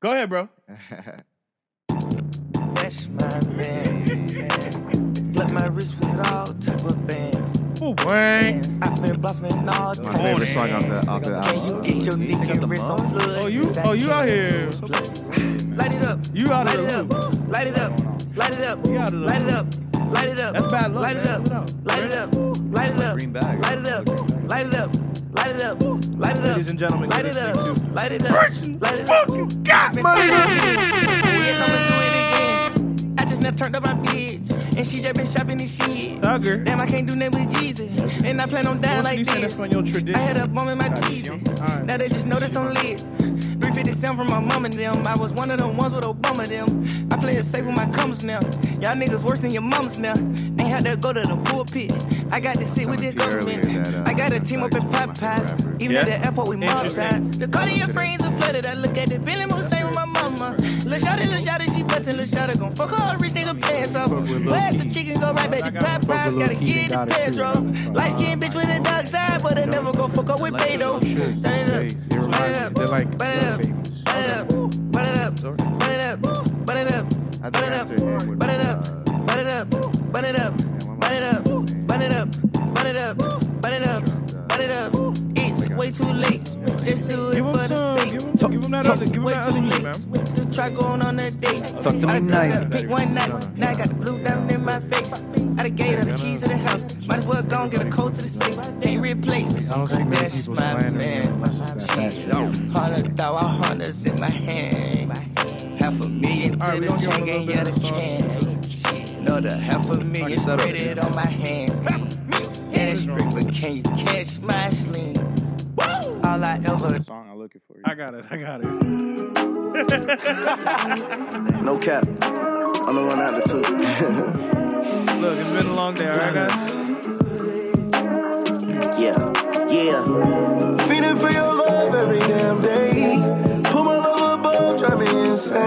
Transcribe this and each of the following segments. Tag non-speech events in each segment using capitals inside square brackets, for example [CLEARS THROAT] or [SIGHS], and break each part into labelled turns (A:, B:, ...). A: Go ahead, bro.
B: That's my man. Flip my wrist with all type of bands.
A: Ooh, Wayne.
B: I've been blossoming all
C: My
B: type of
C: favorite song off
B: bands.
C: the off the
B: Can you
C: album.
B: get your dick and wrist on flood?
A: Oh, you- oh, you out here.
B: Light it up.
A: You out
B: Light
A: of
B: it
A: the
B: up.
A: loop.
B: Light it up. Light it up.
A: You out of the
B: Light it up. Light it up.
A: That's bad luck,
B: Light it
A: man.
B: up.
A: What up?
B: Light it up. Light it up.
C: Green bag.
B: Light it up. Light it up. Light it up. Light it up.
A: Ladies and gentlemen,
B: light
A: you're
B: it up.
A: listening to
B: Light it up. Light it up. Fucking got money. Yes, I'ma do it again. I just now turned up my bitch, and she just been shopping and shit.
A: Thugger.
B: Damn, I can't do nothing with Jesus, and I plan on dying
A: Once
B: like
A: you send
B: this.
A: us on your
B: I had
A: tradition.
B: a bum in my teeth.
A: Alright.
B: Now they just know that's on lit. 357 from my mom and them. I was one of them ones with Obama them. I play it safe with my comes now. Y'all niggas worse than your mums now. Ain't had to go to the pulpit. I got to sit with the
C: Coming to you
B: government.
C: earlier that, uh,
B: I got a team up at
C: that Mike
B: Popeyes.
C: rapper.
B: Even at
A: Yeah.
B: the airport, we mob
A: Interesting.
B: tied. The car to your friends are flooded. I look at the Bentley Moose same with my mama. Lil Shotty, Lil Shotty, she bustin'. Lil Shotty gon' fuck her rich nigga pants off. Where's the chicken go right back to Popeyes? Gotta get the Pedro. Light skin bitch with a dark side, but I never go fuck up with Beto. Turn it up, turn it up, turn it up, turn it up, turn it up, turn it up, turn it up,
C: I
B: turn
C: think
B: it up,
C: after him would
B: turn
C: be,
B: it up,
C: uh,
B: turn it up, turn it up, turn it up, turn it up, turn it up, turn it up, turn it up. It's way too late. Just do it
A: Give him
B: for the
A: some.
B: sake.
A: Give him, give him that other. Give him
B: Way
A: that
B: too
A: other heat,
B: late.
A: man.
B: Just try going on a date.
D: Talk to
B: I
D: me
B: done
D: nice.
B: got pink one night. Now I got the blue diamond in my face. I done gave her the keys to the house. Might as well go and get a code to the safe. Can't replace.
E: I don't think many
B: That's
E: people's
B: my
E: plan
B: man. Shit. Hundred dollar hundreds in my hand. Half a million to
A: All right, we
B: the
A: gonna give
B: chain
A: him a
B: and
A: little
B: yet
A: bit
B: a
A: of this
B: can. Another half a million
D: set up.
B: spread it on my hands. Yeah, that's great, but can you catch my sling? All I ever
F: Song I'm looking for.
A: I got it. I got it.
G: No cap. I'm gonna run out of two.
A: Look, it's been a long day. All right, guys.
G: yeah, yeah. Feeding for your love every damn day. Put my love above, drive me insane.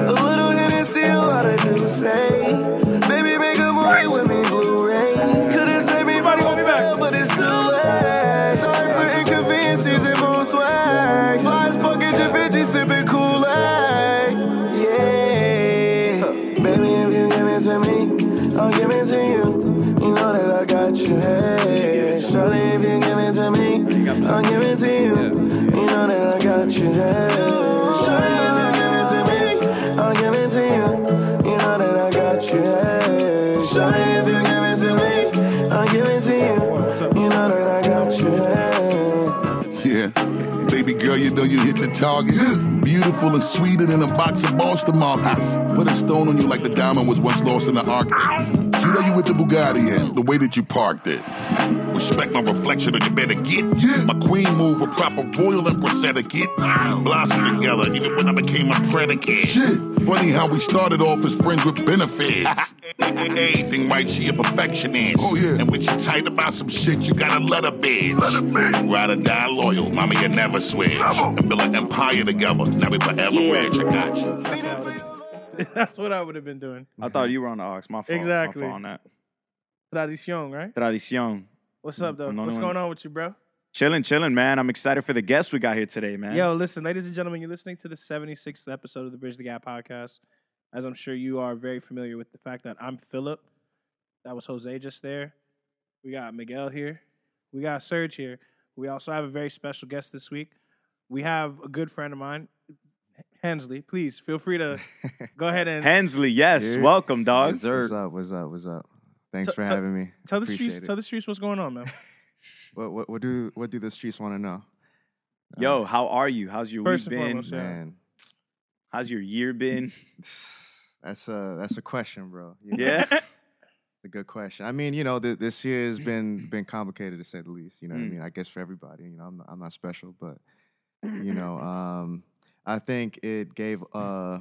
G: A little hit and see a lot of new say. Baby, make a movie with me, Blu-ray. Couldn't save me from myself, but it's too late. Sorry for inconveniences and mood swags. Flies fucking Javinci sipping Kool-Aid. Yeah. Baby, if you give it to me, I'll give it to you. You know that I got you. Hey, shorty, if you give it to me, I'll give it to you. You know that I got you. Hey, shorty, if you give it to me, I'll give it to you. You know that I got you. Hey, shorty, if you give it to me, I'll give it to you. You know that I got you. Hey.
H: Yeah. Baby girl, you know you hit the target. Beautiful and sweeter than a box of Boston markers. Put a stone on you like the diamond was once lost in the Arctic. You know you with the Bugatti in, the way that you parked it. Respect my reflection or you better get. My queen move with proper royal and prosthetic kit. We blossomed together even when I became a predicate. Funny how we started off as friends with benefits. [LAUGHS] Anything right, she a perfectionist. Oh, yeah. And when you tight about some shit, you gotta let her be. Let her be. Ride or die loyal. Mama, you never switch. And build an empire together. Now we forever rich. I got you.
A: [LAUGHS] That's what I would have been doing.
F: I thought you were on the Hawks. My fault.
A: Mm-hmm. Exactly.
F: My fault on that.
A: Tradición, right?
F: Tradición.
A: What's up, though?
F: I'm the only
A: What's
F: one.
A: going on with you, bro?
F: Chilling, chilling, man. I'm excited for the guests we got here today, man.
A: Yo, listen, ladies and gentlemen, you're listening to the 76th episode of the Bridge the Gap podcast. As I'm sure you are very familiar with the fact that I'm Philip. That was Jose just there. We got Miguel here. We got Serge here. We also have a very special guest this week. We have a good friend of mine, Hensley. Please feel free to
F: [LAUGHS]
A: go ahead and
F: Hensley, yes.
C: Here.
F: Welcome, dog.
D: Yes, sir.
C: What's up? What's up? What's up? Thanks
A: T-
C: for
A: t-
C: having me.
A: tell the
C: Appreciate
A: streets,
C: it.
A: tell the streets what's going
C: [LAUGHS]
A: on, man.
C: What, what, what do what do the streets want to know?
F: Yo, how are you? How's your
A: First
F: week
A: and
F: been?
A: foremost, yeah.
C: Man,
F: How's your
A: [LAUGHS]
F: year been?
C: that's a that's a question, bro. You know,
F: Yeah. [LAUGHS]
C: it's a good question. I mean, you know, th- this year has been been complicated to say the least. You know what I
F: Mm.
C: mean? I guess for everybody. You know, I'm not, I'm not special, but you [LAUGHS] know, um, I think it gave uh,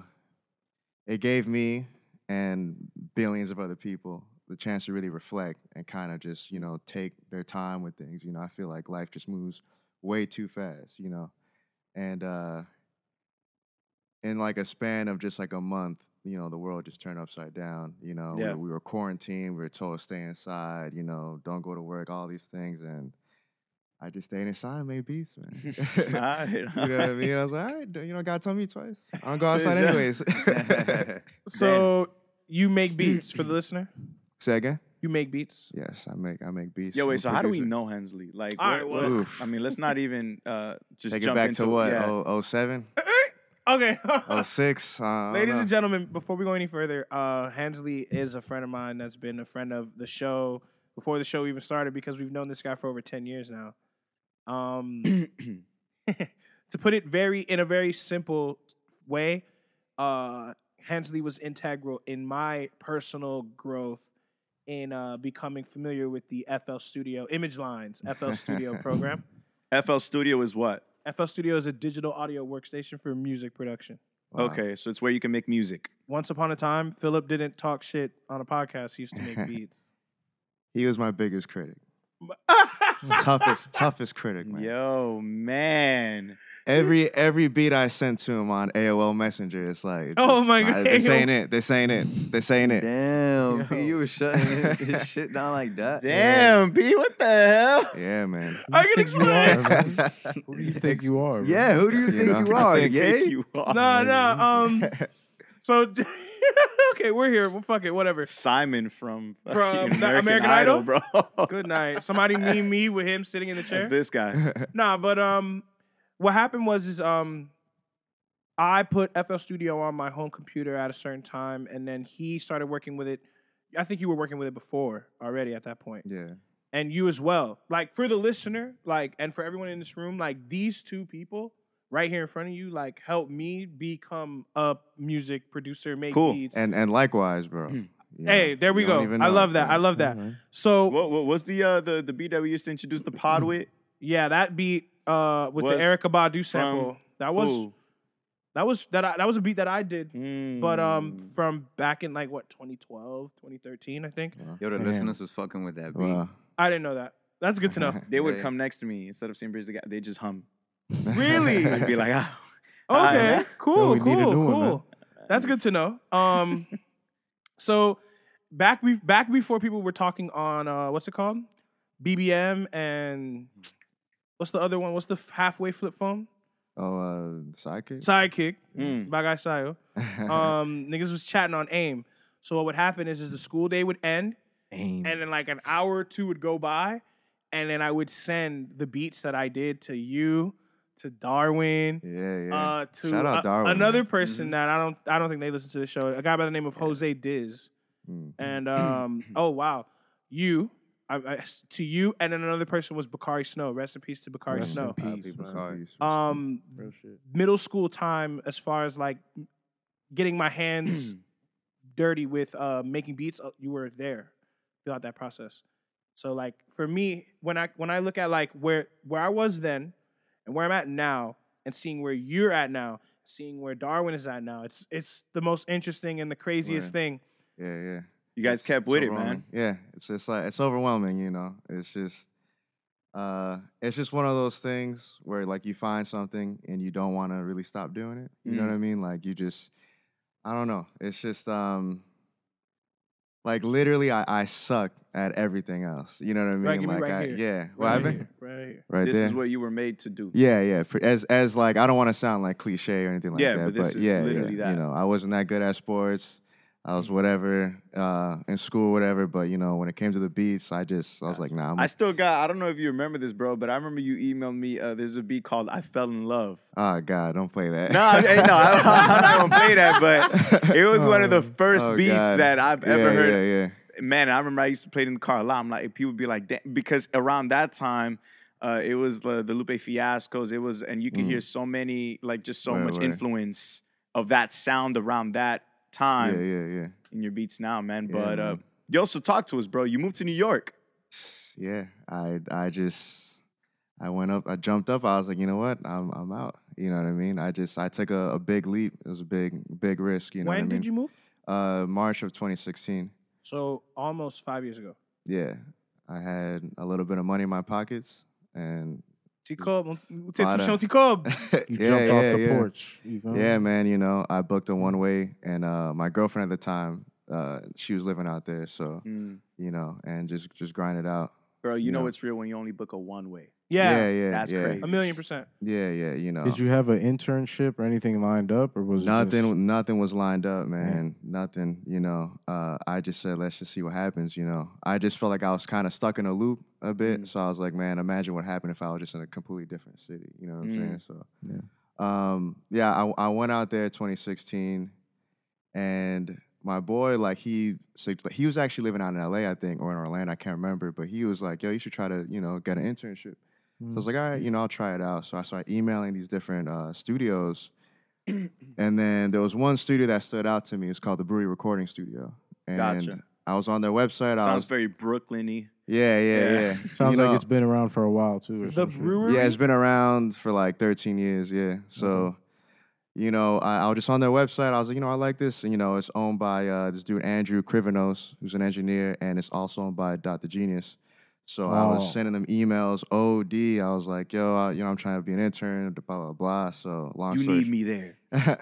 C: it gave me and billions of other people the chance to really reflect and kind of just you know take their time with things. You know, I feel like life just moves way too fast. You know, and uh, in like a span of just like a month, you know, the world just turned upside down. You know, we-
F: Yeah.
C: we, were quarantined, we were told stay inside, you know, don't go to work, all these things, and I just stayed inside and made beats, man. [LAUGHS]
F: All right.
C: you know what I mean? I was like, all right, you know, God told me twice. I don't go outside
F: [LAUGHS]
C: anyways.
A: So you make
C: [CLEARS THROAT]
A: beats for the listener.
C: Say again?
A: You make beats.
C: Yes, I make I make beats.
F: Yo,
C: I'm a
F: wait. So how do we
C: producer.
F: know Hensley? Like,
A: All right,
F: what-
A: well-
F: what-
C: Oof.
F: I mean, let's not even uh, just
C: Take it
F: jump
C: back
F: into
C: to what?
F: yeah.
C: Oh, oh seven?
A: Okay. [LAUGHS]
C: Oh six? Uh, I don't
A: Ladies and
C: know.
A: gentlemen, before we go any further, uh, Hensley is a friend of mine that's been a friend of the show before the show even started because we've known this guy for over 10 years now. Um, [LAUGHS] to put it very in a very simple way, uh, Hensley was integral in my personal growth in uh, becoming familiar with the FL Studio Image Lines FL Studio program.
F: FL Studio is what?
A: FL Studio is a digital audio workstation for music production.
C: Wow.
F: Okay, so it's where you can make music.
A: Once upon a time, Philip didn't talk shit on a podcast. He used to
C: [LAUGHS]
A: make beats.
C: He was my biggest critic. toughest, toughest critic, man.
F: Yo, man.
C: Every every beat I sent to him on AOL Messenger, it's like,
A: Oh
C: just,
A: my
C: nah,
A: God.
C: this ain't it. This ain't it. This ain't it.
A: Yo.
D: Damn, [LAUGHS] P, you was shutting his, [LAUGHS] his shit down like that.
F: Damn, B, what the hell?
C: [LAUGHS]
D: [LAUGHS]
C: Yeah, man.
A: I can explain.
F: [LAUGHS]
I: Who do you think you are? bro?
D: Yeah, who do you,
C: You
D: think
C: know,
D: you
C: I
D: are?
C: think-
D: Yay?
F: You are.
A: no, no.
C: [LAUGHS]
A: Um. So, [LAUGHS] okay, we're here. Well, fuck it. Whatever.
F: Simon from,
A: From
F: fucking [LAUGHS]
A: the American Idol? [LAUGHS]
F: bro.
A: Good night.
F: [LAUGHS]
A: Somebody meme me with him sitting in the
F: That's
A: chair.
C: [LAUGHS]
F: this guy.
A: [LAUGHS] Nah, but um, what happened was is um, I put FL Studio on my home computer at a certain time, and then he started working with it. I think you were working with it before already at that point.
C: Yeah.
A: and you as well. Like for the listener, like and for everyone in this room, like these two people right here in front of you, like help me become a music producer, make
F: Cool.
A: beats.
C: And and likewise, bro. You know,
A: hey, there we
C: you don't
A: go.
C: even
A: I
C: know.
A: love that. I love that.
C: Mm-hmm.
A: So
F: What, what was the uh the, the beat that we used to introduce the pod with?
A: yeah, that beat uh with
F: Was
A: the Erica Badu sample. That was
F: Who?
A: that was that I, that was a beat that I did. But um
F: Mm.
A: from back in like what 2012, 2013, I think.
D: Yo, the
I: Damn.
D: listeners was fucking with that beat.
C: Wow.
A: I didn't know that. That's good to know.
F: they would
D: [LAUGHS] yeah.
F: come next to me instead of seeing Bridge the guy, they just
D: [LAUGHS]
F: hum.
A: [LAUGHS] really?
F: [LAUGHS] I'd be like, ah.
A: [LAUGHS] Okay,
F: Alright.
A: cool,
I: we
A: cool,
I: need a new one,
A: cool. That's good to know. Um, [LAUGHS] so back we back before people were talking on uh, what's it called, BBM and what's the other one? What's the f- halfway flip phone?
C: Oh, uh, sidekick.
A: Sidekick
F: Mm.
A: by Guy
I: [LAUGHS]
A: Sayo.
C: [LAUGHS]
A: Um, niggas was chatting on AIM. So what would happen is, is the school day would end,
I: Damn.
A: and then like an hour or two would go by, and then I would send the beats that I did to you, to Darwin,
C: yeah, yeah.
A: uh, to
C: Shout out
A: a-
C: Darwin,
A: another
C: man.
A: person that I don't I don't think they listen to the show. A guy by the name of Jose Diz,
C: Mm.
A: and
I: [CLEARS THROAT]
A: um, oh wow, you I, I- to you, and then another person was Bakari Snow. Rest in peace to Bakari
I: Rest in
A: Snow.
I: peace.
C: Happy
I: Peace,
C: birthday,
D: man.
C: peace, peace.
A: Um,
I: Real shit.
A: middle school time as far as like getting my hands
C: Mm.
A: dirty with uh, making beats. uh, You were there throughout that process. So like for me, when I when I look at like where where I was then and where I'm at now, and seeing where you're at now, seeing where Darwin is at now, it's it's the most interesting and the craziest
C: Word.
A: thing.
C: yeah, yeah.
F: You guys
C: It's-
F: kept
C: it's
F: with it,
C: overwhelming.
F: man.
C: Yeah, it's just like it's overwhelming, you know. It's just uh it's just one of those things where like you find something and you don't want to really stop doing it. You know what I mean? Like you just I don't know. It's just um like literally I, I suck at everything else. You know what I mean?
A: Right, give me
C: like
A: right
C: I,
A: here.
C: yeah. What
A: Right
C: happened?
A: here, right here.
C: Right
F: this
C: there.
F: is what you were made to do.
C: Yeah, yeah. for- As as like I don't want to sound like cliche or anything like
F: Yeah,
C: that.
F: but this is
C: yeah,
F: literally
C: yeah,
F: that.
C: You know, I wasn't that good at sports. I was whatever uh, in school, whatever. But you know, when it came to the beats, I just I was like, nah. I'm
F: I still got. I don't know if you remember this, bro, but I remember you emailed me. Uh, there's a beat called "I Fell in Love."
A: [LAUGHS]
C: oh God, don't play that.
F: No, I, hey, no, I, [LAUGHS] am not gonna play that.
C: [LAUGHS]
F: But it was one of the first
C: Oh,
F: beats
C: God.
F: that I've
C: Yeah,
F: ever heard.
C: Yeah, yeah.
F: Man, I remember I used to play it in the car a lot. I'm like, people would be like, "Damn," because around that time. Uh, it was the, the Lupe fiascos. It was, and you could hear so many, like just so
C: Mm. Right,
F: much
C: right.
F: influence of that sound around that
C: Yeah,
F: time.
C: yeah, yeah.
F: in your beats now, man.
C: Yeah,
F: But uh,
C: man.
F: you also talk to us, bro. You moved to New York.
C: Yeah, I I just I went up, I jumped up. I was like, you know what, I'm I'm out. You know what I mean? I just I took a, a big leap. It was a big big risk. You know
A: when
C: what I mean?
A: did you move?
C: Uh, March of 2016.
A: So almost five years ago.
C: Yeah, I had a little bit of money in my pockets, and
A: T Cobb, um, T
C: Lotta- [LAUGHS]
A: T Cobb.
C: yeah,
I: You jumped off the
C: yeah.
I: porch. You feel me?
C: Yeah, man. You know, I booked a one way, and uh, my
I: Mm.
C: girlfriend at the time, uh, she was living out there, so you know, and just just grind it out.
F: bro. You know
C: No.
F: it's real when you only book a one way.
A: Yeah,
C: yeah, yeah,
F: that's
C: yeah,
F: crazy.
A: a million percent.
C: yeah, yeah. You know,
I: Did you have an internship or anything lined up, or was it
C: nothing,
I: just-
C: nothing was lined up, man. Nothing. You know, uh, I just said, let's just see what happens. You know, I just felt like I was kind of stuck in a loop a
I: Mm.
C: bit, so I was like, man, imagine what happened if I was just in a completely different city. You know what I'm
F: Mm.
C: saying? So, yeah, um, yeah. I, I went out there 2016, and my boy, like he, sug- he was actually living out in LA, I think, or in Orlando, I can't remember, but he was like, yo, you should try to, you know, get an internship. So I
F: Mm.
C: was like, all right, you know, I'll try it out. So I started emailing these different uh,
F: [CLEARS THROAT]
C: studios. and then there was one studio that stood out to me. It's called the Brewery Recording Studio. And
F: Gotcha.
C: I was on their website. I
F: Sounds
C: was,
F: very Brooklyn-y.
C: yeah, yeah,
F: Yeah. [LAUGHS]
C: yeah.
I: Sounds
C: You know,
I: like it's been around for a while too. Or
A: The
I: some shit.
C: [LAUGHS]
A: brewery.
C: yeah, it's been around for like 13 years. Yeah. So,
F: Mm-hmm.
C: you know, I, I was just on their website. I was like, you know, I like this. And, you know, it's owned by uh, this dude, Andrew Krivenos, who's an engineer, and it's also owned by Dr. Genius. So I
I: Oh.
C: was sending them emails, OD. I was like, yo, I, you know, I'm trying to be an intern, blah, blah, blah. So long
F: You
C: story
F: need me there.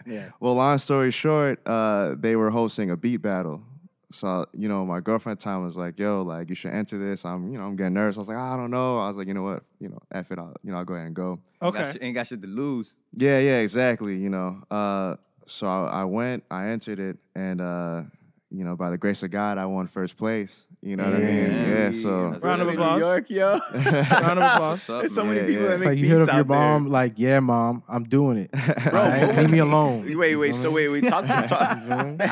F: Yeah.
C: well, long story short, uh, they were hosting a beat battle. So you know, my girlfriend at the time was like, "Yo, like you should enter this." I'm, you know, I'm getting nervous. I was like, "I don't know." I was like, "You know what? You know, f it. I'll, you know, I'll go ahead and go."
D: Ain't
A: Okay.
D: got, shit, ain't got shit to [LAUGHS] lose.
C: Yeah, yeah, exactly. You know, uh, so I, I went, I entered it, and uh, you know, by the grace of God, I won first place. You know what I mean? Yeah.
D: Hey,
C: So
D: that's
A: Round of
D: what it
A: applause.
F: New York, [LAUGHS] yo.
A: Round of applause.
D: What's up,
F: There's so
D: man?
F: many
C: Yeah,
F: people
C: yeah.
F: that
I: It's
F: make
I: like you
F: beats
I: hit up your
F: out there.
I: mom, like, "Yeah, mom, I'm
C: [LAUGHS]
I: doing it.
F: Bro,
I: All right,
F: what
I: leave
F: was
I: me
F: this-
I: alone."
F: [LAUGHS] Wait, wait. So wait, wait. Talk to
D: [LAUGHS]
F: talk.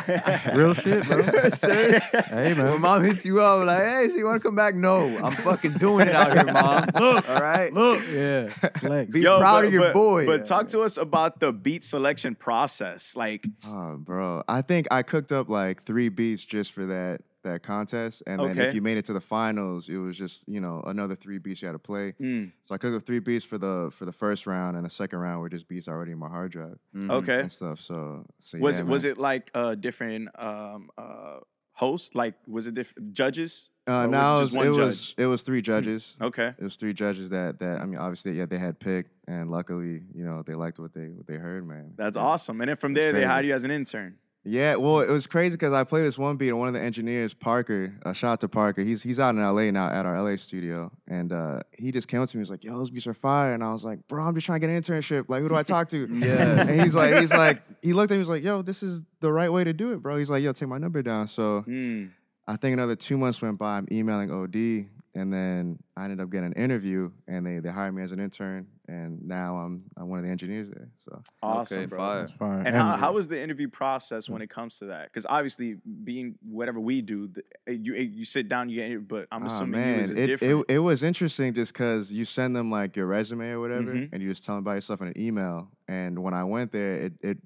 C: [LAUGHS]
I: Real shit, bro. Hey,
D: [LAUGHS] When
I: man.
D: mom hits you up, like, hey, so you want to come back? No, I'm fucking doing it out
F: [LAUGHS]
D: here, mom.
I: [LAUGHS]
D: [LAUGHS] All right?
F: Look,
I: Yeah, flex.
D: Be proud
F: but,
D: of your
F: but-
D: boy.
F: But talk to us about the beat selection process. Like,
C: Oh, bro. I think I cooked up like three beats just for that that contest. And then
F: Okay.
C: if you made it to the finals, it was just, you know, another three beats you had to play.
F: Mm.
C: So I cooked up three beats for the for the first round and the second round were just beats already in my hard drive
F: Mm-hmm. okay,
C: and stuff. So, so
F: was
C: yeah,
F: it was
C: man.
F: it like uh, different um, uh, host? Like, was it different judges?
C: uh
F: or
C: now it was
F: was it just
C: it
F: one
C: was,
F: judge? Hmm,
C: it was three judges.
F: Okay,
C: It was three judges that that I mean obviously yeah they had picked and luckily, you know, they liked what they what they heard, man.
F: that's
C: Yeah.
F: awesome. And then from
C: That's
F: there, they
C: crazy.
F: hired you as an intern.
C: Yeah, well, it was crazy because I played this one beat, and one of the engineers, Parker, uh, shout out to Parker. He's he's out in LA now at our LA studio, and uh, he just came up to me. He was like, "Yo, those beats are fire," and I was like, "Bro, I'm just trying to get an internship. Like, who do I talk to?"
D: Yeah.
C: and he's like,
F: [LAUGHS]
C: he's like, [LAUGHS] he looked at me. He was like, "Yo, this is the right way to do it, bro." He's like, "Yo, take my number down." So
F: Mm.
C: I think another two months went by. I'm emailing OD, and then I ended up getting an interview, and they they hired me as an intern, and now I'm I'm one of the engineers there. So
F: Awesome,
D: okay,
F: bro.
D: fire.
I: Fire.
F: And how, how was the interview process
C: Mm.
F: when it comes to that? Because obviously, being whatever we do, th- you eh, you sit down, you get it, but I'm
C: Ah,
F: assuming you was
C: it,
F: different.
C: It, it was interesting just because you send them like your resume or whatever,
F: Mhm.
C: and you just tell them about yourself in an email. And when I went there, it, it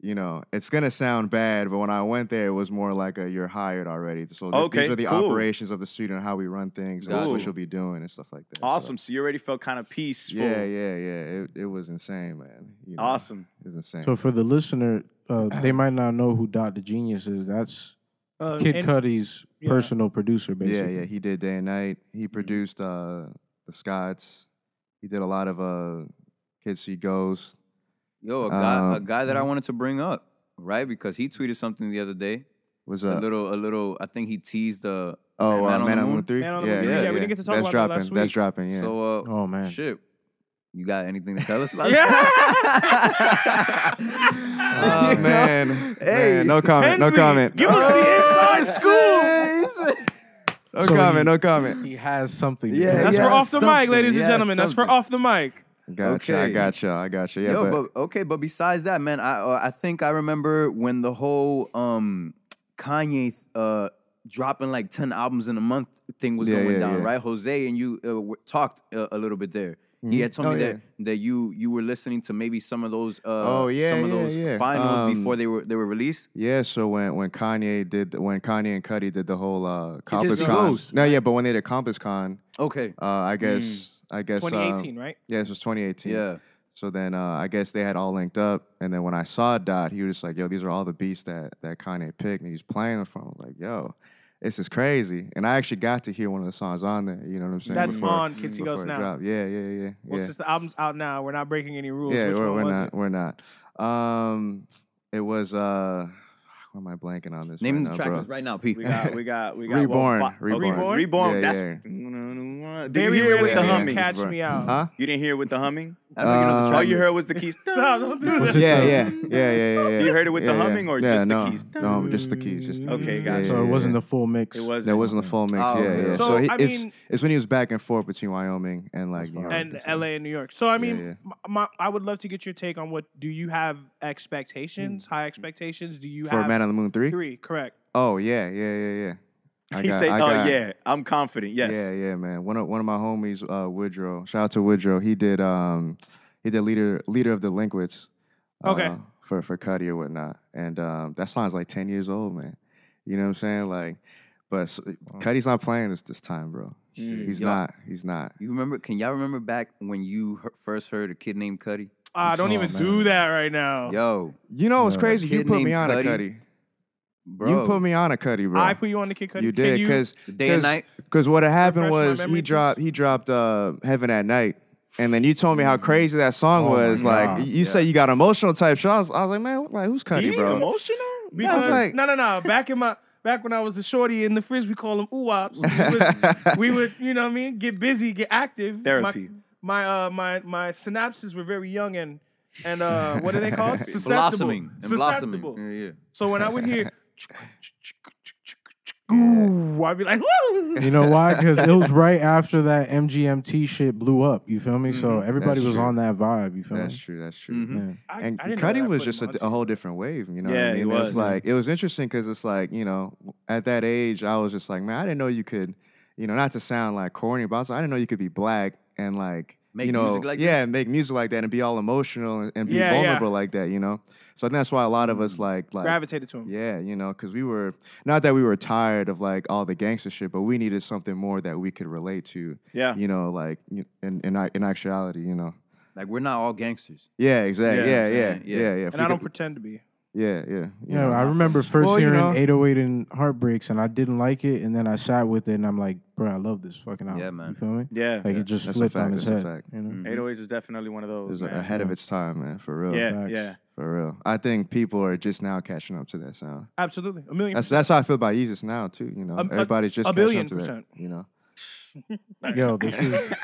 C: you know, it's gonna sound bad, but when I went there, it was more like a you're hired already. So this,
F: Okay,
C: these are the
F: cool.
C: operations of the studio and how we run things, and
D: Gotcha.
C: what you'll be doing and stuff like that. So,
F: awesome. So you already felt kind of peaceful.
C: yeah, yeah, yeah. It, it was insane, man. You know,
F: Awesome.
C: It was insane.
I: So for the listener, uh,
C: Uh-huh.
I: they might not know who Dr. Genius is. That's
A: Uh,
I: Kid
A: and-
I: Cudi's
A: yeah.
I: personal producer,
C: yeah,
I: basically.
C: yeah. He did day and night.
F: Mm-hmm.
C: He produced uh the Scots. He did a lot of uh Kids See Ghosts.
D: Yo, a guy, a
C: Um,
D: guy that I wanted to bring up, right? Because he tweeted something the other day.
C: Was
D: A
C: uh,
D: little, a little. I think he teased the.
C: Oh,
D: Man
C: uh, Man
D: on the
C: on the
D: Moon?
C: Moon 3?
A: Man on the Moon
D: three. Yeah, we
A: didn't get to talk
C: That's
A: about
C: dropping.
A: that last week.
C: That's dropping, yeah.
D: So, uh,
I: Oh, man.
D: shit. You got anything to tell us
A: [LAUGHS]
C: [LAUGHS]
D: about? [LAUGHS]
C: oh, man. Man, no comment, no
A: Hensley,
C: comment.
A: Give us the inside scoop.
C: No
I: So
C: comment,
I: you-
C: no comment.
I: He has something. do.
D: Yeah,
A: That's
D: yeah.
A: for off the mic,
D: something,
A: ladies and
D: yeah,
A: gentlemen. That's for
D: something.
A: off the mic.
C: Gotcha, I
D: Okay.
C: gotcha, I gotcha. Yeah,
D: Yo,
C: but,
D: but, okay, but besides that, man, I uh, I think I remember when the whole um Kanye uh dropping like ten albums in a month thing was
C: Yeah,
D: going
C: yeah,
D: down,
C: yeah.
D: right? Jose and you uh, w- talked uh, a little bit there. He had told
C: Oh,
D: me
C: yeah.
D: that that you you were listening to maybe some of those uh
C: Oh, yeah,
D: some of
C: yeah,
D: those
C: yeah.
D: finals
C: Um,
D: before they were they were released.
C: yeah, so when, when Kanye did, the- when Kanye and Cuddy did the whole uh,
D: did
C: Compass
D: the
C: Con.
D: Ghost,
C: No, yeah, but when they did Compass Con,
D: Okay,
C: uh, I guess, I guess. uh,
A: 2018, right?
C: yeah, this was 2018.
D: yeah,
C: So then uh, I guess they had all linked up, and then when I saw Dot, he was just like, "Yo, these are all the beats that that Kanye picked, and he's playing them for." him." I was like, "Yo, this is crazy!" And I actually got to hear one of the songs on there. You know what I'm saying?
A: That's
C: before-
A: on Kids See
C: before
A: Ghosts
C: it
A: now.
C: dropped. Yeah, yeah, yeah, yeah.
A: Well, since the album's out now, we're not breaking any rules.
C: yeah,
A: Which
C: we're,
A: one
C: we're
A: was
C: not.
A: it?
C: We're not. Um, it was. Uh, why am I blanking on this?
D: name
C: right now,
D: the
C: bro?
D: trackers right now, Pete.
F: We got, we got, we got well,
C: Reborn,
F: fi- okay,
C: Reborn.
F: reborn.
C: Yeah,
F: that's
C: yeah.
F: Did
A: Very
F: you hear it
A: rarely
F: with the
A: do you
F: humming?
A: catch
D: bro.
A: me out.
C: Huh?
F: You didn't hear it with the humming?
D: I think you know the
C: Um,
D: track
F: All you heard
D: list.
F: was the keys.
A: Stop, don't
F: [LAUGHS]
A: do that.
C: Yeah, [LAUGHS] yeah, yeah, yeah, yeah, yeah.
F: You heard it with the
C: Yeah, yeah.
F: humming or
C: Yeah,
F: just the
C: no,
F: keys?
C: No, just the keys. Just the
F: Okay,
C: keys.
F: gotcha.
I: So it wasn't
C: yeah.
I: the full mix.
F: It was.
C: That wasn't the full mix.
D: Oh,
C: yeah,
D: okay.
C: yeah.
A: So,
C: So, he,
A: I
C: it's
A: mean-
C: it's when he was back and forth between Wyoming and like New York.
A: and LA and New York. So I mean,
C: yeah.
A: m- My, I would love to get your take on what do you have expectations, high expectations? Do you
C: for
A: have
C: Man on the Moon three.
A: three? Correct.
C: Oh yeah, yeah, yeah, yeah. I
F: He said,
C: I
F: "Oh
C: got-
F: yeah, I'm confident. Yes,
C: Yeah, yeah, man. One of one of my homies, uh, Woodrow. Shout out to Woodrow. He did um he did leader leader of delinquents.
A: Okay.
C: uh, for for Cuddy or whatnot, and um, that song's like ten years old, man. You know what I'm saying? Like, but s Cuddy's not playing this this time, bro. He's
F: Mm,
D: Yo.
C: not. He's not.
D: You remember? Can y'all remember back when you he- first heard a kid named Cuddy?
C: Oh,
A: Ah, don't even do that right now.
D: Yo,
C: You know what's crazy? You
D: kid
C: put
D: named
C: me on a
D: Cudi?
C: Cuddy.
D: bro.
C: You put me on a Cuddy, bro.
A: I put you on the kid. Cudi.
C: You
A: Can
C: did because
D: Day and night?
C: Because what had happened
A: Refresh my
C: was
A: memory,
C: he
A: please.
C: dropped he dropped uh, Heaven at Night, and then you told me
D: Mm.
C: how crazy that song
D: Oh
C: was. Like
I: God.
C: you say, you got emotional type shots. I was like, man, like who's Cuddy,
F: He
C: bro?
F: emotional.
A: because
C: I was like-
A: no, no, no. Back in my back when I was a shorty in the frizz, we call them oops. We would, we would, you know what I mean, get busy, get active.
F: Therapy.
A: My, my uh my my synapses were very young and and uh what are they called? Susceptible.
D: blossoming and blossoming.
A: Susceptible.
D: Yeah, yeah.
A: So when I would
D: [LAUGHS]
A: hear, [LAUGHS] ooh, I'd be like, woo!
I: You know
C: [LAUGHS]
I: why? Because it was right after that MGMT shit blew up. You feel me?
F: Mm-hmm.
I: So everybody
C: That's
I: was
C: true.
I: on that vibe. You feel
C: That's
I: me?
C: true. That's true.
D: Mm-hmm.
A: I,
C: And
A: I didn't know
C: Cuddy
A: that I
C: was
A: put
C: just
A: him
C: a, a
A: on
C: whole different wave, you know. what
F: Yeah,
C: I
F: he
C: mean? It
F: was.
C: was like it was interesting because it's like you know, at that age, I was just like, man, I didn't know you could, you know, not to sound like corny, but I, was like, I didn't know you could be black and like,
D: Make
C: you know,
D: music like
C: yeah, and make music like that and be all emotional and, and be
A: Yeah, yeah.
C: vulnerable like that, you know. So I think that's why a lot of us like like
A: [LAUGHS] gravitated to him.
C: Yeah, you know, because we were not that we were tired of like all the gangster shit, but we needed something more that we could relate to.
F: Yeah.
C: you know, like in in, in actuality, you know.
D: Like we're not all gangsters.
C: Yeah, exactly. Yeah,
F: Yeah,
D: I'm
C: yeah,
D: saying,
C: yeah,
D: yeah.
C: yeah. If
A: And
C: we
A: I don't
C: could-
A: pretend to be.
C: yeah, yeah. you
I: Yeah,
C: know.
I: I remember first
C: Well, you
I: hearing
C: know-
I: 808 and Heartbreaks, and I didn't like it, and then I sat with it, and I'm like, bro, I love this fucking album.
D: man.
I: You feel me?
F: Yeah,
I: Like it just
C: That's a
I: flipped on
C: fact,
I: its
C: that's
I: head.
C: a fact.
I: You know?
D: Mhm.
F: 808s is definitely one of
C: It was
F: those. man.
C: ahead of its time, man. For real.
F: Yeah,
I: Facts.
F: yeah.
C: For real. I think people are just now catching up to that sound.
A: Absolutely, a million.
C: That's
A: Percent.
C: that's how I feel about Yeezus now too. You know,
A: A- a-
C: everybody's just
A: a
C: catching
A: billion
C: up to
A: percent.
C: that. You know.
I: Yo, this is
F: like,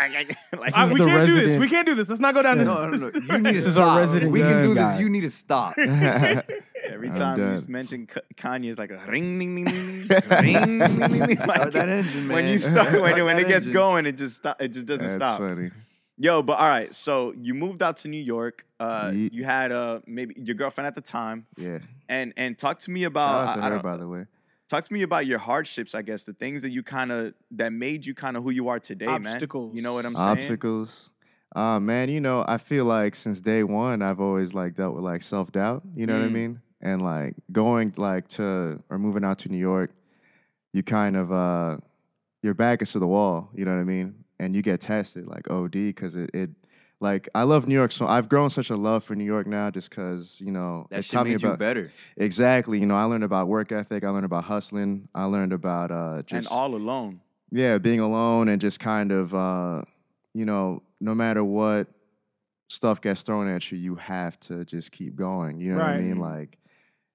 A: [LAUGHS] I- uh,
I: is
A: we
I: the
A: can't do this.
I: resident-
A: We can't do this. Let's not go down this.
D: No, no,
A: [LAUGHS]
D: no. You need to
I: This is
D: stop.
I: our resident
D: we can
I: gun
D: do
I: guy.
D: this. You need to stop.
F: every
C: I'm
F: time you
C: done.
F: just mention K- Kanye is like a ring, ding, ding,
D: [LAUGHS]
F: ding, ding, ring, ding, ding, ding. Like,
D: Start that engine, man.
F: When you start, when, it-
D: Start
F: when
D: that
F: it gets
D: engine.
F: going, it just stop. It just doesn't
C: that's
F: stop.
C: funny.
F: Yo, but all right. So you moved out to New York. Uh,
C: Ye-
F: You had uh, maybe your girlfriend at the time,
C: Yeah.
F: and and talk to me
A: Uh,
C: Shout
F: about.
C: out to
F: I- I
C: her,
F: don't-
C: by the way.
F: talk to me about your hardships. I guess the things that you kind of that made you kind of who you are today, man. You know what I'm saying?
C: Obstacles. Uh, man, you know, I feel like since day one, I've always like dealt with like self doubt. You know what I
F: Mm.
C: mean? And like going like to or moving out to New York, you kind of uh, your back is to the wall. You know what I mean? And you get tested like OD because it, it like I love New York so I've grown such a love for New York now just because you know
D: That
C: it's
D: shit
C: taught me
D: made you
C: about
D: better.
C: exactly. You know, I learned about work ethic. I learned about hustling. I learned about uh,
F: And
C: just
F: all alone.
C: yeah, being alone and just kind of, uh, you know, no matter what stuff gets thrown at you, you have to just keep going. You know what I
A: Right.
C: mean? Like,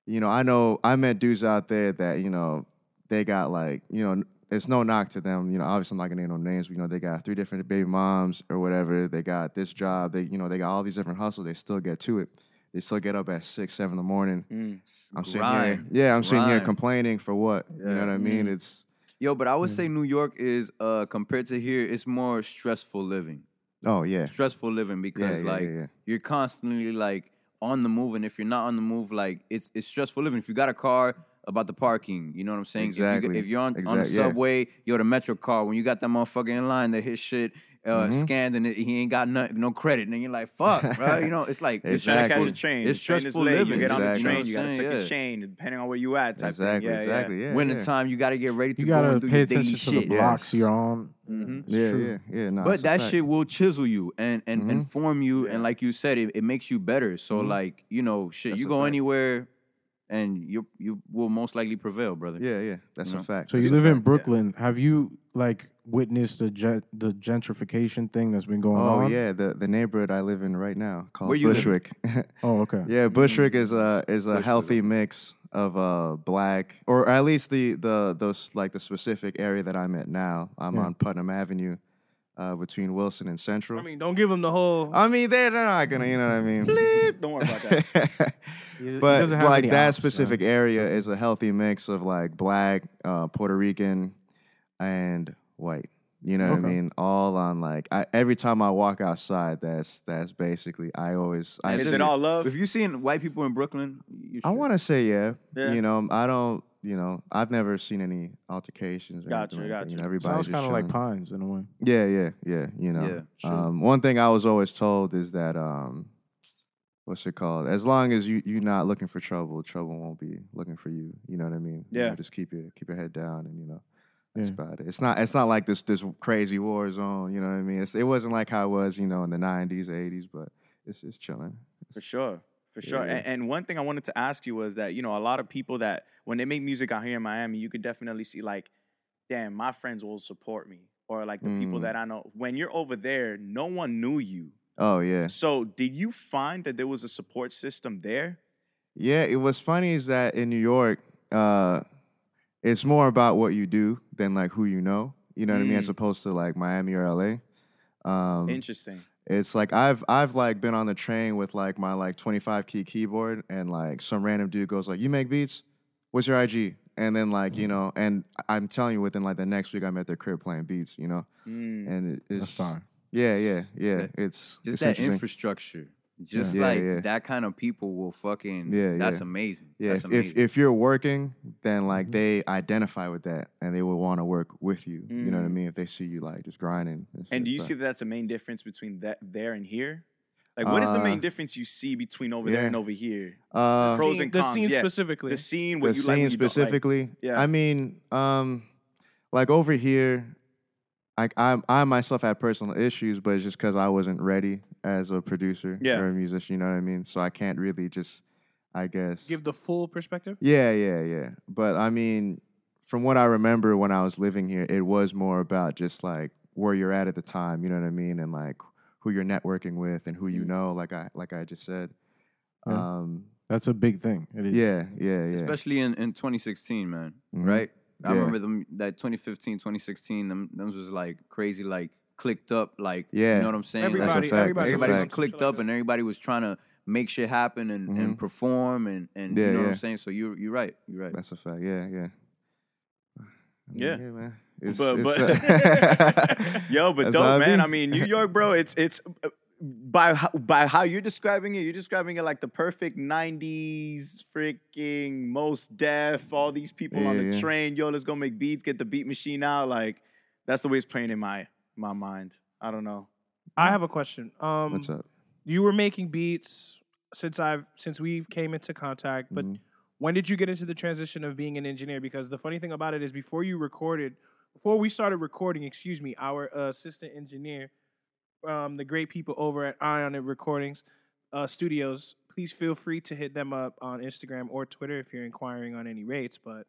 C: you know, I know I met dudes out there that you know they got like, you know, it's no knock to them. You know, obviously I'm not gonna name no names. But, you know, they got three different baby moms or whatever. They got this job. They, you know, they got all these different hustles. They still get to it. They still get up at six, seven in the morning.
F: Mm.
C: I'm
D: Grind.
C: sitting here, yeah, I'm sitting here
D: Grind.
C: complaining for what? You know
D: Yeah. mm.
C: what I mean? It's
D: Yo, but I
C: Mm.
D: would say New York is uh compared to here, it's more stressful living.
C: oh yeah,
D: Stressful living because
C: yeah,
D: like
C: yeah.
D: you're constantly like on the move, and if you're not on the move, like it's it's stressful living. If you got a car, about the parking, you know what I'm saying? If you g- If,
C: Exactly.
D: you're on on the
C: Exact- yeah.
D: subway, you're the metro car. When you got that motherfucker in line that his shit uh,
C: Mm-hmm.
D: scanned and it, he ain't got nothing, no credit, and then you're like, fuck, bro. You know,
C: [LAUGHS]
D: it's like it's
F: Trying
C: Exactly.
F: to catch
D: stressful.
F: a train.
D: It's
F: the train is
D: stressful
F: late.
D: living.
F: You get on the
C: Exactly.
F: train, you
D: You know what
F: gotta
D: I'm
F: take
D: saying?
F: a
D: Yeah.
F: chain, depending on where you at. Type
C: exactly,
F: thing. Yeah,
C: exactly. Yeah,
D: Winter
C: yeah.
D: time, you gotta get ready to
I: you
D: go
I: gotta
D: and do
I: pay
D: your daily
I: attention to the
D: shit.
I: blocks
C: Yes.
I: you're on.
F: Yeah. Mhm.
I: It's
C: yeah,
I: true.
C: yeah, yeah. Nah, it's
D: but
C: a
D: that
C: fact.
D: shit will chisel you and and
C: Mhm.
D: and form you
F: Yeah.
D: and like you said it, it makes you better so
C: Mhm.
D: like you know shit
C: That's
D: you
C: a
D: go
C: fact.
D: anywhere and you you will most likely prevail brother
C: Yeah, yeah. That's
D: You know?
C: a fact.
I: So
C: That's
I: you
C: a
I: live in
C: fact.
I: Brooklyn. Have you like witnessed the gen- the gentrification thing that's been going
C: Oh
I: on?
C: yeah, the, the neighborhood I live in right now called
D: Where you live?
C: Bushwick.
I: Oh okay.
C: yeah, Bushwick is a is a healthy mix of uh black or at least the the those like the specific area that I'm at now. I'm
I: Yeah.
C: on Putnam Avenue. uh, between Wilson and Central.
A: I mean, don't give him the whole.
C: I mean, they're they're not gonna, you know what I mean.
F: Don't worry about that.
C: [LAUGHS] but like that specific area is a healthy mix of like black, uh, Puerto Rican, and white. You know what I mean? All on like I, every time I walk outside, that's that's basically I always I
F: Is
C: see-
F: it all love?
D: If you seen white people in Brooklyn, you
C: I
D: should-
C: want to say yeah.
F: Yeah.
C: You know, I don't. You know, I've never seen any altercations. Or
F: Gotcha,
C: anything like that. You
F: gotcha.
C: know, everybody's
I: Sounds
C: just
I: kind of like
C: chilling.
I: Pines in a way.
C: Yeah, yeah, yeah. You know,
D: Yeah,
C: um, one thing I was always told is that um, what's it called? As long as you you're not looking for trouble, trouble won't be looking for you. You know what I mean? You
F: Yeah.
C: know, just keep your keep your head down, and you know. That's
I: Yeah.
C: about it. It's not. It's not like this. This crazy war zone. You know what I mean. It's, it wasn't like how it was. You know, in the '90s, '80s. But it's just chilling.
F: For sure. For sure. And, and one thing I wanted to ask you was that, you know, a lot of people that when they make music out here in Miami, you could definitely see like, damn, my friends will support me. Or like the people
C: Mm.
F: that I know. When you're over there, no one knew you.
C: Oh yeah.
F: So did you find that there was a support system there?
C: Yeah, it was funny is that in New York, uh, it's more about what you do than like who you know. You know what I mean? As
D: Mm.
C: opposed to like Miami or LA. Um,
F: Interesting.
C: it's like I've I've like been on the train with like my like 25 key keyboard and like some random dude goes like, "You make beats? What's your IG?" And then like
D: Mm.
C: you know, and I- I'm telling you, within like the next week, I'm at their crib playing beats. You know,
F: Mm.
C: and it, it's
I: That's fine.
C: yeah, yeah, yeah. It's
D: just
C: it's
D: that
C: interesting.
D: infrastructure. Just
C: Yeah,
D: like
C: yeah.
D: that kind of people will fucking.
C: Yeah,
D: that's
C: yeah.
D: amazing.
C: Yeah,
D: that's
C: if, if
D: amazing.
C: if you're working, then
F: Mm-hmm.
C: like they identify with that and they will want to work with you. You know what I
F: Mm.
C: mean? If they see you like just grinding.
F: And do you
C: shit,
F: see that that's a main difference between that there and here? Like what is the main
C: Uh,
F: difference you see between over there
C: yeah.
F: and over here?
C: but- uh,
F: pros and
A: the
F: cons,
A: scene
F: yeah.
A: specifically.
F: The scene,
C: the
F: what you like, what
C: scene
F: you don't like.
C: specifically.
F: Yeah.
C: I mean, um, like over here, like I I myself had personal issues, but it's just because I wasn't ready as a producer
F: Yeah.
C: or a musician. You know what I mean? So I can't really just, I guess,
A: Give the full perspective.
C: Yeah, yeah, yeah. But I mean, from what I remember when I was living here, it was more about just like where you're at at the time, you know what I mean, and like who you're networking with and who you
F: Mm-hmm.
C: know, like I like I just said.
I: Yeah.
C: Um,
I: That's a big thing. It is.
C: yeah, yeah, yeah.
D: especially in, in 2016, man.
C: Mhm.
D: Right? I
C: Yeah.
D: remember them that 2015, 2016. Them, them was like crazy, like clicked up, like
C: Yeah.
D: you know what I'm saying? Like,
C: That's a
A: Everybody,
C: fact,
A: everybody,
C: that's a
D: everybody
A: wants
D: was
C: fact.
A: some
D: clicked
A: shit like
D: up, and everybody was trying to make shit happen and, and perform, and and
C: Mm-hmm. Yeah,
D: you know what
C: yeah.
D: I'm saying. So you you're right, you're right.
C: That's a fact. Yeah, yeah. I mean,
F: Yeah.
C: man. It's,
F: But- [LAUGHS]
C: it's, uh,
F: Yo, but
C: That's how
F: dope,
C: it
F: man.
C: be.
F: I mean,
C: [LAUGHS]
F: New York, bro. It's it's uh, by how- by how you're describing it. You're describing it like the perfect '90s freaking most deaf. All these people on
C: Yeah,
F: the
C: yeah.
F: train. Yo, let's go make beats. Get the beat machine out. Like that's the way it's playing in my my mind. I don't know.
A: that. I have a question. Um,
C: What's up?
A: you were making beats since I've since we came into contact, but
C: Mhm.
A: when did you get into the transition of being an engineer? Because the funny thing about it is before you recorded, before we started recording, excuse me, our uh, assistant engineer, um, the great people over at Ion and Recordings uh, Studios, please feel free to hit them up on Instagram or Twitter if you're inquiring on any rates, but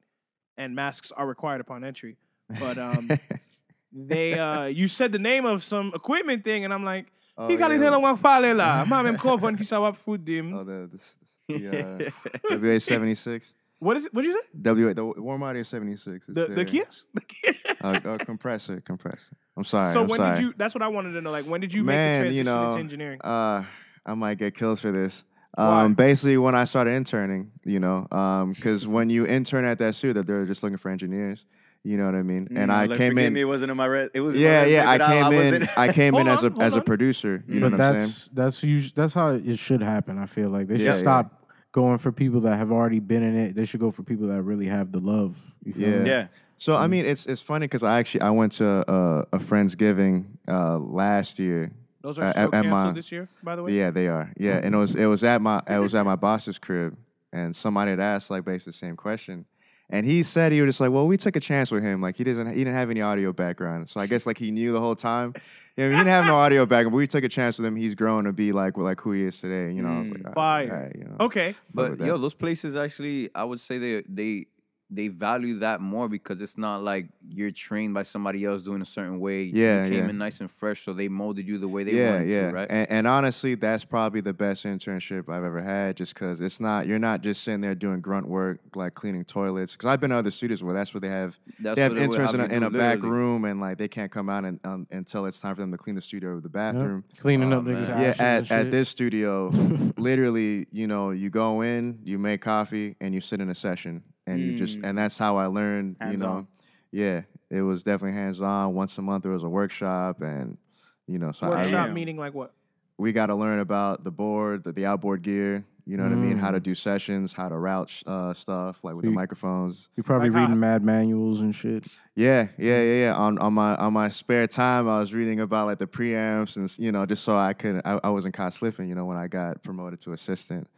A: and masks are required upon entry. But um,
C: [LAUGHS]
A: they uh, you said the name of some equipment thing, and I'm like,
C: Oh,
A: Hii
C: yeah.
A: kali tena wang pale eh, la. Ma mem kompon ki sa wap food
C: Oh,
A: dim.
C: the, this,
A: [LAUGHS]
F: [LAUGHS]
C: the uh, WA seventy six,
A: What is it? What did you say?
C: WA the warm audio seventy six.
A: The the kiosk? The kiosk. [LAUGHS]
C: uh, uh, compressor, compressor. I'm sorry.
A: so
C: I'm
A: when
C: sorry.
A: did you? That's what I wanted to know. Like when did you make
C: Man,
A: the
C: you
A: transition
C: know,
A: into engineering?
C: Uh, I might get killed for this.
A: Why?
C: Um, basically, when I started interning, you know, because when you intern at that studio, they're just looking for engineers. You know what I mean? and
F: Mm,
C: I
F: like,
C: came
F: forgive
C: in.
F: Me, it wasn't in my re- It was in my
C: yeah, yeah.
F: resume,
C: I
F: but I
C: came in.
F: wasn't-
C: I
A: [LAUGHS]
F: [LAUGHS]
C: came in
A: Hold
C: as a
A: on,
C: as
A: hold
C: a
A: on.
C: producer. You know
I: But
C: what I'm saying?
I: Mm-hmm. that's that's usu- that's how it should happen. I feel like they should
C: Yeah, yeah.
I: stop going for people that have already been in it. They should go for people that really have the love. You feel
C: Yeah.
I: me?
F: yeah.
C: So I mean, it's it's funny because I actually I went to a, a friendsgiving uh, last year.
A: Those are
C: uh,
A: so
C: at- at
A: canceled
C: my-
A: this year, by the way.
C: Yeah, they are. Yeah, and it was it was at my it was at my boss's crib, and somebody had asked like basically the same question, and he said he was just like, well, we took a chance with him, like he doesn't he didn't have any audio background, so I guess like he knew the whole time. [LAUGHS] Yeah, I mean, he didn't have no audio background, but we took a chance with him. He's grown to be like like who he is today. You know, I was like, all right,
A: Mm. Fire.
C: all right, you know.
A: Okay.
C: with
D: But
C: that.
D: yo, those places actually, I would say they they they value that more because it's not like you're trained by somebody else doing a certain way.
C: Yeah,
D: you came
C: yeah.
D: in nice and fresh, so they molded you the way they
C: yeah,
D: wanted
C: yeah.
D: to, right?
C: And, and honestly, that's probably the best internship I've ever had, just because it's not you're not just sitting there doing grunt work like cleaning toilets. Because I've been to other studios where that's where they have
D: That's
C: they have
D: what it would
C: interns in a,
D: have you
C: in
D: do,
C: a back
D: literally.
C: room and like they can't come out and, um, until it's time for them to clean the studio or the bathroom.
I: Cleaning
D: Oh,
I: up niggas'
D: man.
I: ashes
C: Yeah,
I: and
C: at, at
I: shit.
C: this studio,
I: [LAUGHS]
C: literally, you know, you go in, you make coffee, and you sit in a session, and you just,
F: Mm.
C: and that's how I learned, you know,
F: Hands-on.
C: yeah, it was definitely hands on. Once a month, there was a workshop, and you know, so I,
A: Workshop
F: Yeah.
A: meaning like what?
C: we got to learn about the board, the, the outboard gear, you know what I mean, how
A: Mm.
C: to do sessions, how to route sh- uh, stuff like with the
I: You-
C: microphones.
I: You're probably
A: Like how-
I: reading mad manuals and shit.
C: Yeah, yeah, yeah, yeah. On on my on my spare time, I was reading about like the preamps and you know just so I couldn't I, I wasn't caught slipping. You know when I got promoted to assistant,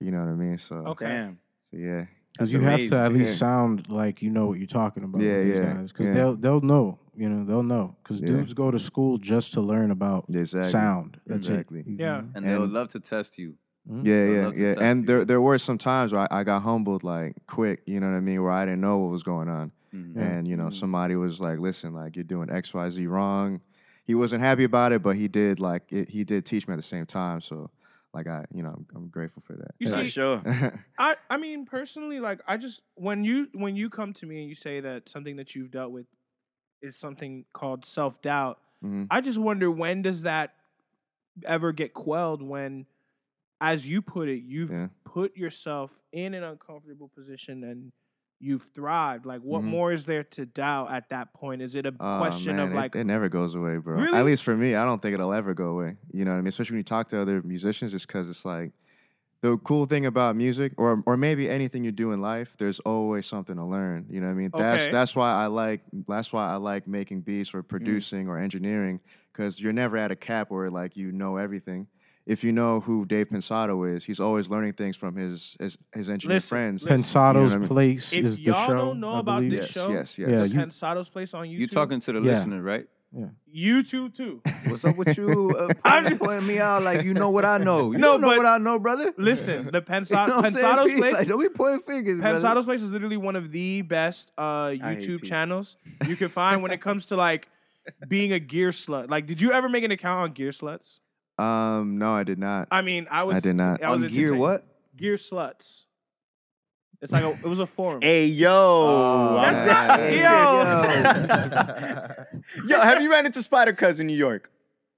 C: you know what I mean. So
A: Okay.
F: Damn.
C: so yeah,
I: Because you have to
F: amazing.
I: at least
C: Yeah.
I: sound like you know what you're talking about.
C: Yeah,
I: with these
C: yeah,
I: Because
C: yeah.
I: they'll they'll know. You know they'll know. Because
C: Yeah.
I: dudes go to school just to learn about
C: exactly.
I: sound. That's
C: Exactly.
I: it. You
A: Yeah.
I: know?
D: And, they would
C: And-
D: love to test you.
C: Yeah,
D: I'd
C: yeah,
D: love Mm-hmm. to
C: yeah.
D: test
C: And
D: you.
C: there there were some times where I, I got humbled like quick. You know what I mean, where I didn't know what was going on,
D: Mhm.
I: Yeah.
C: and you know somebody was like, "Listen, like you're doing X Y Z wrong." He wasn't happy about it, but he did like it, he did teach me at the same time. So like I you know I'm, I'm grateful for
A: You
F: For
A: see,
F: sure.
D: [LAUGHS]
C: that.
A: I I mean personally, like I just when you when you come to me and you say that something that you've dealt with is something called self doubt,
C: Mhm.
A: I just wonder when does that ever get quelled when, as you put it, you've
C: Yeah.
A: put yourself in an uncomfortable position and you've thrived. Like what
C: Mhm.
A: more is there to doubt at that point? Is it a
C: Oh,
A: question
C: man,
A: of
C: it-
A: like
C: it, never goes away, bro.
A: Really?
C: At least for me, I don't think it'll ever go away. You know what I mean? Especially when you talk to other musicians, just because it's like the cool thing about music, or or maybe anything you do in life, there's always something to learn. You know what I mean? That's
A: Okay. Mm.
C: that's why I like that's why I like making beats or producing or engineering because you're never at a cap where like you know everything. If you know who Dave Pensado is, he's always learning things from his his, his engineer
A: Listen,
C: friends.
A: listen.
I: Pensado's
C: I mean?
I: place
A: if
I: is the
A: y'all
I: show.
A: don't know
I: I
A: about
I: believe.
A: this
C: Yes,
A: show,
C: yes, yes.
I: Yeah,
A: the
I: you-
A: Pensado's place on YouTube,
D: You talking to the
I: Yeah.
D: listener, right?
A: YouTube too.
D: What's up with you? Uh,
A: I'm
D: pointing-
A: just-
D: pointing me out like you know what I [LAUGHS] know. You
A: No,
D: don't know
A: but-
D: what I know, brother.
A: Listen, the
D: [LAUGHS] You know
A: Pensado,
D: what I'm saying,
A: Pensado's
D: P?
A: place.
D: Like, don't be pointing fingers, brother.
A: Pensado's Place is literally one of the best uh,
F: hate
A: YouTube
F: people.
A: channels you can find
D: [LAUGHS]
A: when it comes to like being a gear slut. Like, did you ever make an account on gear sluts?
C: Um, no, I did not.
A: I mean, I was.
C: did not.
A: I was
D: On gear
A: entertained.
D: what?
A: Gear sluts. It's like a, it was a forum.
D: [LAUGHS]
F: Hey yo,
C: Uh,
A: That's
C: man.
A: not
C: Hey,
A: yo.
F: yo. Have you ran into Spider Cuz in New York?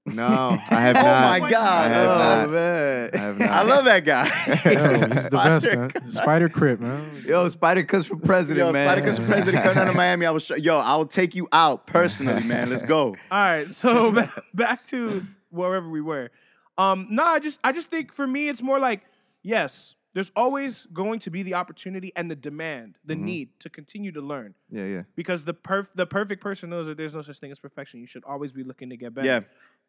C: No, I have
F: [LAUGHS] oh
C: not.
F: my god,
C: I have
F: oh
C: not.
F: man,
C: I have not.
F: I love
C: [LAUGHS]
I: Yo,
F: that guy.
I: he's the best, man. Spider Crip, man.
D: Yo, Spider Cuz for president,
F: Yo,
D: man.
F: Spider Cuz president, come
C: [LAUGHS]
F: down to Miami. I was sh- yo, I'll take you out personally, man. Let's go.
A: All right,
F: [LAUGHS]
A: so ba- [LAUGHS] back to wherever we were. Um, no, I just I just think for me it's more like yes, there's always going to be the opportunity and the demand, the
D: Mm-hmm.
A: need to continue to learn.
C: Yeah, yeah.
A: because the perf- the perfect person knows that there's no such thing as perfection. You should always be looking to get better.
F: Yeah.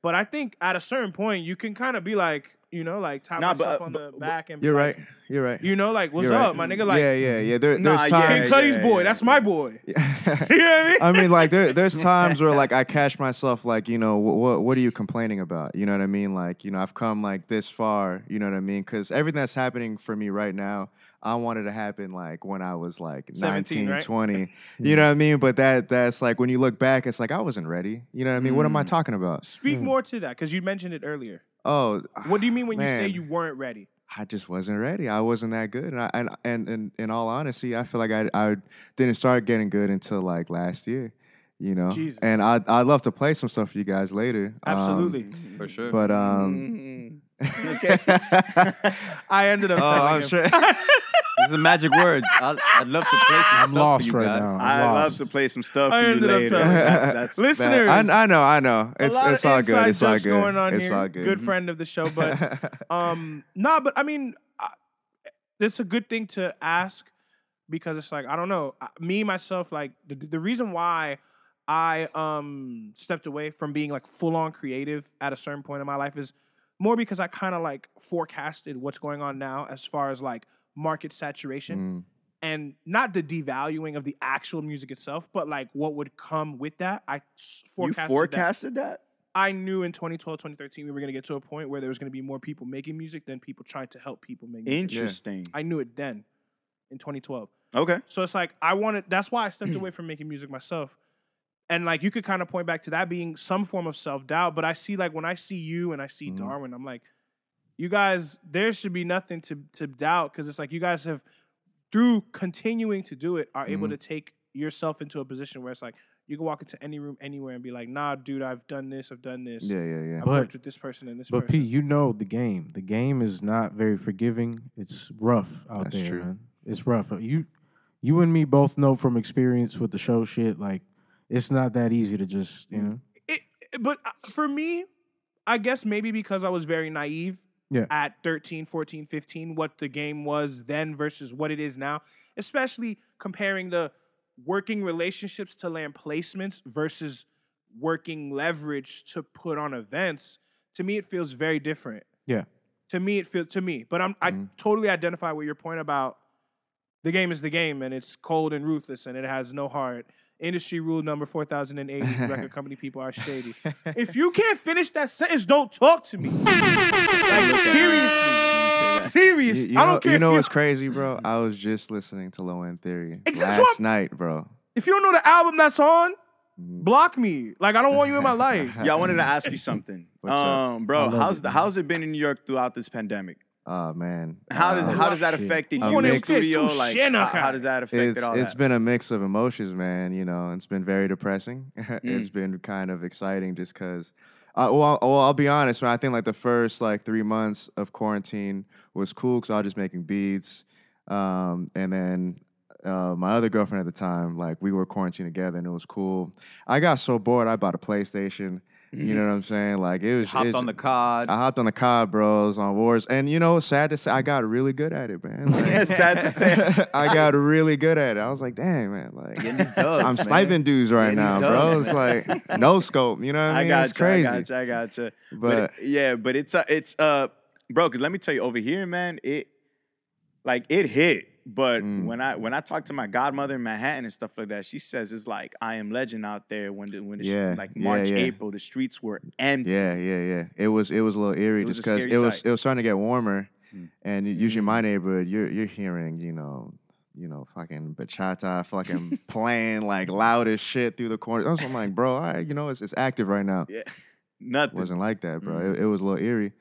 A: But I think at a certain point you can kind of be like, you know, like tap
F: Nah, but-
A: myself
F: uh,
A: on the
F: but-
A: back and be
C: You're
A: like,
C: right. You're right.
A: You know, like what's
C: You're right.
A: up, my nigga? Like
C: yeah, yeah, yeah. There,
F: Nah,
C: there's
F: yeah,
A: King
C: times.
A: Cuddy's
F: yeah,
A: boy,
F: yeah.
A: that's
C: [LAUGHS]
A: my boy. [LAUGHS] you know what I mean?
C: I mean, like there, there's times where
A: [LAUGHS]
C: like I catch myself like, you know, what what are you complaining about? You know what I mean? Like, you know, I've come like this far. You know what I mean? Because everything that's happening for me right now, I wanted to happen like when I was like
A: 17,
C: 19,
A: right? [LAUGHS]
C: 20. You know what I mean? But that that's like when you look back, it's like I wasn't ready. You know what I mean? What am I talking about?
A: Mm.
C: Hmm.
A: Speak more to that because you mentioned it earlier.
C: Oh,
A: What do you mean when you say
C: Man.
A: you weren't ready?
C: I just wasn't ready. I wasn't that good, and I, and and and in all honesty, I feel like I I didn't start getting good until like last year, you know.
A: Jesus.
C: And I I'd love to play some stuff for you guys later. um,
A: Absolutely, Mm-hmm.
D: for sure.
C: but um.
F: Mm-hmm.
C: [LAUGHS]
A: [LAUGHS] I ended up.
C: Oh,
A: telling
C: I'm
A: him.
C: sure.
D: [LAUGHS] These are magic words. I, I'd love to play some
I: I'm
D: stuff
I: lost
D: for you
I: right
D: guys.
I: now.
F: I love
I: Lost.
F: to play some stuff
A: I
F: for you
A: ended up
F: later.
A: telling-
F: That's,
C: [LAUGHS]
F: that's
A: Listeners,
C: I, I know, I know. It's
A: a lot
C: it's
A: of
C: all
A: inside
C: good. It's all
A: jokes
C: good.
A: going on
C: it's
A: here.
C: all good.
A: friend of the show, but
C: [LAUGHS]
A: um, nah. But I mean, I, it's a good thing to ask because it's like I don't know. I- Me myself, like the the reason why I um stepped away from being like full on creative at a certain point in my life is more because I kind of like forecasted what's going on now as far as like market saturation
C: Mm,
A: and not the devaluing of the actual music itself, but like what would come with that. I s-
F: you
A: forecasted. that.
F: forecasted that?
A: I knew in 2012, 2013, we were going to get to a point where there was going to be more people making music than people trying to help people make music.
F: Interesting.
A: I knew it then in 2012.
F: Okay.
A: So it's like, I wanted, that's why I stepped away from making music myself And like you could kind of point back to that being some form of self doubt. But I see like when I see you and I see
C: Mhm.
A: Darwin, I'm like, you guys, there should be nothing to to doubt because it's like you guys have through continuing to do it are able
C: Mhm.
A: to take yourself into a position where it's like you can walk into any room anywhere and be like, nah, dude, I've done this, I've done this,
C: Yeah, yeah, yeah.
A: I've
I: But-
A: worked with this person and this
I: But P,
A: person.
I: you know the game. The game is not very forgiving. It's rough out
C: That's
I: there,
C: true.
I: man. It's rough. Uh, You, you and me both know from experience with the show shit. Like, it's not that easy to just you know.
A: it, but uh, for me i guess maybe because i was very naive
I: Yeah.
A: at 13 14 15 what the game was then versus what it is now especially comparing the working relationships to land placements versus working leverage to put on events to me it feels very different
I: Yeah.
A: to me it feels to me but i'm
C: Mm-hmm.
A: i totally identify with your point about the game is the game and it's cold and ruthless and it has no heart industry rule number 4008 record company people are shady if you can't finish that sentence don't talk to me
D: [LAUGHS]
A: like seriously serious
C: You, you
A: i
C: know,
A: don't care
C: you know
A: if,
C: what's crazy,
A: [LAUGHS]
C: bro? I was just listening to Low End Theory
A: Exact- so
C: last night, bro.
A: if you don't know the album that's on block me like i don't want
C: [LAUGHS]
A: you in my life
F: Yeah, I wanted to ask you something,
C: What's up?
F: um, bro.
I: love
F: How's
I: it,
F: the, how's it been in New York throughout this pandemic?
C: Oh man,
F: How does
C: Uh,
F: how does that
I: shit.
F: affect you
C: I'm
F: in the
C: mixed.
F: studio?
A: Tú
F: Like
A: llena,
F: how, how does that affect
C: it's,
F: it all?
C: it's
F: that?
C: been a mix of emotions, man. You know, it's been very depressing. [LAUGHS] it's been kind of exciting just because. Uh, well, I'll- well, I'll be honest, man. I think like the first like three months of quarantine was cool because I was just making beats, um, and then uh, my other girlfriend at the time, like we were quarantined together, and it was cool. I got so bored, I bought a PlayStation. You know what I'm saying? Like it was
D: Hopped
C: it's-
D: on the cod.
C: I hopped on the cod, bros, on wars, and you know, sad to say, I got really good at it,
F: [LAUGHS]
C: man. Like,
F: It's sad to say.
C: [LAUGHS] I got really good at it. I was like, dang, man, like
D: Getting these dubs,
C: I'm
D: man.
C: sniping dudes right
D: Getting these
C: now, bro.
D: dubs.
C: It's
D: [LAUGHS]
C: like no scope. You know what I
F: I
C: mean?
F: got
C: it's crazy.
F: I got I got you. But,
C: But-
F: it- yeah, but it's uh, it's uh, bro. Cause let me tell you, over here, man, it like it hit. But
C: Mm.
F: when I when I talk to my godmother in Manhattan and stuff like that, she says it's like I am legend out there. When the, when the sh-
C: Yeah,
F: like
C: yeah,
F: March
C: yeah.
F: April, the streets were empty.
C: Yeah, yeah, yeah. It was it was a little eerie
F: It was
C: just
F: a
C: because
F: scary
C: it was
F: sight.
C: it was starting to get warmer,
D: Hmm.
C: and usually in my neighborhood, you're you're hearing you know you know fucking bachata
D: [LAUGHS]
C: fucking playing like loud as shit through the corner. I was I'm like, bro, all right, you know it's it's active right now.
F: [LAUGHS] Yeah,
C: It
F: nothing.
C: wasn't like that, bro.
A: Mm-hmm.
C: It, it was a little eerie.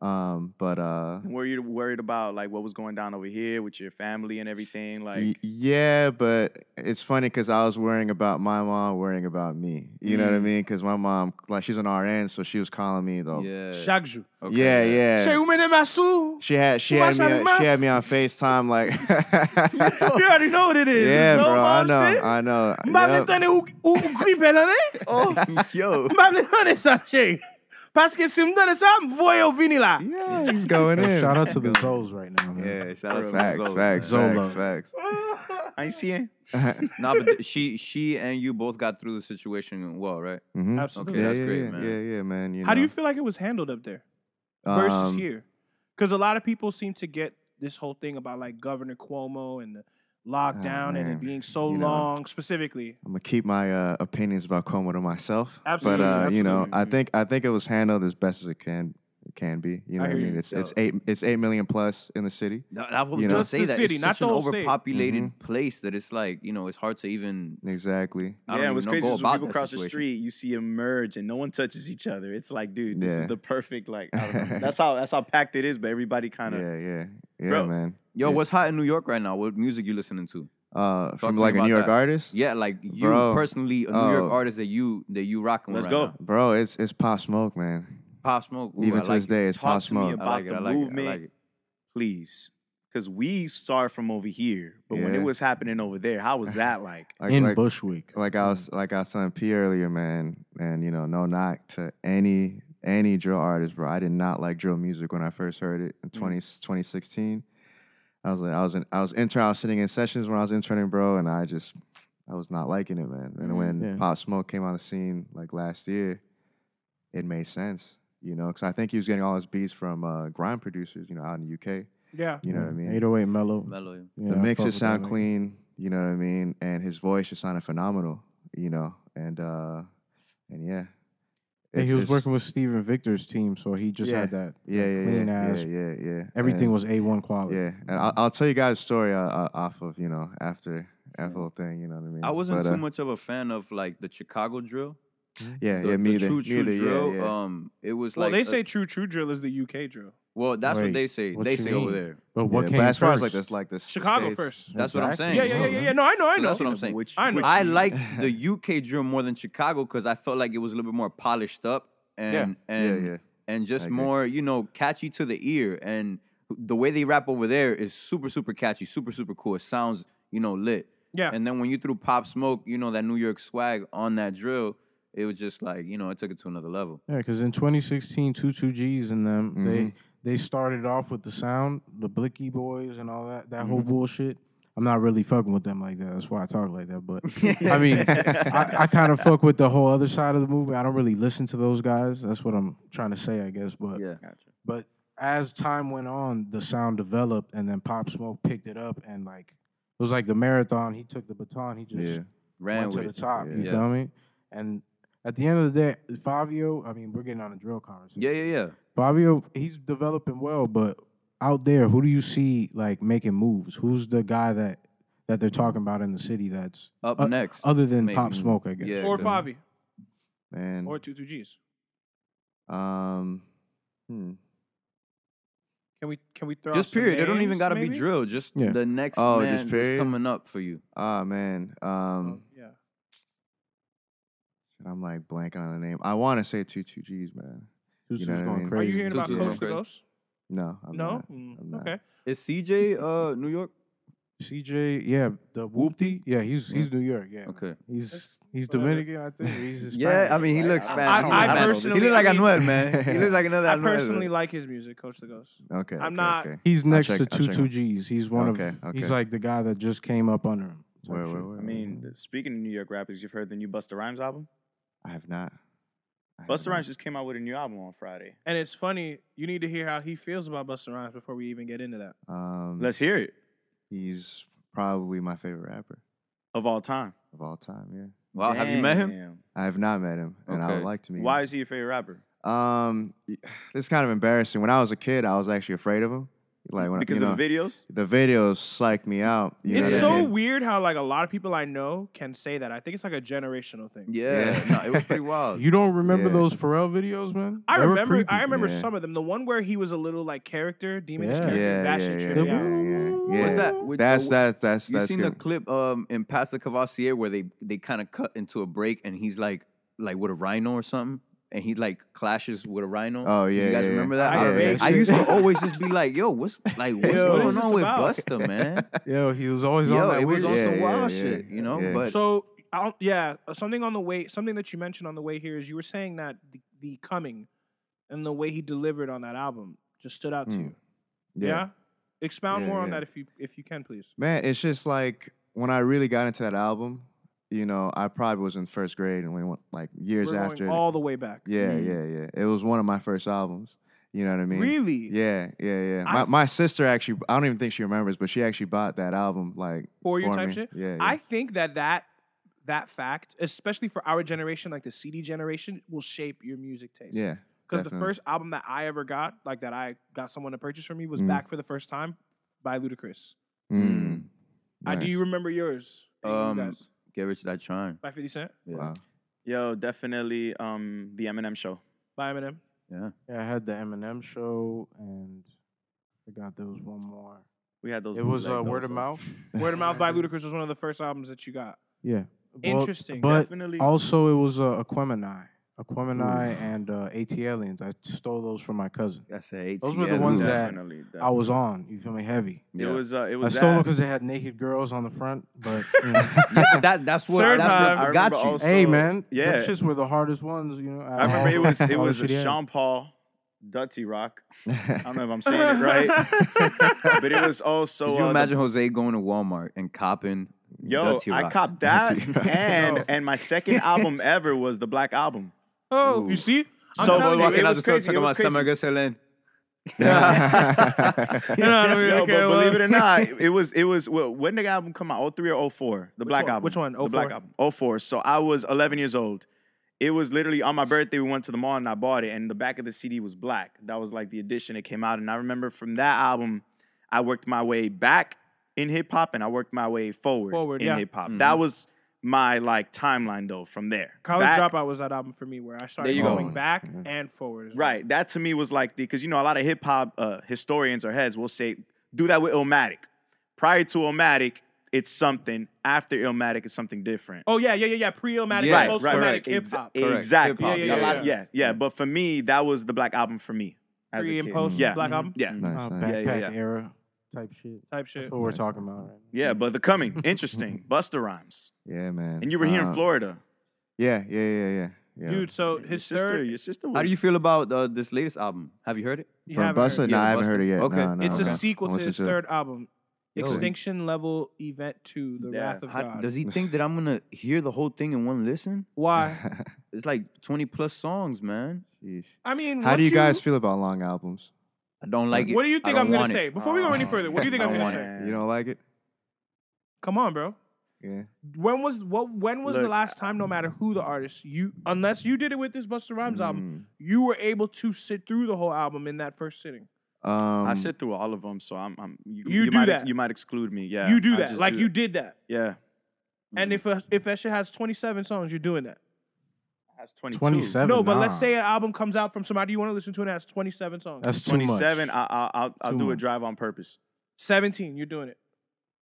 C: Um, but uh,
F: Were you worried about like what was going down over here with your family and everything? Like,
C: Y- yeah, but it's funny because I was worrying about my mom worrying about me. You know what
A: Mm.
C: I mean? Because my mom, like, she's an RN, so she was calling me though. Yeah,
D: Yeah.
A: Shagju.
D: okay.
C: yeah.
A: Shay, woman in my suit.
C: She had she
A: Why
C: had me
A: shout
C: on-
A: him
C: she had
A: out?
C: me on Facetime like.
A: [LAUGHS] You already know
C: [LAUGHS]
A: what it is.
C: yeah,
A: It's
C: bro. I
A: Zomo
C: know.
A: shit.
C: I know.
A: Mbambe
C: Yep.
A: tane ou- ou- ou gripe lan,
C: [LAUGHS]
A: eh?
D: Yo.
A: Mbambe tane sa, Shay. Paske si mdane sa, mvoye ou vini la.
C: Yeah, he's going
I: Yo,
C: in.
I: shout out to the Zos right now, man.
D: Yeah, shout out to
C: Facts,
D: Zola,
C: facts,
D: man.
I: Zola.
C: facts, facts.
F: I ain't seeing.
D: Nah, but th- she she and you both got through the situation well, right?
C: Mhm.
A: Absolutely.
D: Okay,
C: yeah,
D: that's
C: yeah,
D: great,
C: yeah,
D: man.
C: yeah, yeah, man. You
A: How do
C: know.
A: you feel like it was handled up there versus
C: Um,
A: here? Because a lot of people seem to get this whole thing about like Governor Cuomo and the
D: Oh,
A: lockdown and
C: man,
A: it being so
C: you know.
A: long, specifically.
C: I'm gonna keep my uh, opinions about Cuomo to myself.
A: Absolutely,
C: but uh, you know,
A: absolutely.
C: I think I think it was handled as best as it can it can be. You know, what
A: I
C: I
A: hear
C: mean,
A: you.
C: it's it's eight it's eight million plus in the city.
D: No, I was
C: You know. Mm-hmm.
D: gonna
A: Just
D: say
A: the
D: that
A: city,
D: it's
A: not the
D: such an
A: whole state.
D: overpopulated place that it's like you know it's hard to even.
C: Exactly.
D: I don't
F: yeah,
D: even
F: what's
D: know,
F: crazy
D: go
F: is when
D: about
F: people
D: that
F: cross the
D: situation.
F: street, you see them merge and no one touches each other. It's like, dude, this
C: Yeah.
F: is the perfect like. I don't
D: [LAUGHS]
F: know. that's how that's how packed it is. But everybody kind of
C: Yeah, yeah, yeah,
F: Bro.
C: man.
D: Yo,
C: Yeah.
D: what's hot in New York right now? What music you listening to?
C: uh,
D: to
C: from
D: me
C: like a
D: about
C: New York
D: that.
C: artist?
D: Yeah, like you
C: Bro.
D: personally, a New York
C: Oh.
D: artist that you that you rocking
F: let's
D: with.
F: go.
D: right now.
C: Bro, it's it's Pop Smoke, man.
D: Pop Smoke. Ooh,
C: Even
D: I
C: to
D: like
C: this day, it's Pop
F: Talk to me
C: Smoke.
D: It. I
F: about
D: like it.
F: the
D: I like
F: movement,
D: it. I like it.
F: please, because we start from over here. But when it
C: Yeah.
F: was happening over there, how was that like?
C: Like,
I: In
C: like,
I: Bushwick.
C: like I was like I was telling P earlier, man, and you know, no knock to any any drill artist, bro. I did not like drill music when I first heard it
I: Mm.
C: in 20, 2016. I was like, I was in, I was intern, I was sitting in sessions when I was interning, bro, and I just I was not liking it, man. And when
I: Mm, Yeah.
C: Pop Smoke came on the scene like last year, it made sense, you know, because I think he was getting all his beats from uh, grind producers, you know, out in the UK.
A: Yeah.
C: You know what I mean?
I: 808 Mellow.
D: Mellow.
I: Yeah,
C: the
I: I fuck
C: mixes
I: with
C: sound
I: that, man.
C: clean, you know what I mean, and his voice just sounded phenomenal, you know, and uh and yeah,
I: And
C: It's-
I: he was
C: it's-
I: working with Steven Victor's team, so he just
C: Yeah.
I: had that
C: yeah, yeah,
I: clean
C: yeah,
I: ass.
C: yeah, yeah, yeah.
I: Everything
C: and,
I: was A1 quality.
C: yeah, and I'll, I'll tell you guys a story uh, uh, off of you know after Ethel thing. You know what I mean?
D: I wasn't
C: But,
D: too
C: uh,
D: much of a fan of like the Chicago drill.
C: Yeah,
D: The,
C: yeah, me
D: the
C: either.
D: true, true
C: me either,
D: drill.
C: Yeah, yeah.
D: Um, it was
A: Well,
D: like
A: they
D: a-
A: say true true drill is the UK drill.
D: well, that's
I: Wait,
D: what they say.
I: what
D: They
I: you
D: say
I: mean?
D: over there.
I: But what
C: yeah,
I: came
C: but as far
I: first?
C: as like this, like this.
A: Chicago first.
D: That's what I'm
I: Exactly.
D: saying.
A: Yeah, yeah, yeah, yeah, yeah. No, I know, I
D: So
A: know.
D: that's what I'm saying.
F: Which,
A: I know.
F: which-
D: I liked the UK drill more than Chicago because I felt like it was a little bit more polished up and and
C: yeah.
D: and just
C: agree.
D: more you know catchy to the ear. And the way they rap over there is super super catchy, super super cool. It sounds you know lit.
A: Yeah.
D: And then when you threw Pop Smoke, you know that New York swag on that drill, it was just like you know it took it to another level.
I: Yeah, because in 2016, Two Two G's and them
D: Mm-hmm.
I: they they started off with the sound, the Blicky Boys and all that that
D: Mm-hmm.
I: whole bullshit. I'm not really fucking with them like that. That's why I talk like that.
D: [LAUGHS]
I: But I mean, I, I kind of fuck with the whole other side of the movement. I don't really listen to those guys. That's what I'm trying to say, I guess. But
D: Yeah.
I: but as time went on, the sound developed, and then Pop Smoke picked it up, and like it was like the marathon. He took the baton. He just
C: Yeah.
D: Ran
I: went to
D: with
I: the
D: it.
I: top. You
D: Yeah.
I: feel me? And at the end of the day, Fabio. I mean, we're getting on a drill conversation.
D: Yeah, yeah, yeah.
I: Fabio, he's developing well, but out there, who do you see like making moves? Who's the guy that that they're talking about in the city that's
D: Up
I: uh,
D: next,
I: other than
D: maybe.
I: Pop Smoke? I guess.
D: Yeah,
A: Or
D: definitely.
A: Favi.
C: Man.
A: Or two two Gs.
C: um. Hmm.
A: Can we can we throw out
D: Just
A: some
D: period. It don't even
A: names,
D: gotta be
A: maybe?
D: drill. Just
I: Yeah.
D: the next
C: Oh,
D: man
C: just
D: that's
C: period?
D: coming up for you.
C: Ah, man. Um.
A: Oh, Yeah.
C: shit, I'm like blanking on the name. I want to say two two G's, man.
I: Who's,
C: You
I: who's
C: know what I
I: going
C: mean?
A: Are
I: crazy?
A: you hearing about
D: Tutu's
A: Coach the
D: going
A: Ghost?
C: No. I'm
A: No.
C: not.
A: Mm,
C: I'm not.
A: Okay.
D: Is CJ uh New York?
I: CJ, yeah, the Whoopty, yeah, he's he's New York, yeah,
D: Okay.
I: he's he's
A: whatever.
I: Dominican, I think. or He's
D: [LAUGHS] Yeah,
I: Hispanic.
D: I mean he looks Spanish.
A: I-
I: Oh,
D: He
A: I
D: looks Spanish.
A: personally-
D: he looks like
A: I mean-
D: Anuel, man.
A: [LAUGHS]
D: He looks like another
A: I
D: Anuel.
A: personally like his music, Coach the Ghost.
C: Okay.
A: I'm
C: okay,
A: not-
C: Okay.
I: he's next
C: check-
I: to
C: I'll
I: two
C: check
I: two
C: him.
I: Gs. He's one
C: Okay,
I: of
C: okay.
I: he's like the guy that just came up under him. type
C: Wait, wait,
I: shit.
C: wait, wait.
F: I mean, speaking of New York rappers, you've heard the new Busta Rhymes album.
C: I have not. I have
F: Busta
C: not.
F: Rhymes just came out with a new album on Friday.
A: And it's funny, you need to hear how he feels about Busta Rhymes before we even get into that.
C: Um.
F: Let's hear it
C: He's probably my favorite rapper
F: of all time.
C: of all time. Yeah.
D: Wow, have you met him?
F: Damn.
C: I have not met him, and I
D: Okay.
C: would like to meet.
F: Why
C: him.
F: is he your favorite rapper?
C: Um, y- [SIGHS] it's kind of embarrassing. When I was a kid, I was actually afraid of him. Like when
F: Because
C: you know,
F: of the videos.
C: the videos psyched me out. You know
A: it's
C: what
A: so
C: I mean?
A: weird how like a lot of people I know can say that. I think it's like a generational thing.
D: Yeah.
C: [LAUGHS] Yeah.
D: no, it was pretty wild.
I: You don't remember
C: Yeah.
I: those Pharrell videos, man?
A: I
I: They were
A: remember
I: creepy.
A: I remember
C: Yeah.
A: some of them. The one where he was a little like character, demonish
I: Yeah.
A: character.
C: Yeah,
A: that
C: yeah,
A: shit
C: yeah,
A: tripped me out.
C: yeah, yeah.
D: What's that? Which-
C: That's
D: uh,
C: that. That's
D: You
C: that's.
D: seen the
C: good.
D: clip um in Pastor Cavassier where they they kind of cut into a break and he's like like with a rhino or something and he like clashes with a rhino.
C: Oh,
D: Do
C: yeah,
D: you guys
C: yeah, yeah.
D: remember that?
A: I
D: I,
A: vaguely-
D: I used to always just be like,
A: [LAUGHS]
D: yo, what's like what's
I: Yo, what
D: going
I: is
A: this
D: on with
A: about? [LAUGHS]
D: Busta, man?
I: Yo, he was always on
D: yo,
I: that
D: it was
I: weird-
D: on
C: Yeah,
D: some
C: yeah,
D: wild
C: yeah,
D: shit, you know.
C: yeah.
D: But
A: So, I don't, yeah, uh, something on the way, something that you mentioned on the way here is you were saying that the, the coming and the way he delivered on that album just stood out to
C: Mm,
A: you. Yeah. Expound
C: Yeah,
A: more on
C: yeah.
A: that if you if you can, please.
C: Man, it's just like when I really got into that album, you know, I probably was in first grade and we went like years
A: We're going
C: after. it.
A: all the way back. Mm.
C: yeah, yeah, yeah. It was one of my first albums. You know what I mean?
A: Really?
C: Yeah, yeah, yeah.
A: I
C: My,
A: f-
C: my sister actually, I don't even think she remembers, but she actually bought that album like
A: For you type
C: me.
A: shit?
C: Yeah, yeah.
A: I think that that that fact, especially for our generation, like the CD generation, will shape your music taste.
C: yeah.
A: Because the
C: definitely.
A: first album that I ever got, like that I got someone to purchase for me, was
C: Mm.
A: Back for the First Time by Ludacris.
C: Mm.
A: I, Uh, do you
C: Nice.
A: remember yours? You
D: Um,
A: guys?
D: get rich that trying.
A: by 50 Cent?
C: Wow.
F: Yo, definitely um the Eminem show.
A: By Eminem?
D: Yeah.
I: Yeah, I had the Eminem show and I forgot there was one more.
F: We had those.
I: It was
F: bootleg
I: uh, word
F: those,
I: of
F: so-
I: mouth.
A: [LAUGHS] Word of
I: [LAUGHS]
A: Mouth by Ludacris was one of the first albums that you got.
I: Yeah.
A: Interesting.
I: But
F: Definitely.
I: also it was uh, Aquemini. Aquemini and uh, AT Aliens. I stole those from my cousin.
D: That's an eight.
I: Those were the ones that
F: definitely,
I: I was on. You feel me? Heavy.
F: It was. Uh, it
I: I
F: was.
I: stole them
F: that.
I: because they had naked girls on the front. But
F: [LAUGHS]
I: you know.
D: that, that's what,
A: Sir
D: that's what
A: Tom.
F: I
D: I got
F: remember
D: you.
F: also-
I: hey man, yeah,
F: yeah.
I: them shits were the hardest ones. You know.
F: I remember it
D: [LAUGHS]
F: was. It
I: all
D: Oh,
I: the
F: was
I: shit he had.
F: Sean Paul, Dutty Rock. I don't know
D: [LAUGHS]
F: if I'm saying it right, but it was also.
D: Could
F: uh,
D: you
F: the-
D: imagine Jose going to Walmart and copping?
F: Yo,
D: Dutty
F: I
D: Rock? [LAUGHS]
F: copped that, and and my second album ever was the Black Album.
A: Oh, you see? I'm
F: So,
A: telling
F: but
A: you,
F: walking
A: it
F: out
A: was
F: the store
A: crazy,
D: talking
A: it
D: about
A: was
D: Summer
A: crazy.
D: Gasoline.
A: No, no, no,
F: Yo,
A: okay,
F: but
A: well,
F: believe it or not, it was it was well, when did the album come out? 03 or 04? The Black
A: one?
F: Album.
A: Which one?
F: The Black
A: 04?
F: Album. 04. So I was 11 years old. It was literally on my birthday. We went to the mall and I bought it, and the back of the CD was black. That was like the edition it came out. And I remember from that album, I worked my way back in hip hop and I worked my way forward,
A: Forward,
F: in
A: yeah.
F: hip hop. That was my like timeline though from there.
A: College
F: Back-
A: Dropout was that album for me where I started
F: you go.
I: Oh,
A: going back and forward. as well.
F: Right. That to me was like the because you know a lot of hip hop uh, historians or heads will say do that with Illmatic. Prior to Illmatic, it's something. After Illmatic, it's something different.
A: Oh yeah, yeah, yeah, yeah. Pre-Illmatic,
D: Yeah,
A: post-Illmatic,
F: right.
A: hip
F: Exa-
A: hop.
D: Correct.
F: Exactly.
A: Hip-hop,
F: Yeah,
A: yeah,
F: yeah, yeah,
A: yeah.
F: But for me, that was the black album for me. As
A: Pre
F: a
A: and
F: kid.
A: post
F: Yeah.
A: Black Album Oh,
F: Yeah.
I: Uh,
C: Nice, nice.
I: backpack
F: Yeah, yeah, yeah.
I: era type shit.
A: type shit.
I: That's what we're talking about. Right now.
F: Yeah, but the coming,
A: [LAUGHS]
F: interesting. Buster Rhymes.
C: Yeah, man.
F: And you were here
C: Uh,
F: in Florida.
C: Yeah, yeah, yeah, yeah. yeah.
A: Dude, so his
F: your sister,
A: third,
F: your sister was
D: How do you feel about uh, this latest album? Have you heard it?
A: you
C: From
A: haven't heard
C: Busta?
A: it.
C: Nah, I haven't
D: Busta.
C: heard it yet.
D: Okay.
C: Nah, nah,
A: it's
C: okay.
A: a sequel
C: I'll
A: to
C: listen
A: his
C: it.
A: third album,
D: Yo.
A: Extinction Level Event Two: The
F: Yeah.
A: Wrath of
D: How,
A: God.
D: does he think that I'm gonna hear the whole thing in one listen?
A: Why?
D: It's like 20 plus songs, man.
C: Sheesh.
A: I mean,
C: How do you
A: once
C: guys feel about long albums?
D: I don't like it.
A: What do you
D: I
A: think I'm
D: don't
A: gonna
D: want it.
A: say? Before we go any further, what do you think
D: I
A: I'm
D: don't
A: gonna
D: want
A: say?
F: it.
C: You don't like it?
A: Come on, bro.
C: Yeah.
A: When was what? When was the
F: Look,
A: last time? No matter who the artist, you unless you did it with this Busta Rhymes album,
C: Mm.
A: you were able to sit through the whole album in that first sitting.
C: Um,
F: I sit through all of them, so I'm. I'm you,
A: You do
F: might
A: that.
F: you might exclude me. Yeah,
A: you do
F: I
A: that,
F: just
A: like
F: do
A: you
F: that.
A: did that.
F: Yeah,
A: And if a, if that shit has 27 songs, you're doing that.
F: that's 22.
I: 27.
A: No, but let's
I: nah.
A: say an album comes out from somebody you want to listen to and it has 27 songs.
I: that's too much.
F: 27. I, I, I'll, I'll
I: Too
F: do a
I: much.
F: drive on purpose.
A: 17, you're doing it.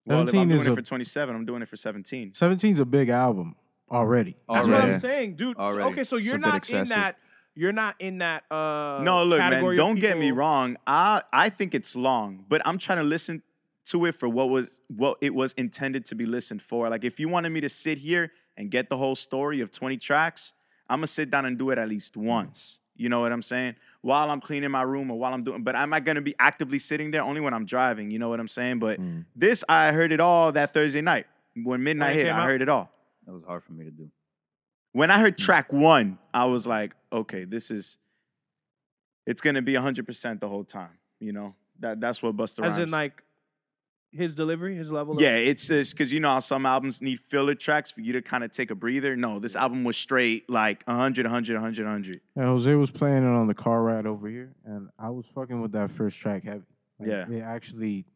F: Well, if I'm
I: 17
F: doing
I: is
F: it
I: a-
F: for 27, I'm doing it for 17.
I: 17's a big album already.
A: That's
D: Already.
A: what
C: Yeah.
A: I'm saying, dude. So-
D: Already.
A: Okay, so
C: It's a
A: you're
C: bit
A: not
C: excessive.
A: in that. You're not in that. Uh,
F: no, look, man,
A: category of
F: don't get me
A: people-
F: wrong. I I think it's long, but I'm trying to listen to it for what was what it was intended to be listened for. Like if you wanted me to sit here and get the whole story of 20 tracks, I'm gonna sit down and do it at least once. You know what I'm saying? While I'm cleaning my room or while I'm doing, but I'm not gonna be actively sitting there only when I'm driving. You know what I'm saying? But this, I heard it all that Thursday night when midnight
A: it
F: hit.
A: came
F: I
A: out?
F: heard it all.
D: That was hard for me to do.
F: when I heard track one, I was like, okay, this is it's gonna be hundred percent the whole time. You know that that's what Buster
A: As in, like his delivery, his level. of-
F: yeah, it's just because you know how some albums need filler tracks for you to kind of take a breather. No, this album was straight like 100, 100, 100, 100.
I: And Jose was playing it on the car ride over here, and I was fucking with that first track heavy. Like,
F: Yeah.
I: It actually,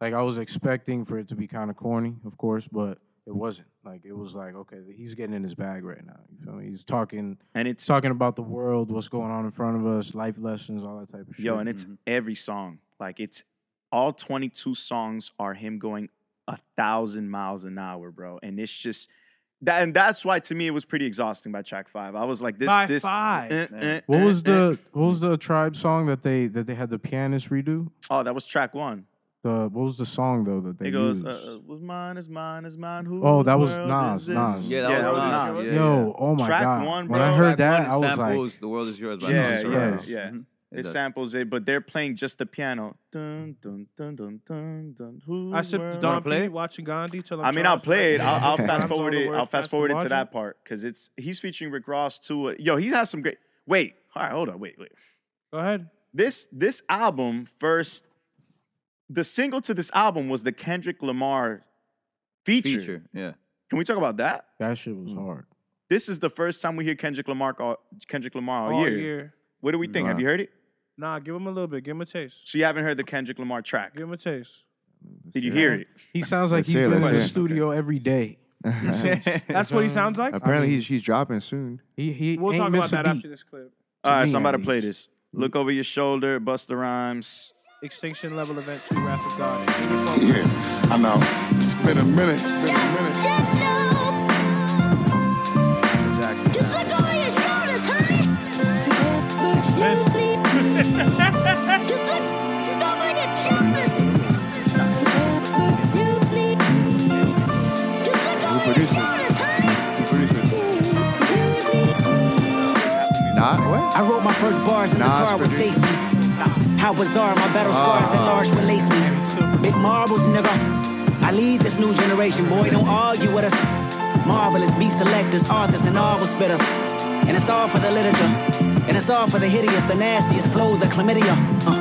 I: like, I was expecting for it to be kind of corny, of course, but it wasn't. Like, it was like, okay, he's getting in his bag right now. You feel me? He's talking,
F: And it's
I: he's talking about the world, what's going on in front of us, life lessons, all that type of shit.
F: Yo, and
C: Mm.
F: it's every song. Like it's all 22 songs are him going a thousand miles an hour, bro. And it's just that, and that's why to me it was pretty exhausting by track five. I was like, this,
A: By
F: this, eh,
A: five.
I: what was the what was the tribe song that they that they had the pianist redo?
F: Oh, that was track one.
I: The what was the song though that they
F: It goes,
I: used?
F: uh, uh, "Was mine is mine is mine." Who?
I: Oh, that was Nas, Nas.
D: Yeah, that
F: Yeah,
D: was,
F: that was
D: Nas.
F: Nas.
D: Yeah,
I: Yo,
D: yeah.
I: oh my
F: Track
I: god!
F: one,
I: when
F: bro.
I: I
D: Track
I: heard that, I
D: one, it
I: was
D: samples
I: like,
D: "The World Is Yours" by
F: Yeah,
D: Nas.
I: Jesus
F: yeah,
I: Christ.
F: yeah.
D: Mhm. It
F: It
D: does.
F: samples it, but they're playing just the piano. Dun dun dun dun dun dun. Who?
A: I sit
F: world?
A: Don
D: play
A: P
D: it?
A: watching Gandhi till I'm.
F: I mean, I'll
A: charged [LAUGHS]
F: play it.
A: up.
F: I'll, I'll
A: Times
F: fast
A: all
F: forward
A: the
F: it.
A: words,
F: I'll fast forward it to that
A: marching.
F: part because it's he's featuring Rick Ross too. Yo, he has some great. Wait, all right, hold on, wait, wait.
A: Go ahead.
F: This this album first, the single to this album was the Kendrick Lamar feature.
D: Feature. Yeah.
F: Can we talk about that?
I: that shit
A: Mm.
I: was hard.
F: This is the first time we hear Kendrick Lamar all, Kendrick Lamar uh, all,
A: All
F: year.
A: year.
F: What do we think? Have you heard it?
A: Nah, give him a little bit. Give him a taste.
F: So you haven't heard the Kendrick Lamar track?
A: Give him a taste.
F: Did you hear it?
I: He sounds like
C: let's
I: he's
C: hear it,
I: been in
C: let's
I: the
C: hear it.
I: studio every day.
A: That's what he sounds like.
C: Apparently, he's he's dropping soon.
I: He he
A: We'll
I: ain't
A: talk about
I: miss
A: that
I: a beat.
A: after this clip.
F: All right,
I: me,
F: so I'm about
I: at
F: to play
I: least.
F: this. Look over your shoulder, Busta Rhymes.
A: Extinction level event two wrath of God.
H: Yeah, I know. It's been a minute. It's been a minute.
C: Nah, what?
J: I wrote my first bars in the
C: Nas
J: car with
C: produced Ah.
J: Stacy. How bizarre my battle scars at large relates me. Big marbles, nigga. I lead this new generation, boy. Don't argue with us. Marvelous beat selectors, authors, and novel spitters. And it's all for the literature. And it's all for the hideous, the nastiest flow, the chlamydia. Uh.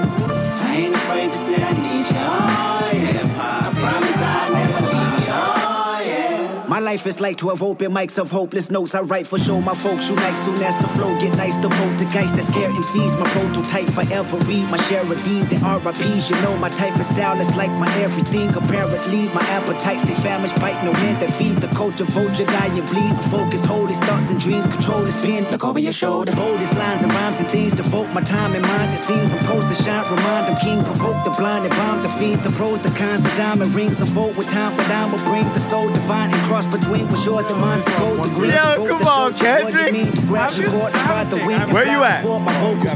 J: I ain't afraid to say
F: [LAUGHS]
J: I need you. Oh, yeah. I promise I never leave you. Oh, yeah. My My life is like 12 open mics of hopeless notes. I write for show my folks unite soon as the flow get nice. The poltergeist that scare MCs, my prototype forever. Read my share of D's and RIPs. You know my type of style is like my everything. Apparently, my appetites they famished, bite no end that feed the culture. Vulture die and bleed. My focus, hold his thoughts and dreams. Control his pen. Look over your shoulder. Boldest lines and rhymes and things. Devote my time and mind. It seems I'm supposed to shine. Remind them king. Provoke the blind and bomb the fiends. The pros, the cons, the diamond rings. Unfold with time, but I will bring the soul divine and cross between what's yours and mine. The gold, the green.
F: Yo,
J: the gold,
F: come
J: the
F: on,
J: soul, the one you
F: Kendrick.
J: need. To grab your cord and ride the wind. and
F: Where you
J: fly
F: at?
J: before my vocals.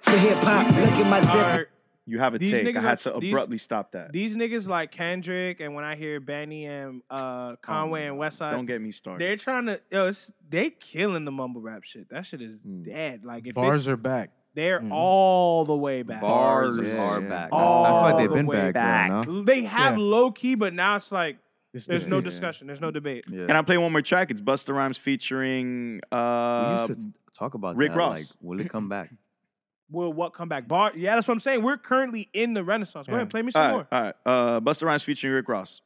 J: For hip hop, look at my zip.
A: Are-
F: You have a
A: These
F: take. I
A: niggas
F: had
A: are-
F: to
A: these-
F: abruptly stop that.
A: These niggas like Kendrick, and when I hear Benny and uh, Conway and Westside,
F: Um, Don't get me started.
A: they're trying to. Yo, it's, they killing the mumble rap shit. That shit is dead. Like if
I: Bars
A: it's,
I: are back.
A: they're all the way back.
D: Bars
C: Yeah,
D: are
C: yeah.
D: back.
A: All
C: I feel like they've
A: the
C: been
A: way
C: back,
F: back.
C: though. No?
A: They have
I: Yeah.
A: low key, but now it's like
I: It's
A: there's
I: the-
A: no
I: yeah.
A: discussion. There's no debate.
D: Yeah.
F: Can I play one more track? It's Busta Rhymes featuring uh,
D: we used to s- talk about
F: Rick
D: that.
F: Ross.
D: Like, will it come back?
A: Will what come back? Bar. Yeah, that's what I'm saying. We're currently in the Renaissance. Go
I: Yeah.
A: ahead, play me some
F: all right,
A: more.
F: all right. Uh, Busta Rhymes featuring Rick Ross.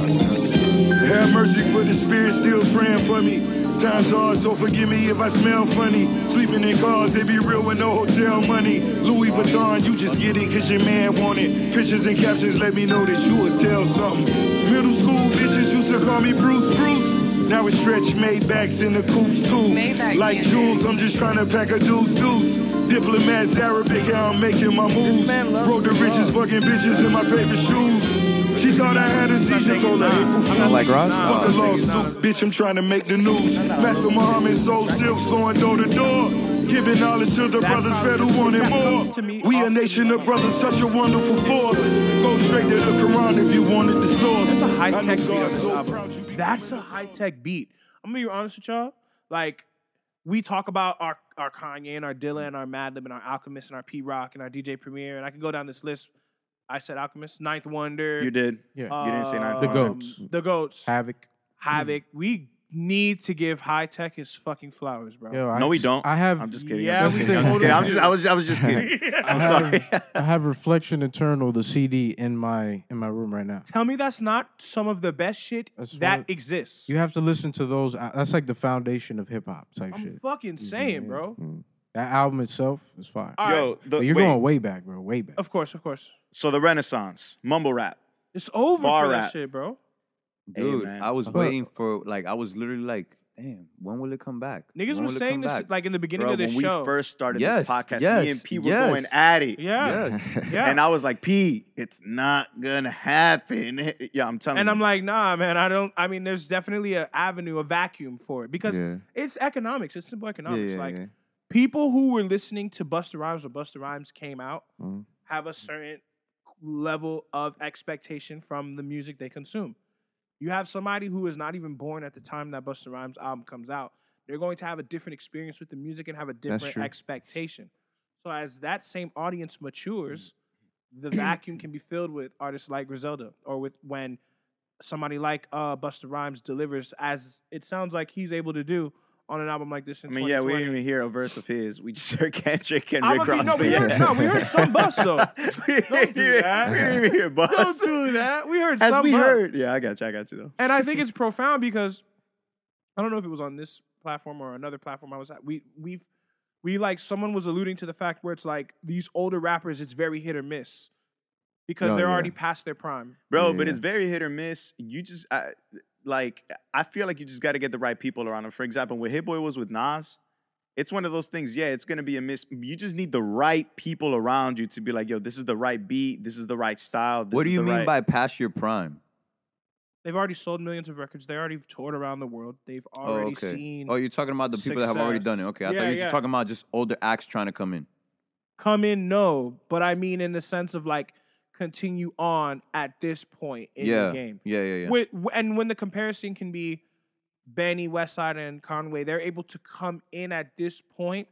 K: Have mercy for the spirit still praying for me. Times hard, so forgive me if I smell funny. Sleeping in cars, they be real with no hotel money. Louis Vuitton, you just get it cause your man want it. Pictures and captions let me know that you would tell something. Middle school bitches used to call me Bruce Bruce. Now it's stretch made backs in the coops too.
L: Maybach,
K: like
L: yeah.
K: jewels, I'm just trying to pack a deuce deuce. Diplomats, Arabic, how I'm making my moves.
A: man loves
K: Broke the richest fucking bitches in my favorite shoes. She thought I had a seizure, told her April Fool's.
C: Like Ross?
K: Fuck a lawsuit, bitch, I'm trying to make the news. Master Muhammad sold silks going door to door. Giving knowledge to the brothers fed who wanted
A: to me
K: more. We a
A: off-
K: nation of brothers, such a wonderful force. Go straight to the Quran if you wanted the source.
A: That's a high tech beat on
K: God's
A: this
K: so
A: album.
K: proud you be-
A: That's a high tech beat. I'm gonna be honest with y'all. Like, we talk about our our Kanye and our Dilla and our Madlib and our Alchemist and our P Rock and our DJ Premier, and I can go down this list. I said Alchemist, Ninth Wonder.
F: You did.
I: Yeah.
F: you didn't say Ninth
A: um,
I: The
F: Wonder.
I: goats.
A: The goats.
I: Havoc.
A: Havoc. We need to give high tech his fucking flowers, bro.
I: Yo, I
F: No, we
I: just-
F: don't.
I: I have.
F: I'm just kidding.
A: Yeah,
F: I'm just
A: we
F: kidding. I'm
A: did.
F: just kidding. I'm
A: Hold
F: just, I
A: on.
F: was, I was
I: [LAUGHS]
F: just kidding. I'm sorry.
I: I have Reflection Eternal, the CD, in my in my room right now.
A: Tell me that's not some of the best shit
I: That's
A: that
I: one-
A: exists.
I: You have to listen to those. uh, That's like the foundation of hip hop type
A: I'm
I: shit.
A: fucking saying, bro.
I: That album itself is fire.
A: All right.
F: Yo, the,
I: But you're
F: wait.
I: going way back, bro. Way back.
A: Of course, of course.
F: So the Renaissance, mumble rap.
A: It's over
F: Bar
A: for
F: rap.
A: that shit, bro.
D: Dude,
F: man.
D: I was
I: But-
D: waiting for like I was literally like, damn, when will it come back?
A: Niggas
D: When
A: was
D: will it
A: saying
D: come
A: this
D: back?
A: like in the beginning
F: Bro,
A: of
F: when
A: this
F: we
A: show.
F: first started
D: Yes,
F: this podcast, me
D: yes,
F: and P were
D: yes.
F: going at it.
A: yeah,
I: [LAUGHS]
A: yeah.
F: And I was like, P, it's not gonna happen. [LAUGHS] Yeah, I'm telling
A: And
F: you.
A: I'm like, nah, man, I don't. I mean, there's definitely an avenue, a vacuum for it because
C: Yeah.
A: it's economics. It's simple economics.
C: yeah, [LAUGHS]
A: like
C: yeah.
A: people who were listening to Buster Rhymes when Buster Rhymes came out
C: Mhm.
A: have a certain level of expectation from the music they consume. You have somebody who is not even born at the time that Buster Rhymes album comes out. They're going to have a different experience with the music and have a different
C: true.
A: expectation. So as that same audience matures, the vacuum can be filled with artists like Griselda or with when somebody like uh, Buster Rhymes delivers as it sounds like he's able to do on an album like this
F: I
A: in
F: mean, yeah, we
A: 2020.
F: didn't even hear a verse of his. We just [LAUGHS] heard Kendrick and
A: I'm
F: Rick
A: gonna
F: Ross.
A: be- no, we
F: but
A: heard,
F: yeah.
A: no, we heard some bus though.
F: [LAUGHS] we
A: Don't do that.
F: We didn't even hear Bus.
A: Don't do that. We heard
F: As
A: some
F: we
A: bus.
F: heard. Yeah, I got you. I got you though.
A: and I think it's profound because I don't know if it was on this platform or another platform I was at. We we've we like someone was alluding to the fact where it's like these older rappers, it's very hit or miss because
C: Oh,
A: they're
C: yeah.
A: already past their prime.
F: Bro,
C: Yeah,
F: but
C: yeah.
F: it's very hit or miss. You just I, like I feel like you just got to get the right people around them. For example, when Hit Boy was with Nas, it's one of those things. Yeah, it's gonna be a miss. You just need the right people around you to be like, yo, this is the right beat. This is the right style. This
D: what do
F: is
D: you
F: the
D: mean
F: right-
D: by past your prime?
A: They've already sold millions of records. They already toured around the world. They've already
D: oh, okay.
A: seen
D: oh, you're talking about the people that have already done it.
A: success.
D: Okay, I
A: Yeah,
D: thought you were
A: yeah.
D: just talking about just older acts trying to come in.
A: come in no, but I mean in the sense of like continue on at this point in
D: yeah.
A: the game.
D: yeah, yeah, yeah.
A: Wh- wh- and when the comparison can be Benny Westside and Conway, they're able to come in at this point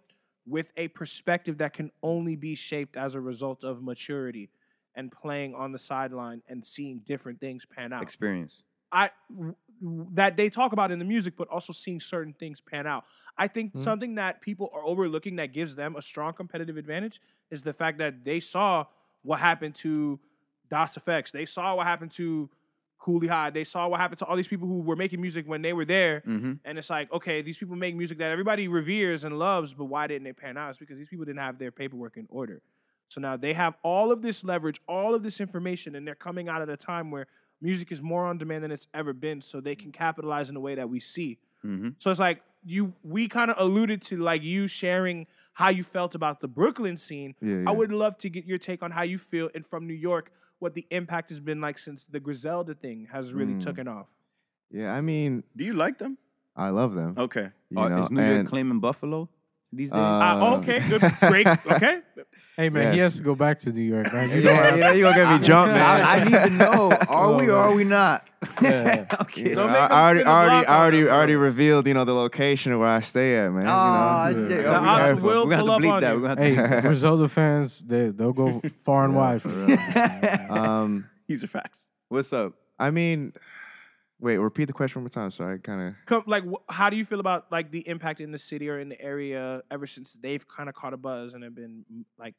A: with a perspective that can only be shaped as a result of maturity and playing on the sideline and seeing different things pan out.
D: Experience.
A: I w- w- that they talk about in the music, but also seeing certain things pan out. I think something that people are overlooking that gives them a strong competitive advantage is the fact that they saw what happened to DOS Effects. They saw what happened to Cooley High. They saw what happened to all these people who were making music when they were there,
F: Mm-hmm.
A: and it's like, okay, these people make music that everybody reveres and loves, but why didn't it pan out? It's because these people didn't have their paperwork in order. So now they have all of this leverage, all of this information, and they're coming out at a time where music is more on demand than it's ever been. So they can capitalize in a way that we see.
F: Mm-hmm.
A: So it's like you we kind of alluded to like you sharing how you felt about the Brooklyn scene.
C: Yeah, yeah.
A: I would love to get your take on how you feel and from New York what the impact has been like since the Griselda thing has really taken off.
C: Yeah, I mean,
F: Mm. Do you like them?
C: I love them.
F: Okay.
C: You
D: Uh,
C: know,
D: is New York
C: and,
D: claiming Buffalo these days?
A: Uh, okay, good,
F: [LAUGHS]
A: great. Okay,
I: Hey man, he
C: Yes.
I: has to go back to New York, man.
D: [LAUGHS]
I: You
C: yeah,
I: don't
C: you know, you're
I: [LAUGHS]
C: gonna get me jumped, man.
D: I, I need to know:
C: [LAUGHS]
D: are
F: Oh,
D: we or are we not? [LAUGHS]
I: Yeah.
D: I'm
C: You
D: kidding.
C: know,
A: [LAUGHS] Don't make
C: I
A: them
C: I already,
A: spin the
C: already,
A: block on
C: already,
A: them, bro.
C: already revealed, you know, the location of where I stay at, man.
A: Ah,
D: Aw,
C: you know?
D: yeah,
C: Gotta
D: oh,
C: be
D: we gotta-
A: Ops
C: careful.
A: will
D: we gotta
A: pull up
D: have to bleep
A: on
D: that.
A: you.
D: We're gonna [LAUGHS] have
I: Hey,
D: to-
A: [LAUGHS]
I: Griselda fans, they they'll go far and wide. For
D: [LAUGHS]
I: real.
C: Um,
F: These are facts.
D: What's up?
C: I mean, wait, repeat the question one more time. Sorry, I kind of.
A: Come, like, wh- how do you feel about like the impact in the city or in the area ever since they've kind of caught a buzz and have been m- like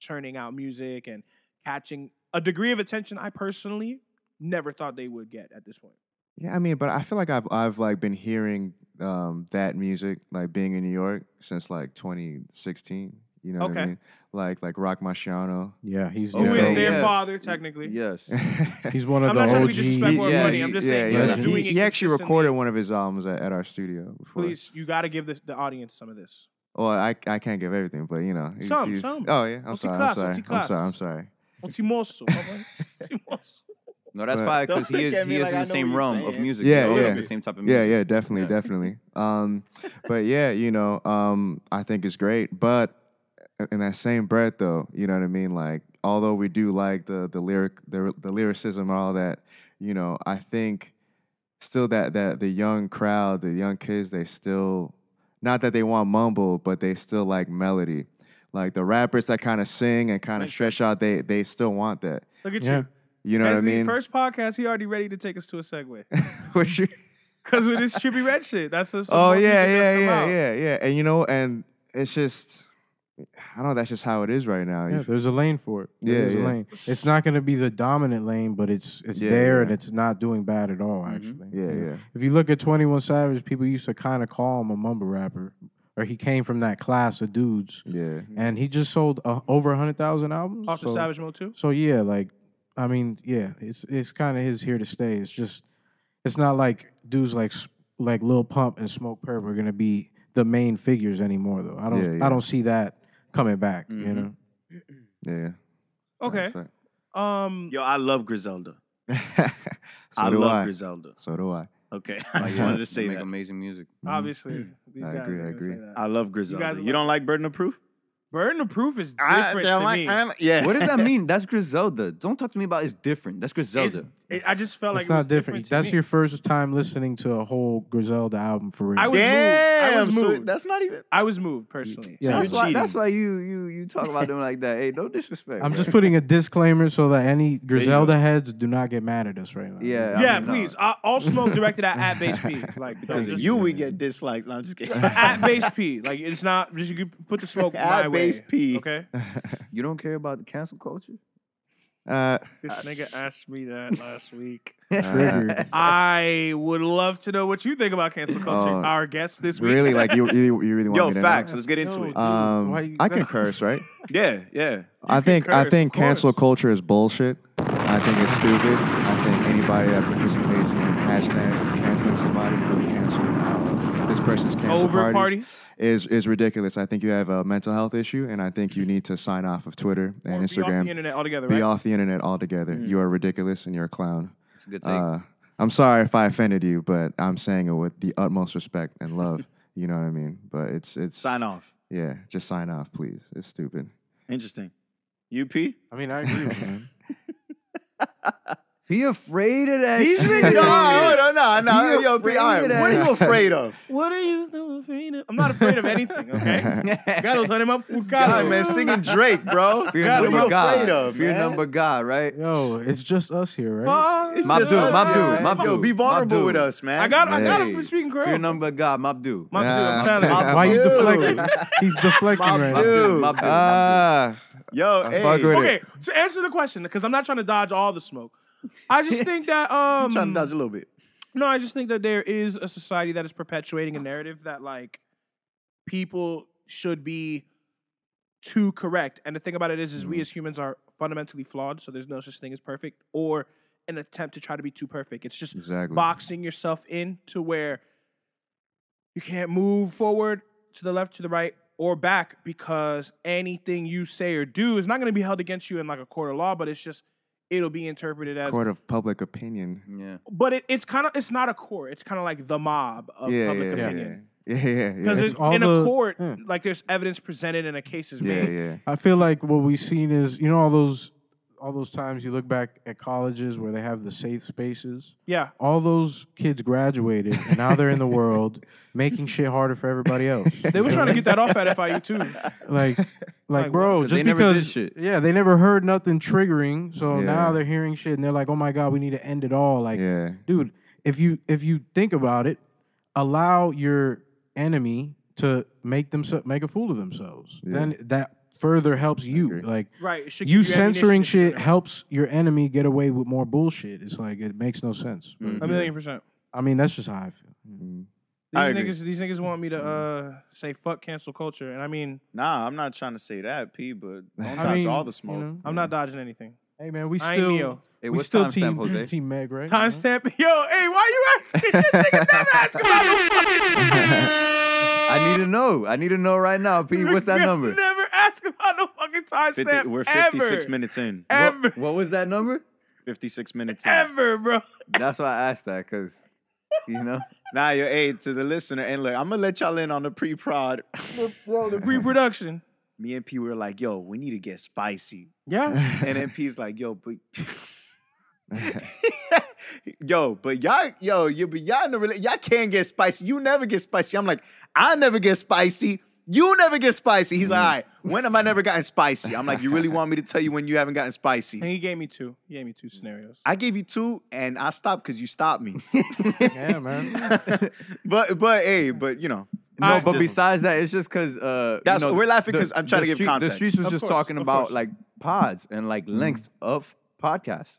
A: churning out music and catching a degree of attention I personally never thought they would get at this point.
C: Yeah, I mean, but I feel like I've I've like been hearing um, that music, like being in New York since like 2016. You know what
A: Okay.
C: I mean? Like like Rock Marciano.
I: Yeah, he's
C: Oh,
A: Who is
C: yeah.
I: dope.
A: their
D: Yes.
C: [LAUGHS]
A: father technically?
D: Yes.
I: [LAUGHS] He's one of
A: I'm
I: the
A: not trying to be
I: OG.
A: disrespectful or
D: Yeah,
A: funny. I'm just saying
I: yeah,
A: he's
I: yeah.
A: doing
C: he,
A: it.
C: he actually
A: consistently.
C: recorded one of his albums at, at our studio. Before.
A: Please, you got to give the, the audience some of this.
C: Well, I I can't give everything, but you know. he's-
A: Some,
C: he's-
A: some.
C: Oh yeah, I'm
A: Multi
C: sorry.
A: class,
C: I'm sorry.
A: multi
C: I'm sorry. I'm
A: class.
C: sorry.
A: Multimoso,
I: [LAUGHS]
A: my boy. Multimoso.
D: No, that's
C: But-
D: fine because
F: Don't
D: he
F: look
D: is
F: at me
D: he is
F: like
D: in
F: I
D: the
F: know
D: same
F: what you're
D: realm of
F: saying.
D: music.
C: Yeah,
D: so we're
C: yeah.
D: in The same type of music.
C: Yeah, yeah, definitely,
D: Yeah. [LAUGHS]
C: definitely. Um, but yeah, you know, um, I think it's great. But in that same breath, though, you know what I mean. Like, although we do like the the lyric, the, the lyricism and all that, you know, I think still that that the young crowd, the young kids, they still not that they want mumble, but they still like melody. Like the rappers that kind of sing and kind of stretch out, they they still want that.
A: Look at
I: Yeah.
A: you.
C: You know
A: As
C: what I
A: the
C: mean?
A: First podcast, he already ready to take us to a segue.
C: [LAUGHS] What you-
A: Because with this trippy red shit, that's a,
C: Oh yeah, yeah,
A: that's come
C: yeah,
A: out.
C: yeah, yeah. And you know, and it's just I don't know, that's just how it is right now.
I: Yeah,
C: You-
I: there's a lane for it. There's
C: Yeah,
I: a
C: yeah.
I: lane. It's not going to be the dominant lane, but it's it's
C: Yeah,
I: there
C: yeah.
I: and it's not doing bad at all.
D: Mm-hmm.
I: Actually,
C: Yeah,
I: You know?
C: yeah.
I: If you look at Twenty One Savage, people used to kind of call him a mumble rapper, or he came from that class of dudes,
C: Yeah.
I: and he just sold uh, over hundred thousand albums.
A: Mm-hmm. Off the
I: so,
A: Savage Mode too.
I: So yeah, like I mean, yeah, it's it's kind of his here to stay. It's just it's not like dudes like S- like Lil Pump and Smoke Perp are going to be the main figures anymore. Though I don't
C: Yeah, yeah. Mm-hmm.
I: I don't see that coming back. You know.
C: Yeah.
A: Okay.
C: That's right.
A: Um,
F: Yo, I love Griselda.
C: [LAUGHS] so
F: I
C: do
F: love
C: I.
F: Griselda.
C: So do I. [LAUGHS]
F: Okay, I just
C: yeah.
F: wanted [LAUGHS] to
D: They
F: say
D: make
F: that. [LAUGHS]
D: amazing music.
A: obviously, these
C: Mm-hmm. I
A: guys
C: agree,
A: are
C: I
A: gonna
C: agree.
A: say that.
F: I love Griselda. You,
A: love-
F: don't like Burden of Proof?
A: Burden of Proof is different to me.
F: yeah.
D: What
C: [LAUGHS]
D: does that mean? That's Griselda. Don't talk to me about it's different. That's
A: It's-
D: Griselda.
A: it- I just felt
I: It's
A: like it was
I: not different.
A: to
I: That's
A: me.
I: your first time listening to a whole Griselda album for real.
A: I was moved. I
F: Damn,
A: was
F: so
A: moved.
F: that's not even.
A: I was moved personally.
I: Yeah.
D: that's
F: you're
D: why.
F: cheating.
D: That's why you you you talk about them like that. Hey, don't disrespect.
I: I'm
D: bro.
I: just putting a disclaimer so that any
F: go.
I: Griselda heads do not get mad at us right now.
D: Yeah. I
A: Yeah,
D: mean, no.
A: please. I, all smoke directed at at base P. Like
F: Because
A: don't
F: of
A: just,
F: you, we get dislikes. No, I'm just kidding.
A: at base P. Like it's not just you could put the smoke
F: At
A: my
F: base
A: way.
F: P.
A: Okay.
D: You don't care about the cancel culture.
C: Uh,
A: This nigga asked me that
C: [LAUGHS]
A: last week.
C: uh,
A: I would love to know what you think about cancel culture.
C: Oh,
A: Our guest this week.
C: really like
A: [LAUGHS]
F: [LAUGHS]
C: you you, you really want
F: Yo,
C: me to
F: facts.
C: know?
F: Let's get into it.
C: Um
I: Why you-
C: I can
I: that's-
C: curse,
I: [LAUGHS]
C: right?
F: Yeah, yeah.
C: I think
A: curse,
C: I think
A: of course.
C: cancel culture is bullshit. I think it's stupid. I think anybody that participates in hashtags canceling somebody to go to cancel uh, this person's cancel
A: Over
C: parties
A: party?
C: is is ridiculous. I think you have a mental health issue, and I think you need to sign off of Twitter and
A: Or be
C: Instagram.
A: off the internet altogether,
C: Be
A: right? Hmm.
C: off the internet altogether. You are ridiculous and you're a clown.
D: It's a good take.
C: Uh, I'm sorry if I offended you, but I'm saying it with the utmost respect and
A: [LAUGHS]
C: love. you know what I mean? But it's it's
F: Sign off.
C: yeah. Just sign off, please. It's stupid.
F: Interesting. UP?
I: I mean, I agree with you. man.
D: Be afraid of that.
F: These
D: shit.
F: niggas, no, no, Oh, no, no.
D: Be
F: Yo,
D: afraid
F: be, all
D: of
F: right.
D: that.
F: What are you afraid of?
A: What are you so afraid of? I'm not afraid of anything, okay? Gotta turn him up for
F: God,
A: God,
F: man, singing Drake, bro.
D: Fear
A: God,
D: number
A: what
F: are you
D: God.
F: afraid of,
D: Fear
F: man?
D: number God. Right.
I: Yo, it's just us here, right?
F: It's
D: My
F: just
D: dude,
F: us,
D: my dude,
F: man.
D: my
F: Yo,
D: dude,
F: be
D: my
F: vulnerable
D: dude.
F: with us, man.
A: I got I got
D: Hey,
A: him speaking correct.
D: Fear number God. Mob do.
A: My dude,
C: Nah.
A: I'm telling
D: [LAUGHS]
A: you.
I: Why you
F: Dude.
I: deflecting? He's deflecting
F: My
I: right now.
D: Mob do.
F: Dude.
D: Mob do. Mob do.
C: Ah,
F: [LAUGHS] Yo,
C: I
F: hey.
C: fuck with it.
A: Okay, so answer the question because I'm not trying to dodge all the smoke. I
C: [LAUGHS]
A: just think
D: [LAUGHS]
A: that um
F: trying to dodge a
A: [LAUGHS]
F: little bit.
A: No, I just think that there is a society that is perpetuating a narrative that like people should be too correct. And the thing about it is, is
C: Mm.
A: we as humans are fundamentally flawed, so there's no such thing as perfect or an attempt to try to be too perfect. It's just
C: Exactly.
A: boxing yourself in to where you can't move forward to the left, to the right, or back because anything you say or do is not going to be held against you in like a court of law, but it's just it'll be interpreted as
C: Court of public opinion.
D: Yeah.
A: but it, it's kind of it's not a court. It's kind of like the mob of
C: yeah,
A: public
C: yeah,
A: opinion
C: yeah, yeah, yeah, yeah.
A: because
I: It's all
A: in a
I: the-
A: court,
I: yeah.
A: like there's evidence presented and a case is
C: yeah,
A: made.
C: yeah.
I: I feel like what we've seen is you know all those all those times you look back at colleges where they have the safe spaces.
A: Yeah.
I: All those kids graduated and now they're in the
D: [LAUGHS]
I: world making shit harder for everybody else.
A: [LAUGHS] They were trying to get that off at FIU too.
I: Like, like,
A: Like,
I: bro,
D: Because
I: just
D: they never did
I: because
D: shit.
I: yeah, they never heard nothing triggering, so
C: Yeah.
I: now they're hearing shit and they're like, oh my god, we need to end it all. Like,
C: yeah.
I: dude, if you if you think about it, allow your enemy to make themselves make a fool of themselves. Then that further helps you. Like,
A: Right, it should
I: you
A: give you ammunition
I: censoring
A: if you're
I: shit
A: gonna-
I: helps your enemy get away with more bullshit. It's like it makes no sense.
C: Mm-hmm.
I: But,
A: A million percent.
I: I mean, that's just how I feel.
A: These
F: I agree.
A: niggas, these niggas want me to uh, say fuck cancel culture, and I mean,
F: Nah, I'm not trying to say that,
I: [LAUGHS]
F: P. But don't
I: I
F: dodge
I: mean,
F: all the
I: you
F: smoke.
I: know,
A: I'm not dodging anything.
I: hey man, we
A: I ain't
I: still
A: Neo.
D: Hey,
I: we
D: what's
I: still
D: timestamp,
I: team [LAUGHS]
D: Jose?
I: team Meg right.
A: Timestamp, yo, hey, why you asking this nigga dumb ass?
D: [LAUGHS] I need to know. I need to know right now, P.
F: [LAUGHS]
D: What's that number?
A: Never ask about no fucking
F: 50
A: timestamp.
F: we're 56
A: 56
F: minutes in.
A: Ever,
D: What was that number?
F: 56 minutes in.
A: ever, bro.
D: That's why I asked that, cause you
F: [LAUGHS]
D: know.
F: Now you're eight to the listener. And look, I'm gonna let y'all in on the pre-prod.
A: Reproduction.
F: [LAUGHS] Me and P were like, yo, we need to get spicy.
A: Yeah.
F: [LAUGHS] And then P's like, yo, but yo, but y'all, yo, you but y'all in the rela- y'all can't get spicy. You never get spicy. I'm like, I never get spicy. You never get spicy. He's like,
D: Mm.
F: all right, when have I never gotten spicy? I'm like, you really want me to tell you when you haven't gotten spicy?
A: And he gave me two. He gave me two scenarios.
F: I gave you two, and I stopped because you stopped
D: [LAUGHS]
F: me.
I: now. Yeah, man.
F: [LAUGHS] but but hey, but you know,
D: No,
A: I-
D: but
F: just-
D: besides that, it's just because uh,
F: That's-
D: you know,
F: we're laughing
D: the-
F: 'cause I'm trying
D: the
F: to give
D: street-
F: context.
D: The streets was
A: Of
D: just
A: course,
D: talking
A: of
D: about
A: course.
D: like pods and like length of podcasts,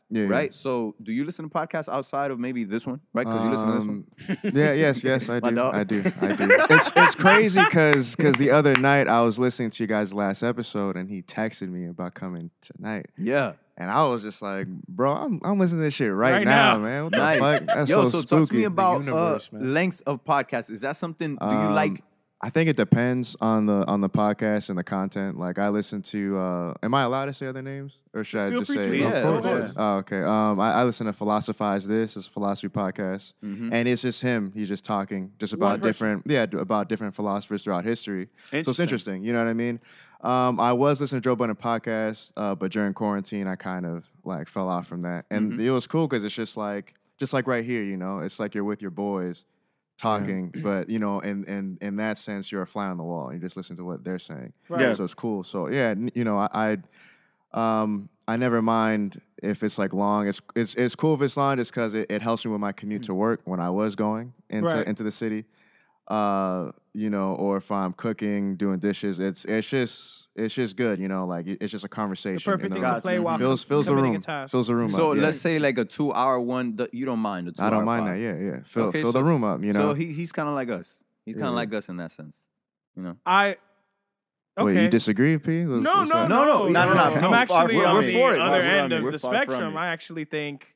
C: Mm. Yeah, yeah.
D: right? So, do you listen to podcasts outside of maybe this one, right? Because you listen to this one.
C: Um, yeah, yes, yes, I
D: [LAUGHS] My
C: do.
D: dog.
C: I do. I do. It's it's crazy because the other night I was listening to you guys' last episode and he texted me about coming tonight.
D: Yeah,
C: And I was just like, bro, I'm I'm listening to this shit right,
A: Right
C: now,
A: now.
C: man. What
D: nice.
C: the fuck? That's
D: Yo,
C: so,
D: so,
C: spooky.
D: talk to me about
I: universe,
D: uh,
I: man.
D: lengths of podcasts. Is that something? Do you
C: Um,
D: like?
C: I think it depends on the on the podcast and the content. Like I listen to uh am I allowed to say other names? Or should I
A: Feel
C: just
A: free
C: say
A: to.
D: Yeah,
A: of
D: of
A: course.
C: Oh, okay. Um, I, I listen to Philosophize. This is a philosophy podcast,
A: Mm-hmm.
C: and it's just him. He's just talking just about different, yeah, d- about different philosophers throughout history. So it's
F: Interesting.
C: interesting. You know what I mean? Um, I was listening to Joe Budden podcast, uh, but during quarantine, I kind of like fell off from that, and
A: Mm-hmm.
C: it was cool because it's just like, just like right here, you know, it's like you're with your boys talking, but you know, in in in that sense, you're a fly on the wall. You just listen to what they're saying.
A: Right.
F: Yeah.
C: So it's cool. So yeah, n- you know, I, I um I never mind if it's like long. It's it's it's cool if it's long just because it, it helps me with my commute to work when I was going into
A: Mm. Right.
C: into the city. Uh, you know, or if I'm cooking, doing dishes, it's it's just it's just good, you know, like it- it's just a conversation. in
A: perfect
C: the
A: thing to
C: room.
A: play while
C: fills
A: com-
C: fills the
A: committing a
C: room.
A: task.
C: Fills the room
D: So
C: up. yeah.
D: let's say like a two-hour one. th- You don't mind the two
C: I don't mind that. Yeah, yeah. Fill
D: Okay,
C: fill
D: so-
C: the room up, you know.
D: So he, he's kind of like us. He's kind of like us in that sense. You know.
A: I. Okay.
C: Wait, you disagree, P? What's-
A: No,
C: what's
A: no,
C: up?
A: no, no,
D: No, no, no, no,
A: I'm
D: [LAUGHS] no,
A: actually
D: far
A: on
D: from
A: the
D: it. We're for it.
A: other
D: We're
A: end of
F: from it.
A: the
F: We're far from
A: spectrum.
F: it.
A: I actually think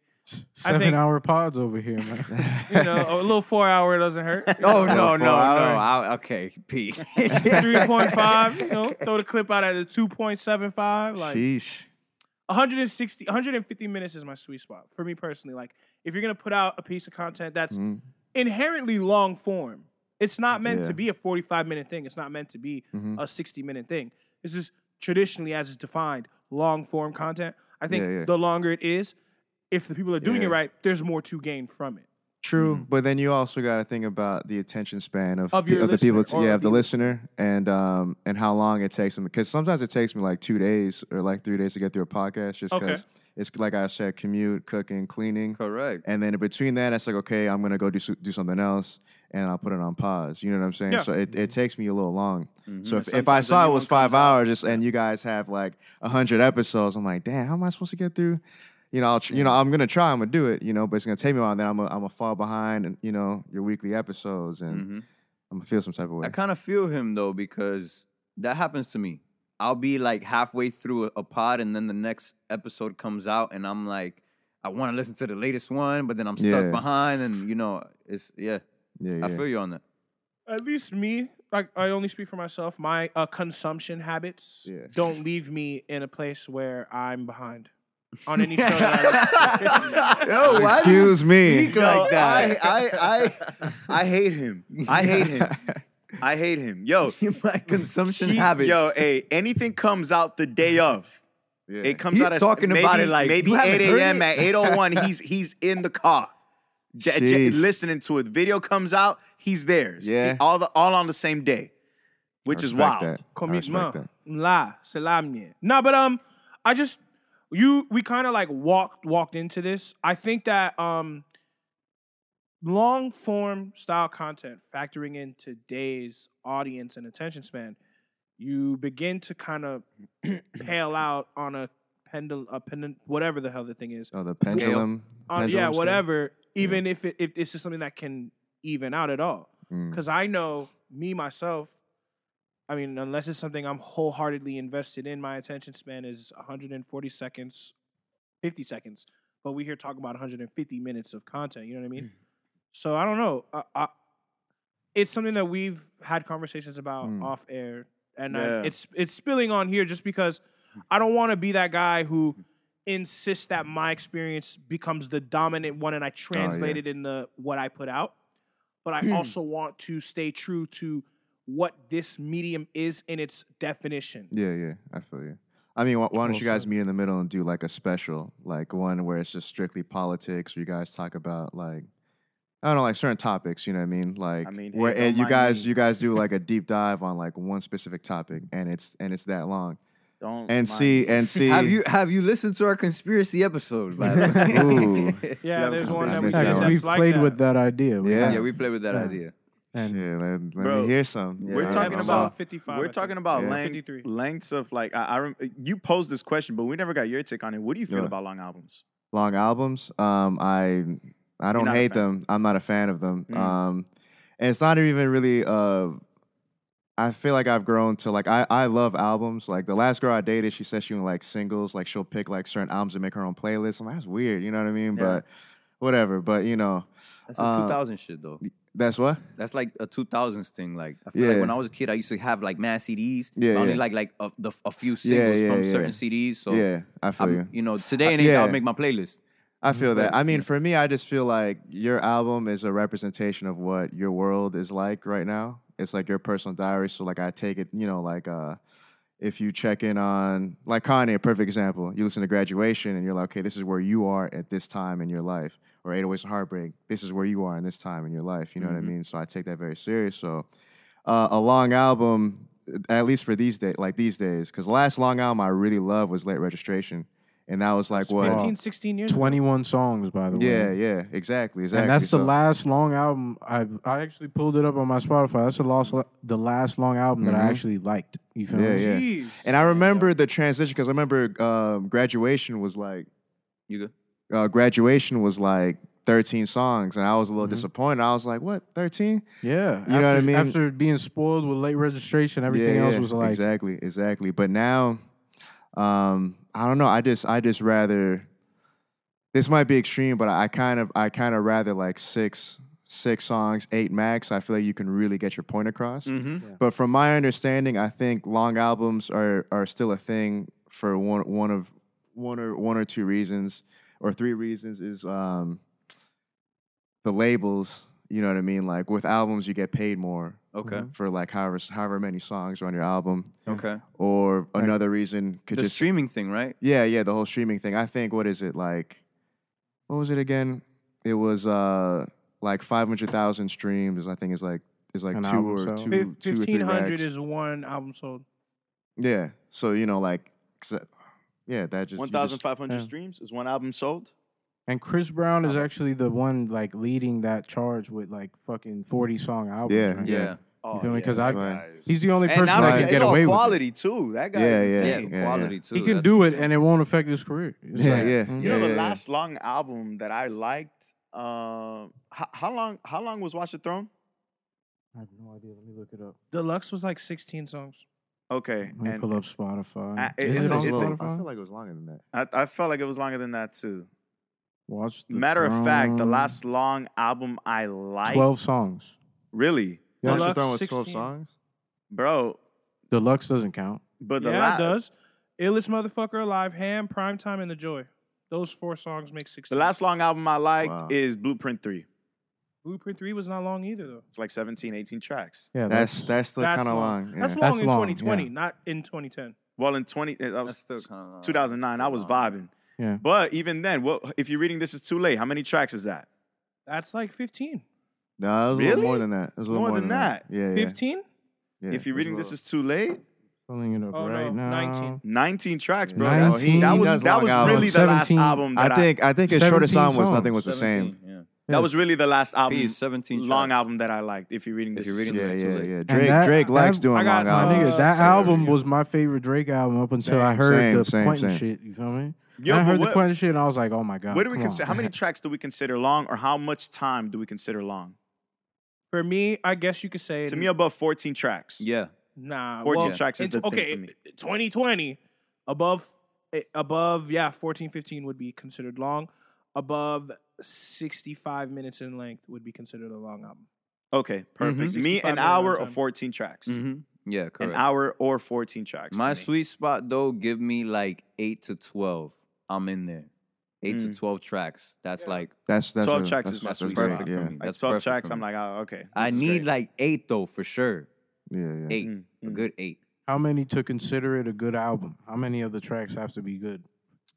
I: Seven
A: think-
I: hour pods over here,
C: [LAUGHS]
I: man.
A: you know a little four hour doesn't hurt.
D: [LAUGHS] Oh no no
C: Four
D: no!
C: hours.
D: I, Oh, okay, [LAUGHS]
A: [LAUGHS]
D: P.
A: Three point five,
C: [LAUGHS]
A: you know, throw the clip out at a two point seven five. Like
C: Sheesh.
A: 160, 150 minutes is my sweet spot for me personally. Like if you're gonna put out a piece of content that's inherently long form, it's not
C: Mm.
A: meant
C: Yeah. Mm-hmm.
A: to be a 45 minute thing. It's not meant to be a 60 minute thing. This is traditionally as it's defined, long form content. I think
C: Yeah, yeah.
A: the longer it is, if the people are doing
C: Yeah.
A: it right, there's more to gain from it.
C: True, but then you also got to think about the attention span of
A: Mm-hmm. Of
C: pe-
A: your
C: the people,
A: listener,
C: t-
A: or
C: yeah,
A: of
C: of the listener, and um and how long it takes them. Because sometimes it takes me like two days or like three days to get through a podcast, just
A: Okay.
C: because it's like I said, commute, cooking, cleaning,
D: Correct.
C: and then in between that, it's like okay, I'm gonna go do so- do something else, and I'll put it on pause. You know what I'm saying?
A: Yeah. Mm-hmm.
C: So it, it takes me a little long. So if, if I
F: sometimes
C: saw
F: the
C: it
F: new
C: was
F: one
C: five
F: comes out.
C: hours, just and you guys have like hundred episodes, I'm like, damn, how am I supposed to get through? you know, I'll tr- you know, I'm gonna try, I'm gonna do it, you know, but it's gonna take me a while. Then I'm gonna, I'm gonna fall behind, and you know, your weekly episodes, and
F: Mm-hmm.
D: Mm-hmm.
C: I'm gonna feel some type of way.
D: I kind of feel him though because that happens to me. I'll be like halfway through a, a pod, and then the next episode comes out, and I'm like, I want to listen to the latest one, but then I'm stuck
C: Yeah.
D: behind, and you know, it's yeah.
C: yeah, yeah.
D: I feel you on that.
A: At least me, I, I only speak for myself. My uh, consumption habits
C: Yeah.
A: don't leave me in a place where I'm behind on any show. That I listen to.
D: [LAUGHS] Yo, why do you
C: Excuse me.
D: speak like that?
F: I, I, I, I hate
C: [LAUGHS]
F: him. I hate him. I hate him. Yo,
D: My consumption
F: he-
D: habits.
F: yo, hey, anything comes out the day of.
C: Yeah.
F: It comes
D: He's
F: out at
D: talking
F: maybe,
D: about it like,
F: maybe
D: "You haven't
F: 8
D: heard
F: a.m.
D: it?"
C: [LAUGHS]
F: at 8:01. He's he's in the car, J- j-
C: Jeez.
F: listening to it. Video comes out, he's there. See,
C: Yeah.
F: all the all on the same day, which is
C: Respect
F: wild.
C: that. I respect
A: commitment.
C: that.
A: La, salamne. Nah, but um, I just you we kind of like walked walked into this. I think that um long form style content factoring in today's audience and attention span, you begin to
C: [CLEARS THROAT]
A: kind of pale out on a pendulum a pendant whatever the hell the thing is.
C: Oh, the pendulum.
A: Uh,
C: pendulum
A: yeah,
C: scale?
A: whatever. Even if it, if it's just something that can even out at all,
C: Mm.
A: because I know me myself. I mean, unless it's something I'm wholeheartedly invested in, my attention span is 140 seconds, 50 seconds. But we here talk about 150 minutes of content. You know what I mean? So I don't know. I, I, it's something that we've had conversations about
C: Mm.
A: off air, and I,
F: Yeah.
A: it's it's spilling on here just because I don't want to be that guy who insists that my experience becomes the dominant one, and I translate it in the what I put out. But I also want to stay true to what this medium is in its definition.
C: Yeah, yeah, I feel you. I mean, why, why don't you guys meet in the middle and do like a special, like one where it's just strictly politics, where you guys talk about like, I don't know, like certain topics. You know what I mean? Like,
F: mean, hey,
C: where
F: don't
C: and you
F: mind
C: guys
F: me.
C: you guys do
F: [LAUGHS]
C: like a deep dive on like one specific topic, and it's and it's that long,
F: Don't
C: and
F: mind
C: see
F: [LAUGHS]
C: and see.
D: have you have you listened to our conspiracy episode?
C: [LAUGHS]
D: By the
C: Ooh.
D: [LAUGHS] way?
A: Yeah, there's one
C: that's
A: that we
C: a good one.
A: did
I: Fact,
A: that's
I: we've
A: like
I: played
A: that.
I: with that idea. We-
C: Yeah.
D: yeah, we play with that idea.
C: Shit,
I: And
C: let, let
F: Bro,
C: me hear some.
D: we're
C: you know?
A: We're talking
F: I'm
A: about
F: sorry.
A: 55. I
F: We're
A: think.
F: talking about
C: Yeah.
F: length,
A: 53.
F: lengths of like I, I rem- you posed this question, but we never got your take on it. What do you feel
C: Yeah.
F: about long albums?
C: long albums. Um, I I don't
F: not a
C: hate
F: fan.
C: them. I'm not a fan of them.
F: Mm.
C: Um, and it's not even really. Uh, I feel like I've grown to like I I love albums. Like the last girl I dated, she said she would like singles. Like she'll pick like certain albums and make her own playlist. I'm like, that's weird. You know what I mean? But whatever. But you know,
D: That's a
C: Uh,
D: 2000 shit though.
C: that's what.
D: That's like a 2000s thing. Like I feel like
C: Yeah.
D: when I was a kid, I used to have like mad CDs.
C: Yeah,
D: but Only
C: yeah.
D: like like a, the, a few
C: Yeah,
D: singles
C: yeah,
D: from
C: yeah.
D: certain CDs. So
C: yeah, I feel
D: I'm-
C: you. Uh,
D: know, today and age,
C: yeah.
D: I'll make my playlist.
C: I feel that. I mean, for me, I just feel like your album is a representation of what your world is like right now. It's like your personal diary. So, like, I take it, you know, like, uh, if you check in on, like, Kanye, a perfect example. You listen to graduation and you're like, okay, this is where you are at this time in your life. Or 808s and Heartbreak, this is where you are in this time in your life. You know what I mean? So, I take that very serious. So, uh, a long album, at least for these days, like these days, because the last long album I really loved was Late Registration. And that was like what?
A: 15, 16 years. ago.
I: 21 songs, by the way.
C: Yeah, yeah, exactly, exactly.
I: And that's the
C: So-
I: last long album I I actually pulled it up on my Spotify. That's the last the last long album that I
C: Mhm.
I: actually liked. You feel
C: Yeah,
I: me?
C: yeah.
A: Jeez.
C: And I remember the transition because I remember um, graduation was like
D: You good?
C: uh, graduation was like thirteen songs, and I was a
I: Mm-hmm.
C: little disappointed. I was like, "What, 13?
I: Yeah.
C: You know what I
I: After-
C: mean?
I: After being spoiled with late registration, everything
C: Yeah,
I: else
C: yeah,
I: was like
C: exactly, exactly. But now, um, I don't know. I just, I just rather. This might be extreme, but I kind of, I kind of rather like six, six songs, eight max. I feel like you can really get your point across. But from my understanding, I think long albums are are still a thing for one one of one or one or two reasons or three reasons is um the labels, you know what I mean? Like with albums you get paid more
D: Okay.
C: for like however however many songs are on your album.
D: Okay.
C: Or another reason could
D: The
C: just
D: streaming thing, right?
C: Yeah, yeah, the whole streaming thing. I think what is it like what was it again? It was uh like five hundred thousand streams, I think is like is like
I: An
C: two
I: album
C: or
I: sale.
C: two,
A: Fif-
C: two or three
A: 1500
C: racks.
A: is one album sold.
C: Yeah. So you know, like, 'cause that- yeah, that just you
F: One
C: just-
F: thousand five hundred
I: yeah.
F: streams is one album sold.
I: And Chris Brown
F: Uh,
I: is actually the one like leading that charge with like fucking 40 song albums.
C: Yeah,
I: right?
D: Yeah.
F: Oh,
I: You feel me?
F: yeah,
I: Because
F: that
I: I-
F: guy is-
I: he's the only
F: and
I: person
F: now
I: that
F: they
I: can
F: got-
I: get
F: they got
I: away with it.
F: quality too. That guy
C: Yeah,
F: is
C: yeah,
F: insane.
C: yeah, yeah.
D: quality too.
I: He can
D: That's
I: do
D: what
I: it,
D: I'm
I: and it won't affect his career. It's
C: Yeah,
I: like,
C: yeah.
I: mm,
F: You know
C: Yeah,
F: the
C: yeah, yeah.
F: last long album that I liked. Um, how, how long? How long was Watch the Throne?
I: I have no idea. Let me look it up.
A: Deluxe was like 16 songs.
F: Okay,
I: Let me
F: and
I: pull up Spotify.
F: Uh, it-
I: Is
F: it's
I: it
F: a-
I: on
F: it's a-
C: little,
I: Spotify?
C: I feel like it was longer than that.
F: I, I felt like it was longer than that too.
I: Watch. The
F: Matter of fact, the
I: Throne.
F: last long album I liked,
I: twelve songs.
F: really,
I: Yeah.
C: Watch the
A: Deluxe
C: Throne was 12
A: 16.
C: songs.
F: bro.
I: Deluxe doesn't count.
F: But the
A: yeah,
F: last,
A: it does. Illest motherfucker alive, Ham, Primetime, and The Joy. Those four songs make 16.
F: the last long album I liked
C: Wow.
F: is Blueprint Three.
A: Blueprint 3 was not long either, though.
F: It's like 17, 18 tracks.
I: Yeah,
C: That's that's still
A: That's
C: kind of
A: long.
C: long.
A: That's
C: yeah.
A: long
I: That's
A: in
I: long,
A: 2020,
I: yeah.
A: not in 2010.
F: Well, in twenty, uh, that
D: That's
F: was
D: still
F: t-
D: kind of
F: 2009. I was vibing.
I: Yeah.
F: But even then, what if you're reading this is too late? How many tracks is that?
A: That's like 15.
C: No, it was a little more
F: Really?
C: than that. It was a little
F: More
C: more
F: than
C: than that.
F: that.
C: Yeah, yeah.
A: 15?
C: yeah,
F: if
C: it
F: you're
C: was
F: reading
C: a
F: this
C: little-
F: is too late,
I: pulling it up
A: Oh, no,
I: right now.
A: 19.
F: 19 tracks, bro.
I: Yeah.
F: That's-
I: Well, he-
F: that
I: he
F: was
C: does
F: that
C: long
F: was
C: albums.
F: really the last
I: 17.
F: album that
C: I think I think his shortest
I: 17
C: song was nothing
I: songs.
C: was the same.
D: 17, Yeah.
F: that was really the last album,
D: P is 17
F: long
D: tracks.
F: album that I liked. If you're reading
D: If
F: this,
D: you're
F: is
D: reading
F: too
C: Yeah,
D: this-
F: late.
D: is too
C: yeah,
D: late.
C: yeah.
D: And
C: Drake
I: that-
C: Drake
I: I-
C: likes
I: that-
A: I
C: doing long
A: got,
I: My
A: uh,
C: albums.
I: nigga, that
A: same,
I: album
A: yeah.
I: was my favorite Drake album up until I
C: Same,
I: heard
C: same,
I: the
C: same,
I: Quentin
C: same.
I: shit. You feel me?
F: Yo,
I: When I
F: but
I: heard
F: what-
I: the Quentin shit, and I was like, oh my god.
F: What do we
I: come
F: consider?
I: on.
F: How many tracks do we consider long, or how much time do we consider long?
A: For me, I guess you could say
F: To me, above 14 tracks.
D: Yeah.
A: Nah,
F: 14
A: well,
F: tracks is
A: it's-
F: the thing
A: okay.
F: for me.
A: 2020 above eh, above yeah, 14 15 would be considered long. Above 65 minutes in length would be considered a long album.
F: Okay, perfect. Me,
A: 65
F: an
A: minute
F: hour or
A: runtime.
F: 14 tracks.
D: Mm-hmm. Yeah,
F: An
D: correct.
F: hour or 14 tracks.
D: My
F: to me.
D: sweet spot though, give me like eight to twelve. I'm in there. Eight to twelve tracks. That's like
C: That's that's
F: 12
C: a-
F: Mm. tracks
C: that's-
F: is my
D: that's
F: sweet
C: Drake,
D: perfect
F: spot.
D: for
C: yeah.
D: me.
F: Like
D: That's
F: 12
D: perfect
F: tracks.
D: for
F: I'm
D: me.
F: like, oh, okay.
D: I
F: this is
D: need
F: great.
D: like eight though for sure.
C: Yeah, yeah.
D: Eight,
F: Mm,
D: a
F: mm.
D: good eight.
I: How many to consider it a good album? How many of the tracks have to be good?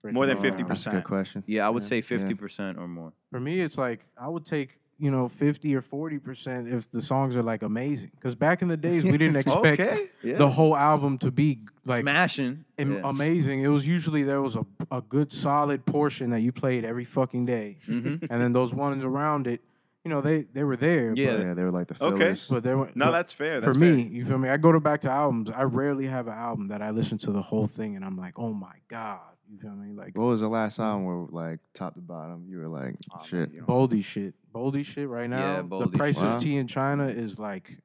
I: for it
F: More
I: to
F: than
I: be an album?
F: 50%.
C: That's a good question.
D: Yeah, I would
C: Yeah,
D: say
C: yeah.
D: fifty percent or more.
I: For me, it's like I would take you know fifty or forty percent if the songs are like amazing. Because back in the days, we
F: [LAUGHS]
I: didn't expect
F: Okay,
I: the whole album to be like
D: Smashing.
I: am-
D: Yeah.
I: amazing. It was usually there was a, a good solid portion that you played every fucking day, and then those ones around it, you know, they they were there.
D: Yeah.
C: Yeah, they were like the
F: Okay.
C: fillers.
I: but, but they were
F: No,
I: but
F: that's fair.
I: for
F: That's fair.
I: me. You feel me? I go to back to albums. I rarely have an album that I listen to the whole thing and I'm like, oh my god. You feel me? Like
C: What was the last album where like top to bottom you were like shit?
I: Boldy shit. Boldy shit right now.
D: Yeah,
I: the
D: Boldy
I: price
C: shit. Wow.
I: of tea in China is like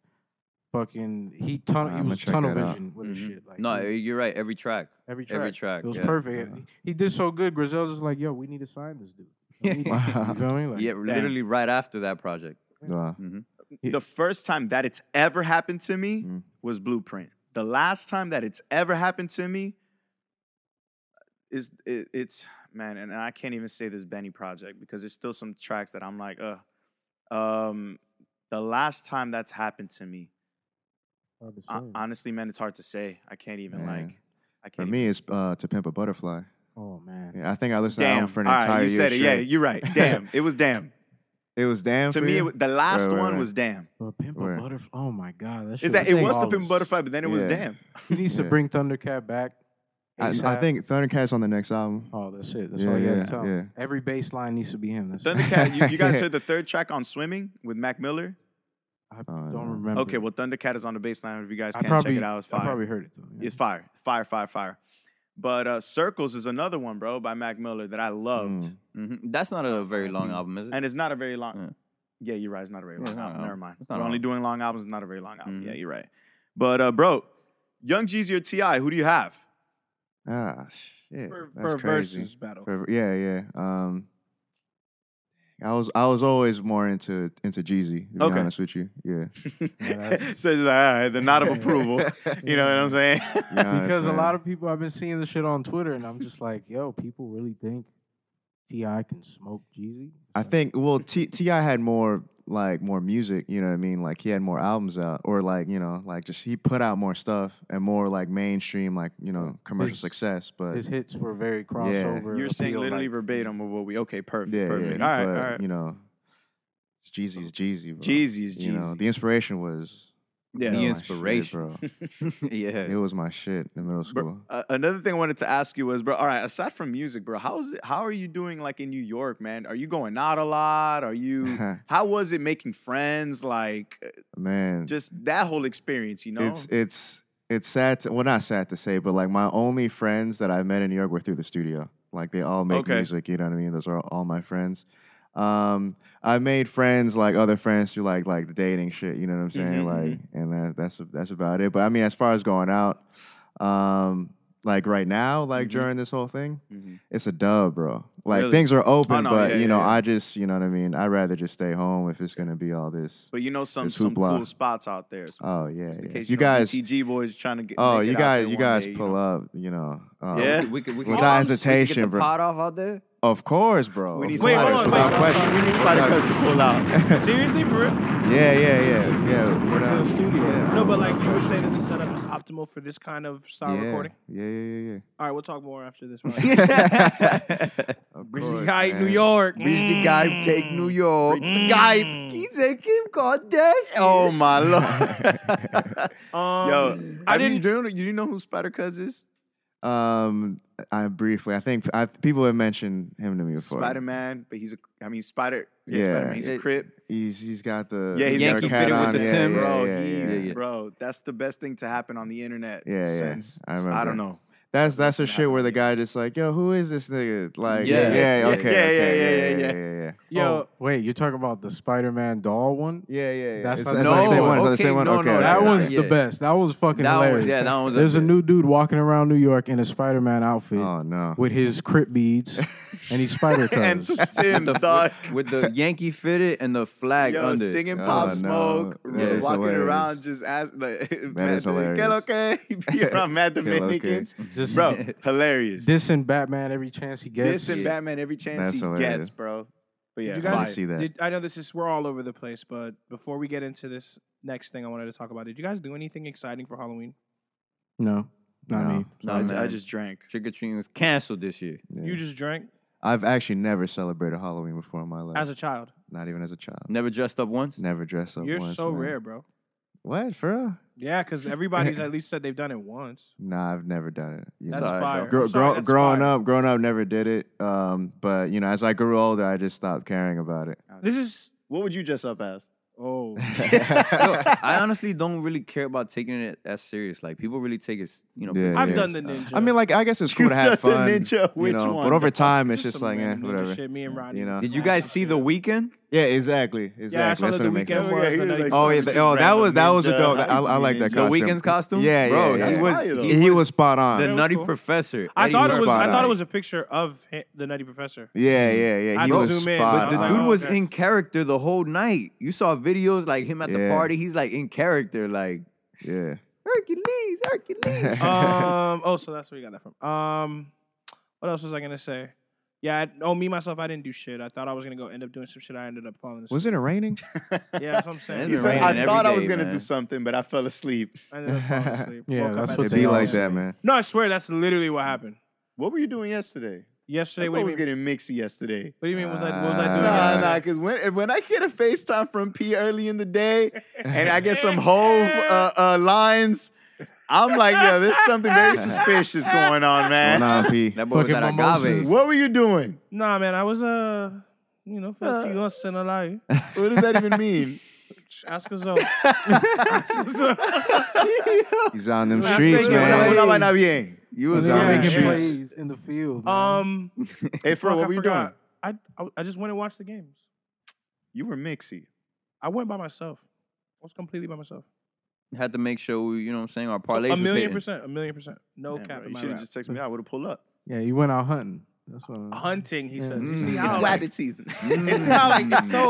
I: fucking he ton
C: I'ma
I: he was
C: check
I: tunnel
C: that out.
I: vision with his
D: Mhm.
I: shit. Like
D: No,
I: he-
D: you're right. Every track.
I: every track.
D: Mm-hmm. Every track.
I: It was
D: yeah.
I: perfect. He did so good. Griselda's was like, yo, we need to sign this dude. We need to- you feel me? Like,
D: Yeah, literally right after that project.
C: Wow.
F: Mm-hmm. The first time that it's ever happened to me
C: Mm.
F: was Blueprint. The last time that it's ever happened to me is it, it's man, and I can't even say this Benny project because there's still some tracks that I'm like, uh, um, the last time that's happened to me,
I: hard to
F: I,
I: say.
F: honestly, man, it's hard to say. I can't even
C: Man.
F: like, I
C: For
F: can't.
C: me, it's uh, to pimp a butterfly.
I: oh man.
C: Yeah, I think I listened to that
F: damn,
C: album for an
F: All right,
C: entire
F: you
C: year.
F: said it. Yeah,
C: straight. [LAUGHS]
F: you're right. Damn, it was damn.
C: it was damn.
F: to
C: for
F: me, it,
C: you?
F: wa- the last
C: Right, right,
F: one
C: right.
F: was damn.
I: But Pimp a
C: Where?
I: Butterfly. Oh my god. That [LAUGHS] shit
F: Is that it was
I: flawless.
F: the pimp butterfly, but then it was
C: Oh, Yeah.
F: damn.
I: [LAUGHS] He needs to
C: Yeah.
I: bring Thundercat back.
C: I, I
I: ASAP.
C: think Thundercats on the next album.
I: Oh, that's it. That's
C: Yeah,
I: all you
C: yeah,
I: gotta tell.
C: yeah.
I: him. Every bass line needs to be him. That's it.
F: Thundercat, you, you
I: [LAUGHS]
F: guys heard the third track on Swimming with Mac Miller?
I: I
C: Oh,
D: Uh,
I: don't
C: no.
I: remember.
F: Okay, well, Thundercat is on the bass line. If you guys
I: I
F: can
I: probably,
F: check it out, it's
I: I
F: fire.
I: probably heard it though. yeah.
F: It's fire. Fire, fire, fire. But uh, Circles is another one, bro, by Mac Miller that I loved. Uh, mm-hmm.
C: Mm.
D: Mhm. That's not a very long album, is it?
F: And it's not a very long. Yeah, you're right. It's not a very long
D: not an
F: album.
D: album.
F: Never mind.
D: It's
F: We're
D: not an
F: only
D: album.
F: doing long albums, not a very long album.
D: Mhm.
F: Yeah, you're right. But, uh, bro, Young Jeezy or T.I., who do you have?
C: Ah, shit.
A: For,
C: That's
A: for
C: crazy.
A: versus battle.
C: For- yeah, yeah. Um, I was I was always more into into Jeezy. To be
F: Okay.
C: honest with you,
I: [LAUGHS]
C: yeah.
I: Yeah, that's-
F: [LAUGHS] so it's like, all right, the nod
I: [LAUGHS]
F: of approval. you know what I'm saying?
I: because a lot of people I've been seeing this shit on Twitter, and I'm just like, yo, people really think Ti can smoke Jeezy.
C: I think well, T Ti had more like more music. You know what I mean? Like he had more albums out, or like you know, like just he put out more stuff and more like mainstream, like you know, commercial
I: His-
C: success. But
I: His hits were very crossover.
F: You're saying
I: appeal,
F: literally
I: like-
F: verbatim of what we. Okay, perfect,
C: yeah,
F: perfect.
C: yeah.
F: all right,
C: but,
F: all right.
C: You know, it's Jeezy's Jeezy, bro.
F: Jeezy's
C: You know,
F: Jeezy.
C: the inspiration was
F: Yeah.
D: The
C: That was my shit,
D: inspiration.
F: [LAUGHS]
C: bro. It
D: yeah.
C: was my shit in middle
F: Bro,
C: school.
F: uh, another thing I wanted to ask you was, bro. All right, aside from music, bro, how is it? How are you doing? Like in New York, man, are you going out a lot? Are
C: [LAUGHS]
F: you? how was it making friends? Like uh,
C: Man,
F: just that whole experience, you know?
C: it's it's it's sad. To, well, not sad to say, but like my only friends that I met in New York were through the studio. Like they all make
F: Okay.
C: music. You know what I mean? Those are all my friends. Um, I made friends like other friends through like like the dating shit. You know what I'm saying?
F: Mhm,
C: like, and that, that's that's about it. But I mean, as far as going out, um, like right now, like during this whole thing,
F: Mhm.
C: it's a dub, bro. Like
F: Mm-hmm. Really? Oh,
C: things are open,
F: no,
C: but
F: yeah,
C: you
F: yeah,
C: know,
F: yeah.
C: I just you know what I mean. I'd rather just stay home if it's gonna be all this.
F: but you know some
C: it's
F: some
C: hoopla.
F: cool spots out there. Some,
C: Oh yeah,
F: in
C: yeah.
F: case, E
C: If you guys.
F: TG boys trying to get.
C: Oh,
F: make it
C: you
F: out
C: guys,
F: there
C: you
F: one
C: guys
F: day,
C: pull
F: know?
C: up, you know. Uh,
F: Yeah.
D: We could, we could,
C: Without
D: we could get
C: hesitation,
D: the
C: bro.
D: pot off out there.
C: Of course, bro.
F: We need
C: of
A: Wait,
C: course,
A: hold
F: Spotty
A: on,
C: without
A: wait,
F: Cuss.
C: question.
F: We need Spotty
C: Without-
F: Cuss to pull out.
A: Seriously, for real?
C: [LAUGHS] Yeah, yeah, yeah, yeah. Without, yeah.
A: No, but like you were saying that the setup is optimal for this kind of style
C: yeah,
A: recording.
C: Yeah, yeah, yeah,
A: All right, we'll talk more after
C: [LAUGHS]
A: this.
C: yeah.
A: Right? [LAUGHS]
C: Of
A: Breezy
C: course,
A: Guy,
C: man.
A: New York. Mm.
D: Reach the guy, take New
C: Oh,
D: York. Reach
C: mm.
D: the guy, he's Kim Kardashian.
F: oh
C: [LAUGHS]
D: [LAUGHS]
F: my lord,
A: Um,
F: yo!
A: I
F: have you-
A: didn't-
F: Do you, know, you know who Spider Cuz is?
C: Um, I briefly, I think I, people have mentioned him to me before.
F: Spider Man, but he's a. I mean, Spider. Yeah,
C: Yeah.
F: Spider-Man, he's a
D: It-
F: crip.
C: He's he's got the
F: Yeah, he's
C: got
D: Yankee
C: a cat
D: fitted with
C: on.
D: the
C: yeah,
D: Timbs.
C: yeah,
F: bro,
C: yeah, yeah,
F: he's,
C: yeah.
F: bro, that's the best thing to happen on the internet
C: Yeah, yeah.
F: since
C: I
F: I
C: remember.
F: don't know.
C: That's that's the shit where the guy just like, yo, who is this nigga? Like,
D: Yeah.
C: yeah, yeah,
D: Yeah,
C: okay,
F: yeah,
C: okay,
F: yeah,
C: yeah,
F: yeah, yeah,
C: yeah, yeah, yeah.
A: Yo,
I: Oh, wait, you're talking about the Spider-Man doll one?
C: Yeah, yeah, yeah.
I: That's
C: It's-
I: not
C: that's
I: the
C: not the
I: same
C: same
I: one.
C: one. Is that the
D: Okay,
C: same one?
D: no, no,
C: Okay,
D: that's
C: that's
I: That
D: not-
I: one's
D: yeah.
I: the best. That was fucking
D: That one-
I: hilarious.
D: yeah, that one was up
I: There's a
D: there.
I: new dude walking around New York in a Spider-Man outfit
C: Oh no.
I: with his
C: [LAUGHS]
I: crit beads [LAUGHS] and he's spider
F: And
I: cuz.
F: Tim's dog.
D: With the Yankee fitted and the flag
F: Yo,
D: under. it.
F: singing
C: Oh,
F: pop
C: no.
F: smoke,
C: That
F: r-
D: is
F: walking
C: hilarious.
F: around, just as [LAUGHS] like, mad
C: is
F: Dom-
C: hilarious.
F: "Kel okay, [LAUGHS]
C: [LAUGHS]
F: be around mad
C: Kel okay. [LAUGHS]
F: Dominicans,
I: This-
F: bro, hilarious. This,
I: Dissing Batman every chance he gets.
F: and Batman every chance
C: That's
F: he gets,
C: hilarious.
F: bro. But yeah,
A: you
C: I
A: guys-
F: fire.
C: see that.
A: Did, I know this is we're all over the place, but before we get into this next thing, I wanted to talk about. Did you guys do anything exciting for Halloween?
I: No, not
C: No.
I: me.
D: Nah,
F: I, ju- I
D: man.
F: just drank.
D: trick or treating was canceled this year.
C: Yeah.
A: You just drank
C: I've actually never celebrated Halloween before in my life.
A: as a child.
C: not even as a child.
D: Never dressed up once.
C: Never dressed up.
A: You're
C: once,
A: so
C: man.
A: rare, bro.
C: What for real?
A: Yeah, because everybody's
C: [LAUGHS]
A: at least said they've done it once.
C: Nah, I've never done it. You
A: That's
C: know.
D: Sorry,
A: fire.
D: bro.
C: Gro-
A: I'm sorry,
C: grow-
A: that's
C: growing
A: fire.
C: up, growing up, never did it. Um, but you know, as I grew older, I just stopped caring about it.
A: This is
F: What would you dress up as?
C: [LAUGHS]
A: oh,
D: Yo,
A: [LAUGHS]
D: I honestly don't really care about taking it as serious. Like people really take it, s- you know.
C: Yeah,
D: pretty
A: I've
C: yeah.
A: done the
D: serious.
A: ninja.
C: I mean, like, I guess it's cool
F: You've
C: to have
F: done
C: fun,
F: the ninja,
C: you
F: which
C: know.
F: one?
C: But over time, it's
A: Just
C: just
A: some
C: like, eh,
A: random ninja
C: whatever.
A: Shit, me and Rodney.
C: You know.
D: Did you guys see the weekend?
C: Yeah, exactly, exactly.
A: Yeah, I
C: That's
A: saw that
C: what
A: the
C: it makes
A: weekend
C: sense.
F: sense.
A: was.
F: Yeah,
A: and
F: he was
A: I-
F: like-
C: Oh yeah,
F: Just
C: th- oh that
F: random
C: was that was a
F: ninja.
C: dope. I, I like that
F: The
C: costume.
D: The weekend's costume.
C: Yeah, yeah,
D: bro,
C: yeah,
D: he
C: yeah.
D: was
F: Fire, though.
D: he,
C: He, was spot on.
D: the
A: was
D: Nutty
A: cool.
D: Professor.
A: I
D: Eddie
A: thought it was. I
C: spot
A: thought it
C: on.
A: was a picture of hi- the Nutty Professor.
C: Yeah, yeah, yeah.
A: I
C: He
A: had to
C: was
A: zoom in,
C: spot
A: but
D: The
A: I
C: on.
A: was
D: dude was
A: okay.
D: in character the whole night. You saw videos like him at the
C: Yeah.
D: party. He's like in character, like
C: Yeah.
D: Hercules,
C: [LAUGHS]
D: Hercules.
A: [LAUGHS] um. Oh, so that's where you got that from. Um. What else was I gonna say? Yeah. I, oh, me myself, I didn't do shit. I thought I was gonna go end up doing some shit. I ended up falling asleep.
C: Was it [LAUGHS] raining?
A: Yeah, that's what I'm saying.
D: It's
F: He
D: been
F: said,
D: raining
F: I
D: every
F: thought I
D: day,
F: was gonna do
D: man."
F: something, but I fell asleep.
A: I ended up falling asleep.
I: Yeah,
A: Woke up
I: that's
A: at
I: what
A: the
C: It
I: they
C: be
A: same
I: all
C: like
A: time.
I: say.
C: that, man.
A: No, I swear that's literally what happened.
F: What were you doing yesterday?
A: Yesterday,
F: I
A: what do you
F: was
A: mean?
F: getting mixy yesterday.
A: What do you mean? Was I what was I
C: Uh,
A: doing?
F: Nah,
A: yesterday?
F: nah, because when when I get a FaceTime from P early in the day [LAUGHS] and I get
A: [LAUGHS]
F: some Hove uh, uh, lines, I'm like, yo, there's something very suspicious going on, man.
C: Going on, P.
D: That boy was at
I: Fucking mimosas.
D: Agave.
F: What were you doing?
A: Nah, man, I was uh, you know, fifteen uh, us in a lie.
F: What does that even mean?
A: [LAUGHS] Ask us
C: [LAUGHS]
A: out. Ask us out. [LAUGHS]
C: He's on them streets,
D: thinking
C: man.
D: when
F: Hola, buena bien.
D: You
I: They
D: was
I: were
C: Yeah,
I: making
A: yeah.
I: plays in the field. man.
F: [LAUGHS]
A: Um,
F: Hey,
A: fuck,
F: Fro, what
A: I
F: were you doing?
A: forgot. I, I I just went and watched the games.
F: You were mixy.
A: I went by myself. I was completely by myself.
D: had to make sure we, you know what I'm saying, our parlays
A: a
D: was
A: million
D: hitting.
A: percent. A million percent. No
F: Man,
A: cap
F: bro,
A: in
F: you
A: my
F: should have
A: rap.
F: just texted me. I would have pulled up.
I: yeah, you went out hunting. That's what. I'm-
A: Hunting, he
I: Yeah.
A: says. You
D: Mm.
A: see
D: It's
A: how like,
F: wabbit season.
A: [LAUGHS] it's how like it's
F: [LAUGHS]
A: so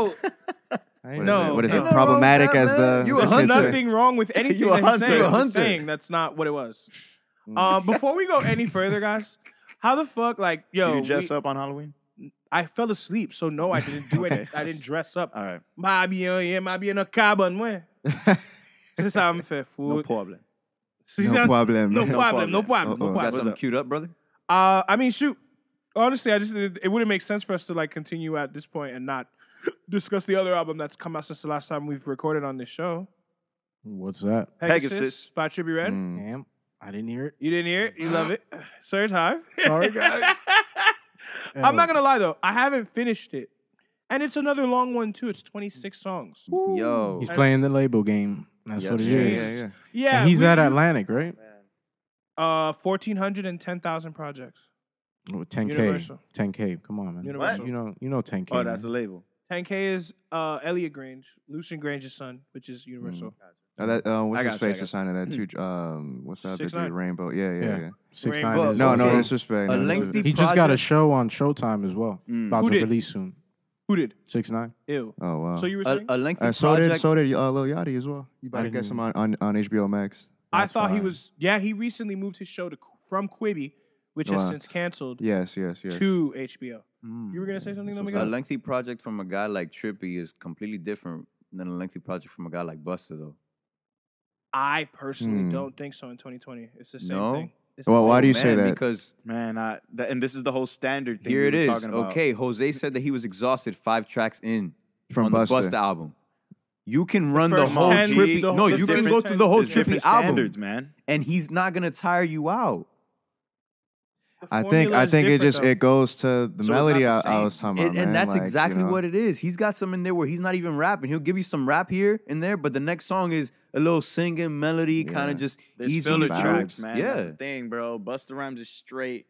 I: I
C: What
I: ain't
C: is
A: No,
C: it? What is
A: no.
C: it? Problematic as the.
D: You a
C: the
A: there's
C: kids say.
A: nothing wrong with anything
F: [LAUGHS] You
A: that
F: a
A: he's
F: hunter.
A: saying.
F: You a
A: I'm just
D: hunter.
A: saying that's not uh, what it was.
C: Mm.
A: Um, before we go any further, guys, how the fuck like yo
F: Did you dress
A: we-
F: up on Halloween?
A: I fell asleep, so no, I didn't do
F: [LAUGHS] Okay.
A: it. I didn't dress up.
F: All right.
A: Might be on yeah, might be in a cabin
F: [LAUGHS]
A: where. This how I'm fair
F: No
A: food.
F: problem.
A: See,
C: No
A: see,
C: problem.
A: [LAUGHS] No
C: man.
A: problem. No problem.
C: Uh-oh.
A: No
D: Got
A: problem.
D: something queued up, brother?
A: Uh, I mean, shoot. Honestly, I just it wouldn't make sense for us to like continue at this point and not discuss the other album that's come out since the last time we've recorded on this show.
I: What's that?
A: Pegasus,
F: Pegasus.
A: by Trippy Red.
C: Mm.
I: Damn. I didn't hear it.
A: You didn't hear it. You love
I: [GASPS]
A: it. Surge high.
I: Sorry, guys.
A: [LAUGHS] I'm not gonna lie though. I haven't finished it, and it's another long one too. It's 26 songs.
D: Yo.
I: He's playing the label game. That's
D: Yeah,
I: what it is.
D: yeah,
C: yeah.
A: Yeah,
I: And he's
A: we-
I: at
A: you-
I: Atlantic, right?
A: Uh, 1,400 and 10,000 projects.
I: Oh, 10K.
A: Universal.
I: 10K. Come on, man.
A: Universal.
I: You know, you know 10K.
F: Oh, that's a
I: man.
F: label.
A: 10K is uh Elliot Grange, Lucian Grange's son, which is Universal.
C: Uh, that, uh, what's
D: I
C: his
D: got you, I
C: face
D: got
C: is signing
I: [CLEARS THROAT]
F: Hmm.
C: that too? Um, what's that other
A: 6ix9ine?
C: dude? Rainbow. Yeah, yeah,
I: Yeah.
C: yeah.
I: Six
A: Rainbow.
I: nine is-
C: No, no
D: Okay.
C: disrespect.
D: A
C: no
D: lengthy
C: disrespect.
I: He just got a
D: project-
I: show on Showtime as well.
D: Mm.
I: About
A: Who
I: to
A: did?
I: release soon.
A: Who did?
I: Six nine.
A: Ew.
C: Oh wow.
A: So you were
D: A,
A: saying?
D: a lengthy
C: Uh, so did
D: project.
C: so did uh, Lil Yachty as well. You about to
I: didn't
C: get some on, on, on HBO Max.
A: I
I: That's
A: thought he
I: fine.
A: was. Yeah, he recently moved his show to from Quibi, which has
C: Wow.
A: since canceled,
C: Yes, yes, Mm. yes.
A: to HBO. You were gonna say something,
D: a
A: Domingo?
D: lengthy project from a guy like Trippy is completely different than a lengthy project from a guy like Buster, though.
A: I personally
C: Hmm.
A: don't think so. In 2020, it's the same
D: Mm. No?
A: thing. It's the
C: Well, why
A: same
C: do you
A: thing.
C: say
D: Man,
C: that?
D: Because
F: Man, I, that, and this is the whole standard thing.
D: here
F: we
D: it
F: were
D: is.
F: talking about.
D: Okay, Jose said that he was exhausted five tracks in
C: From
D: on
C: Busta.
D: the Busta album. You can run the
A: first
D: whole
A: 10,
D: trippy.
A: the-
D: no,
A: the
D: you can
A: different
D: go through the whole
F: There's
D: trippy
F: different
D: album,
F: standards, man.
D: and he's not gonna tire you out.
A: The
C: I think I
A: formula is
C: think it
A: different,
C: just
A: though.
C: it goes to the
F: So it's
C: melody I,
F: not the
C: I
F: same.
C: was talking about,
D: And, and
C: man,
D: that's
C: like,
D: exactly
C: you know?
D: what it is. He's got some in there where he's not even rapping. He'll give you some rap here and there, but the next song is a little singing melody, kind
C: Yeah.
D: of just
F: There's
D: easy
F: filler
D: to
F: tracks,
D: choose.
F: man.
D: Yeah.
F: That's the thing, bro. Buster Rhymes is straight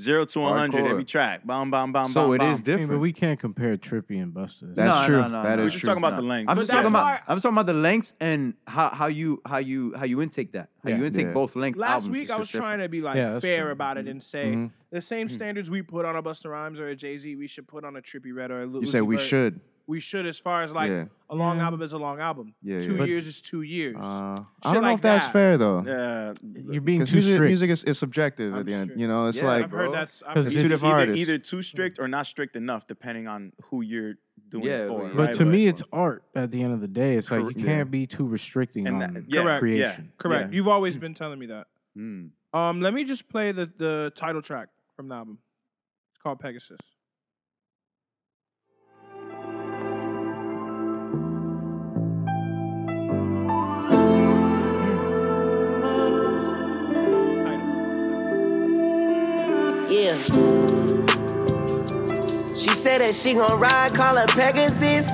F: zero to one hundred
D: Hardcore.
F: every track. Bomb, bomb, bomb,
D: so
F: bomb.
D: it is
F: bomb.
I: I mean,
D: different.
I: but we can't compare Trippy and Buster.
C: That's
D: No,
C: true.
D: no, no,
C: That
D: no.
F: We're
C: is
F: just
C: true.
F: talking about
D: No.
F: the length.
D: I'm
A: But
D: just
A: that's
D: talking about.
A: why-
D: I'm talking about the lengths and how how you how you how you intake that. How you intake
C: Yeah.
D: both lengths.
A: Last
D: albums.
A: week
D: It's
A: I
D: just
A: was
D: different.
A: trying to be like
I: Yeah, that's
A: fair
I: true.
A: about it and say
C: Mhm.
A: the same standards we put on a Busta Rhymes or a Jay Z, we should put on a Trippy Red or a Lu-
C: You say
A: Uzi
C: we
A: Vert.
C: should.
A: We should, as far as like
C: Yeah.
A: a long album is a long album.
C: Yeah,
A: two
C: yeah. But-
A: years is two years.
C: Uh,
A: Shit
C: I don't know
A: like
C: if that's
A: that.
C: fair though,
F: Yeah,
I: You're being
C: because
I: too
C: music,
I: strict.
C: music is, is subjective
A: I'm
C: at the end.
A: strict.
C: You know, it's
D: Yeah,
C: like
A: I've heard
D: bro.
A: that's I've
I: Because
A: heard
C: two
I: it's-
A: that.
C: different
F: either,
C: artists.
F: either too strict or not strict enough, depending on who you're doing
D: Yeah,
F: it for.
D: but-
I: but
F: right?
I: to me, it's art. At the end of the day, it's like you
C: Correct.
I: can't be too restricting
F: And
I: on
F: that- yeah,
A: Correct,
I: creation.
A: correct.
F: Yeah.
A: You've always been telling me that.
F: Hmm.
D: Mm.
A: Um, let me just play the the title track from the album. It's called Pegasus. Title.
M: Yeah. She said that she gon' ride, call her Pegasus.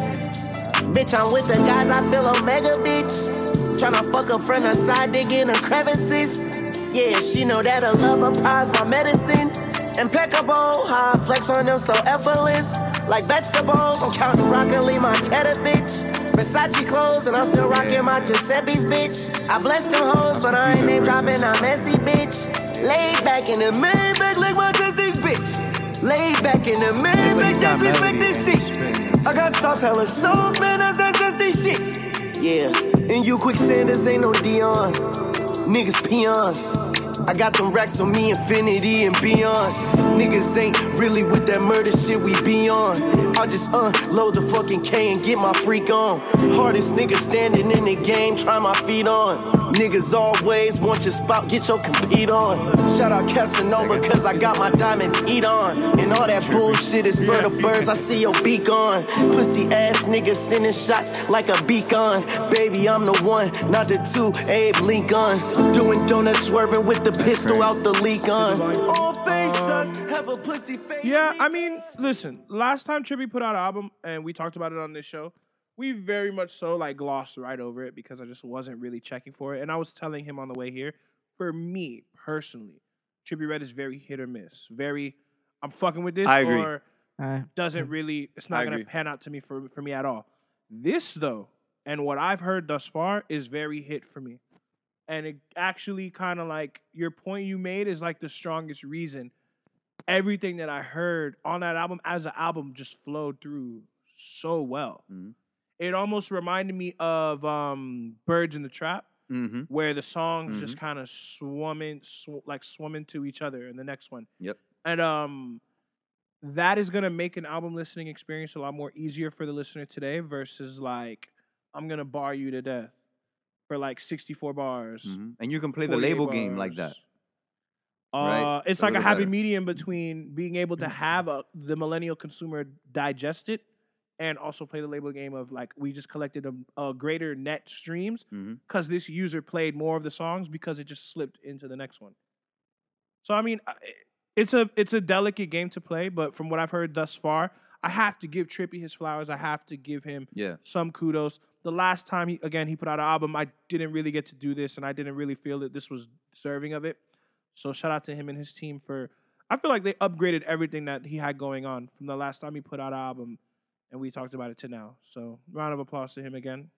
M: Bitch, I'm with the guys, I feel a mega bitch. Tryna fuck a friend, her side dig in her crevices. Yeah, she know that a love applies my medicine. Impeccable, how I flex on them so effortless. Like vegetables, I'm counting broccoli, my cheddar bitch. Versace clothes, and I'm still rocking my Giuseppe's bitch. I bless them hoes, but I ain't name dropping, I'm messy bitch. Laid back in the main back like my testes bitch. Laid back in the main
C: It's
M: back,
C: like you got
M: disrespect
C: melody
M: this
C: and you
M: shit.
C: spin.
M: I got sauce, hella sauce, man, that's that's that's this shit. Yeah, and you quicksanders ain't no Dion. Niggas peons. I got them racks on me, infinity and beyond. Niggas ain't really with that murder shit we be on. I'll just unload the fucking K and get my freak on. Hardest nigga standing in the game, try my feet on. Niggas always want your spot, get your compete on. Shout out Casanova, cause I got my diamond teeth on. And all that bullshit is for the birds, I see your beak on. Pussy ass niggas sending shots like a beacon. Baby, I'm the one, not the two, Abe Lincoln. Doing donuts, swerving with the pistol out the leak on. All face us, have a pussy face.
A: Um, Yeah, I mean, listen. Last time Trippy put out an album, and we talked about it on this show, we very much so like glossed right over it because I just wasn't really checking for it. And I was telling him on the way here, for me personally, Trippy Red is very hit or miss. Very, I'm fucking with this,
F: I agree.
A: or
I: Eh,
A: doesn't really. It's not
F: Mm-hmm. I
A: gonna
F: agree.
A: pan out to me for for me at all. This though, and what I've heard thus far is very hit for me, and it actually kind of like your point you made is like the strongest reason. Everything that I heard on that album as an album just flowed through so well.
D: Mhm.
A: It almost reminded me of um, "Birds in the Trap,"
D: Mm-hmm.
A: where the songs just
F: Mm-hmm.
A: kind of swum in, sw- like swum into each other in the next one.
D: Yep.
A: And um, that is gonna make an album listening experience a lot more easier for the listener today versus like I'm gonna bar you to death for like 64 bars.
D: Mm-hmm. And you can play the
A: 48
D: label game like that.
A: bars.
D: Right?
A: Uh, it's
D: A
A: like a
D: little
A: happy
D: better.
A: medium between being able to have a, the millennial consumer digest it and also play the label game of like we just collected a, a greater net streams because this user played more of the songs because it just slipped into the next one. So I mean, I- it's a it's a delicate game to play, but from what I've heard thus far, I have to give Trippy his flowers. I have to give him
D: Yeah.
A: some kudos. The last time he again he put out an album, I didn't really get to do this, and I didn't really feel that this was deserving of it. So shout out to him and his team for. I feel like they upgraded everything that he had going on from the last time he put out an album, and we talked about it to now. So round of applause to him again.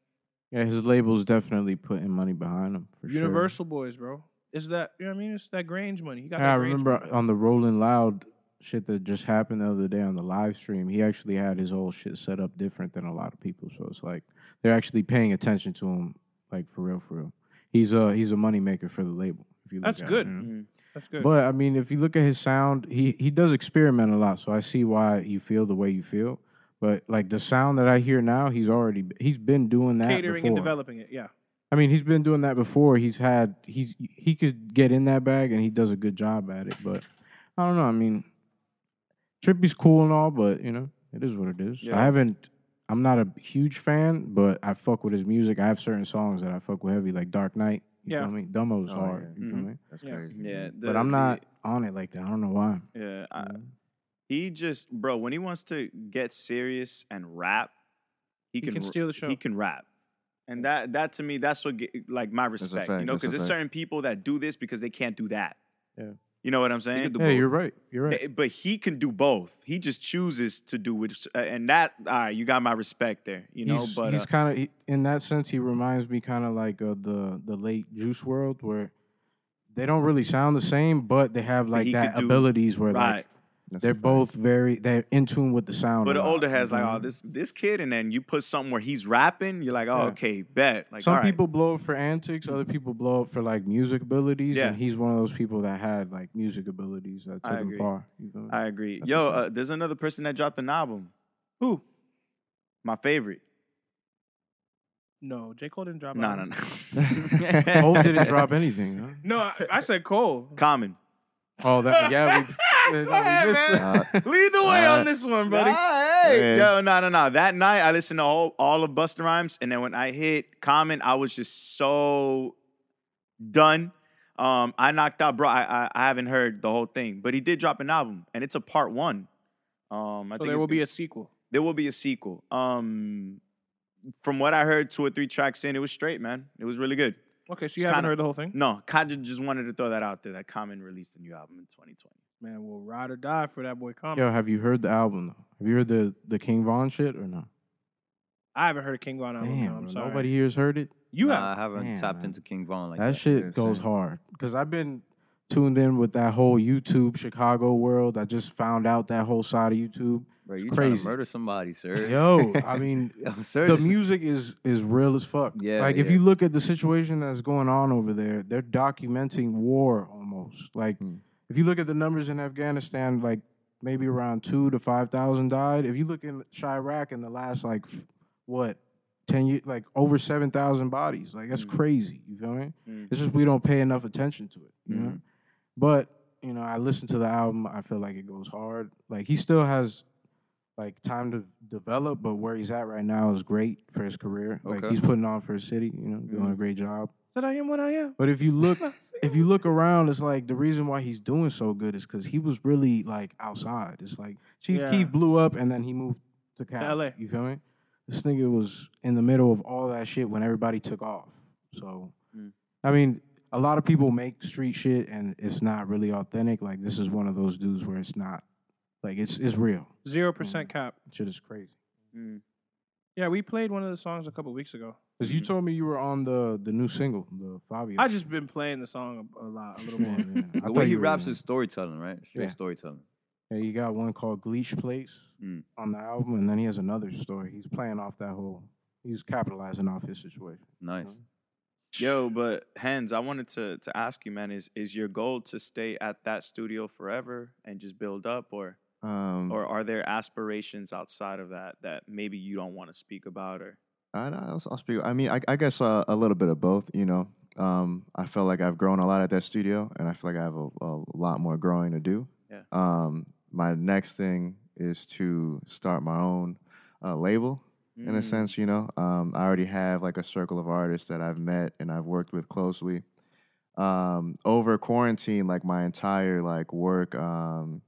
I: Yeah, his label's definitely putting money behind him for sure.
A: Universal Boys, bro. Is that you know what I mean? It's that Grange money. He got
I: Yeah, I
A: that Grange
I: remember
A: money.
I: on the Rolling Loud shit that just happened the other day on the live stream, he actually had his whole shit set up different than a lot of people. So it's like they're actually paying attention to him, like for real, for real. He's a he's a moneymaker for the label. If you look
A: That's
I: at it,
A: good.
I: you know?
F: Mm.
A: That's good.
I: But I mean, if you look at his sound, he he does experiment a lot. So I see why you feel the way you feel. But like the sound that I hear now, he's already he's been doing that
A: Catering
I: before.
A: and developing it. Yeah.
I: I mean, he's been doing that before. He's had he's he could get in that bag and he does a good job at it. But I don't know. I mean, Trippy's cool and all, but you know, it is what it is. I haven't. I'm not a huge fan, but I fuck with his music. I have certain songs that I fuck with heavy, like Dark Knight. You
A: Yeah.
I: feel me? Dumbo's
C: Oh,
I: hard.
C: yeah.
I: You
F: Mhm.
I: feel me?
C: That's
A: Yeah.
C: crazy.
F: Yeah, the-
I: But I'm
F: the-
I: not on it like that. I don't know why.
F: Yeah, I, he just bro when he wants to get serious and rap, he,
A: He can
F: r-
A: steal the show.
F: He can rap, and that that to me that's what ge- like my
C: a
F: respect,
C: fact,
F: you know,
C: that's a
F: because there's
C: fact.
F: certain people that do this because they can't do that.
I: Yeah.
F: you know what I'm saying.
I: Yeah, you're right. You're right.
F: Eh, But he can do both. He just chooses to do which, uh, and that all right, you got my respect there. You know,
I: he's,
F: but
I: he's
F: uh,
I: kind of in that sense he reminds me kind of like uh, the the late Juice World where they don't really sound the same, but they have like
F: he
I: that
F: could do-
I: abilities where
F: right.
I: like
C: That's
I: they're
C: a fact.
I: both very they're in tune with the sound.
F: But
I: a
F: the
I: lot,
F: older
I: you
F: has like,
I: know?
F: oh, this this kid, and then you put something where he's rapping, you're like, oh,
I: Yeah.
F: okay, bet. Like
I: Some
F: all right.
I: people blow up for antics, other people blow up for like music abilities,
F: Yeah.
I: and he's one of those people that had like music abilities that
F: I
I: took him
F: agree.
I: far. You know?
F: I agree.
C: That's
F: Yo,
C: what's up.
F: uh, there's another person that dropped an album.
A: Who?
F: My favorite.
A: No, J Cole didn't drop.
F: No,
A: out.
F: no, no.
I: [LAUGHS] Cole
F: [LAUGHS]
I: didn't drop anything. Huh?
A: No, I, I said Cole.
F: Common.
I: Oh, that yeah,
A: [LAUGHS]
I: we, yeah, we
A: ahead,
I: missed
A: man.
I: that.
A: Lead the way
C: Uh,
A: on this one, buddy.
F: Ah, hey.
C: Man.
F: Yo, no, no, no. That night I listened to all, all of Buster Rhymes, and then when I hit Common, I was just so done. Um, I knocked out, bro. I, I I haven't heard the whole thing, but he did drop an album, and it's a part one. Um, I
A: so
F: think
A: there
F: it's
A: will
F: gonna-
A: be a sequel.
F: there will be a sequel. Um, from what I heard, two or three tracks in, it was straight, man. It was really good.
A: Okay, so
F: It's
A: you haven't
F: kinda-
A: heard the whole thing.
F: No, Kaja just wanted to throw that out there. That Common released a new album in 2020.
A: Man, we'll ride or die for that boy
F: Um,
A: Common.
I: Yo, have you heard the album though? Have you heard the the King Von shit or no?
A: I haven't heard of King Von album.
I: Damn,
A: no, I'm
I: bro,
A: sorry.
I: nobody here's heard it.
A: You
D: Nah,
A: have.
D: I haven't
I: Damn,
D: tapped
I: man.
D: into King Von like
I: that,
D: that.
I: shit
C: Yeah,
I: goes
C: same.
I: hard because I've been tuned in with that whole YouTube Chicago world. I just found out that whole side of YouTube.
D: Bro, you
I: It's
D: trying to
I: crazy.
D: murder somebody, sir?
I: [LAUGHS] Yo,
D: [LAUGHS]
I: I mean,
D: Yo, sir,
I: the
D: just-
I: music is is real as fuck.
D: Yeah,
I: like if
D: yeah.
I: you look at the situation that's going on over there, they're documenting war almost. Like
C: Hmm.
I: if you look at the numbers in Afghanistan, like maybe around two to five thousand died. If you look in Chirac in the last like f- what ten years, like over seven thousand bodies. Like
D: Hmm.
I: that's crazy. You feel me? It's just we don't pay enough attention to it. You know? But you know, I listen to the album. I feel like it goes hard. Like he still has like time to develop, but where he's at right now is great for his career. Like
D: Okay.
I: he's putting on for his city. You know, doing a great job.
A: That I am what I am.
I: But if you look, if you look around, it's like the reason why he's doing so good is because he was really like outside. It's like Chief
A: Yeah.
I: Keef blew up and then he moved to Cali.
A: LA.
I: You feel me? This nigga was in the middle of all that shit when everybody took off. So, I mean, a lot of people make street shit and it's not really authentic. Like this is one of those dudes where it's not, like it's it's real. Mm.
A: Zero percent cap. Mm.
I: Shit is crazy.
A: Yeah, we played one of the songs a couple weeks ago.
I: Cause you told me you were on the the new single, the Fabio.
A: I just been playing the song a, a lot, a little
I: [LAUGHS] Yeah,
A: more.
I: yeah.
A: [LAUGHS]
I: I
D: The
I: thought
D: way he
I: you [LAUGHS] were
D: raps
I: on-
D: is storytelling, right? Straight
I: Yeah.
D: storytelling.
I: Yeah, you got one called Gleech Place
D: Mm.
I: on the album, and then he has another story. He's playing off that whole. He's capitalizing off his situation.
D: Nice.
C: Um,
F: Yo, but Hens, I wanted to to ask you, man, is is your goal to stay at that studio forever and just build up, or
C: Um,
F: or are there aspirations outside of that that maybe you don't want to speak about, or
C: I, I'll, I'll speak. I mean, I, I guess uh, a little bit of both. You know, um, I feel like I've grown a lot at that studio, and I feel like I have a, a lot more growing to do.
F: Yeah.
C: Um, my next thing is to start my own uh, label in a sense, you know. Um, I already have like a circle of artists that I've met and I've worked with closely. Um, over quarantine, like my entire like work um,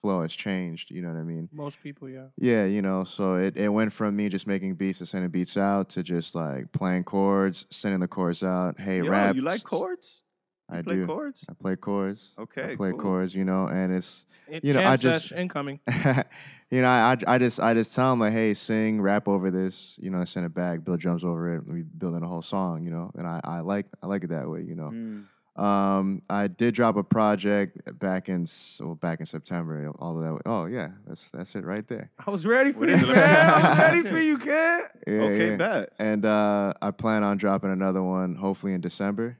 C: flow has changed. You know what I mean?
A: Most people, yeah.
C: Yeah, you know, so it, it went from me just making beats and sending beats out to just like playing chords, sending the chords out. Hey,
F: Yo,
C: rap.
F: you like chords? You
C: I
F: play
C: do.
F: chords?
C: I play chords.
F: Okay,
C: I play
F: cool.
C: chords, you know, and it's
A: It,
C: You know, I
A: jam
C: just-
A: sesh incoming.
C: [LAUGHS] you know, I I just I just tell them like, hey, sing, rap over this, you know, I send it back, build drums over it, and we building a whole song, you know, and I, I like I like it that way, you know.
F: Mm.
C: Um, I did drop a project back in s- well, back in September, although that oh yeah, that's that's it right there.
A: I was ready for
F: What
A: you,
F: is it?
A: man. I was ready
I: [LAUGHS]
A: for you, kid.
C: Yeah,
F: Okay,
C: yeah.
F: bet.
C: and uh, I plan on dropping another one hopefully in December.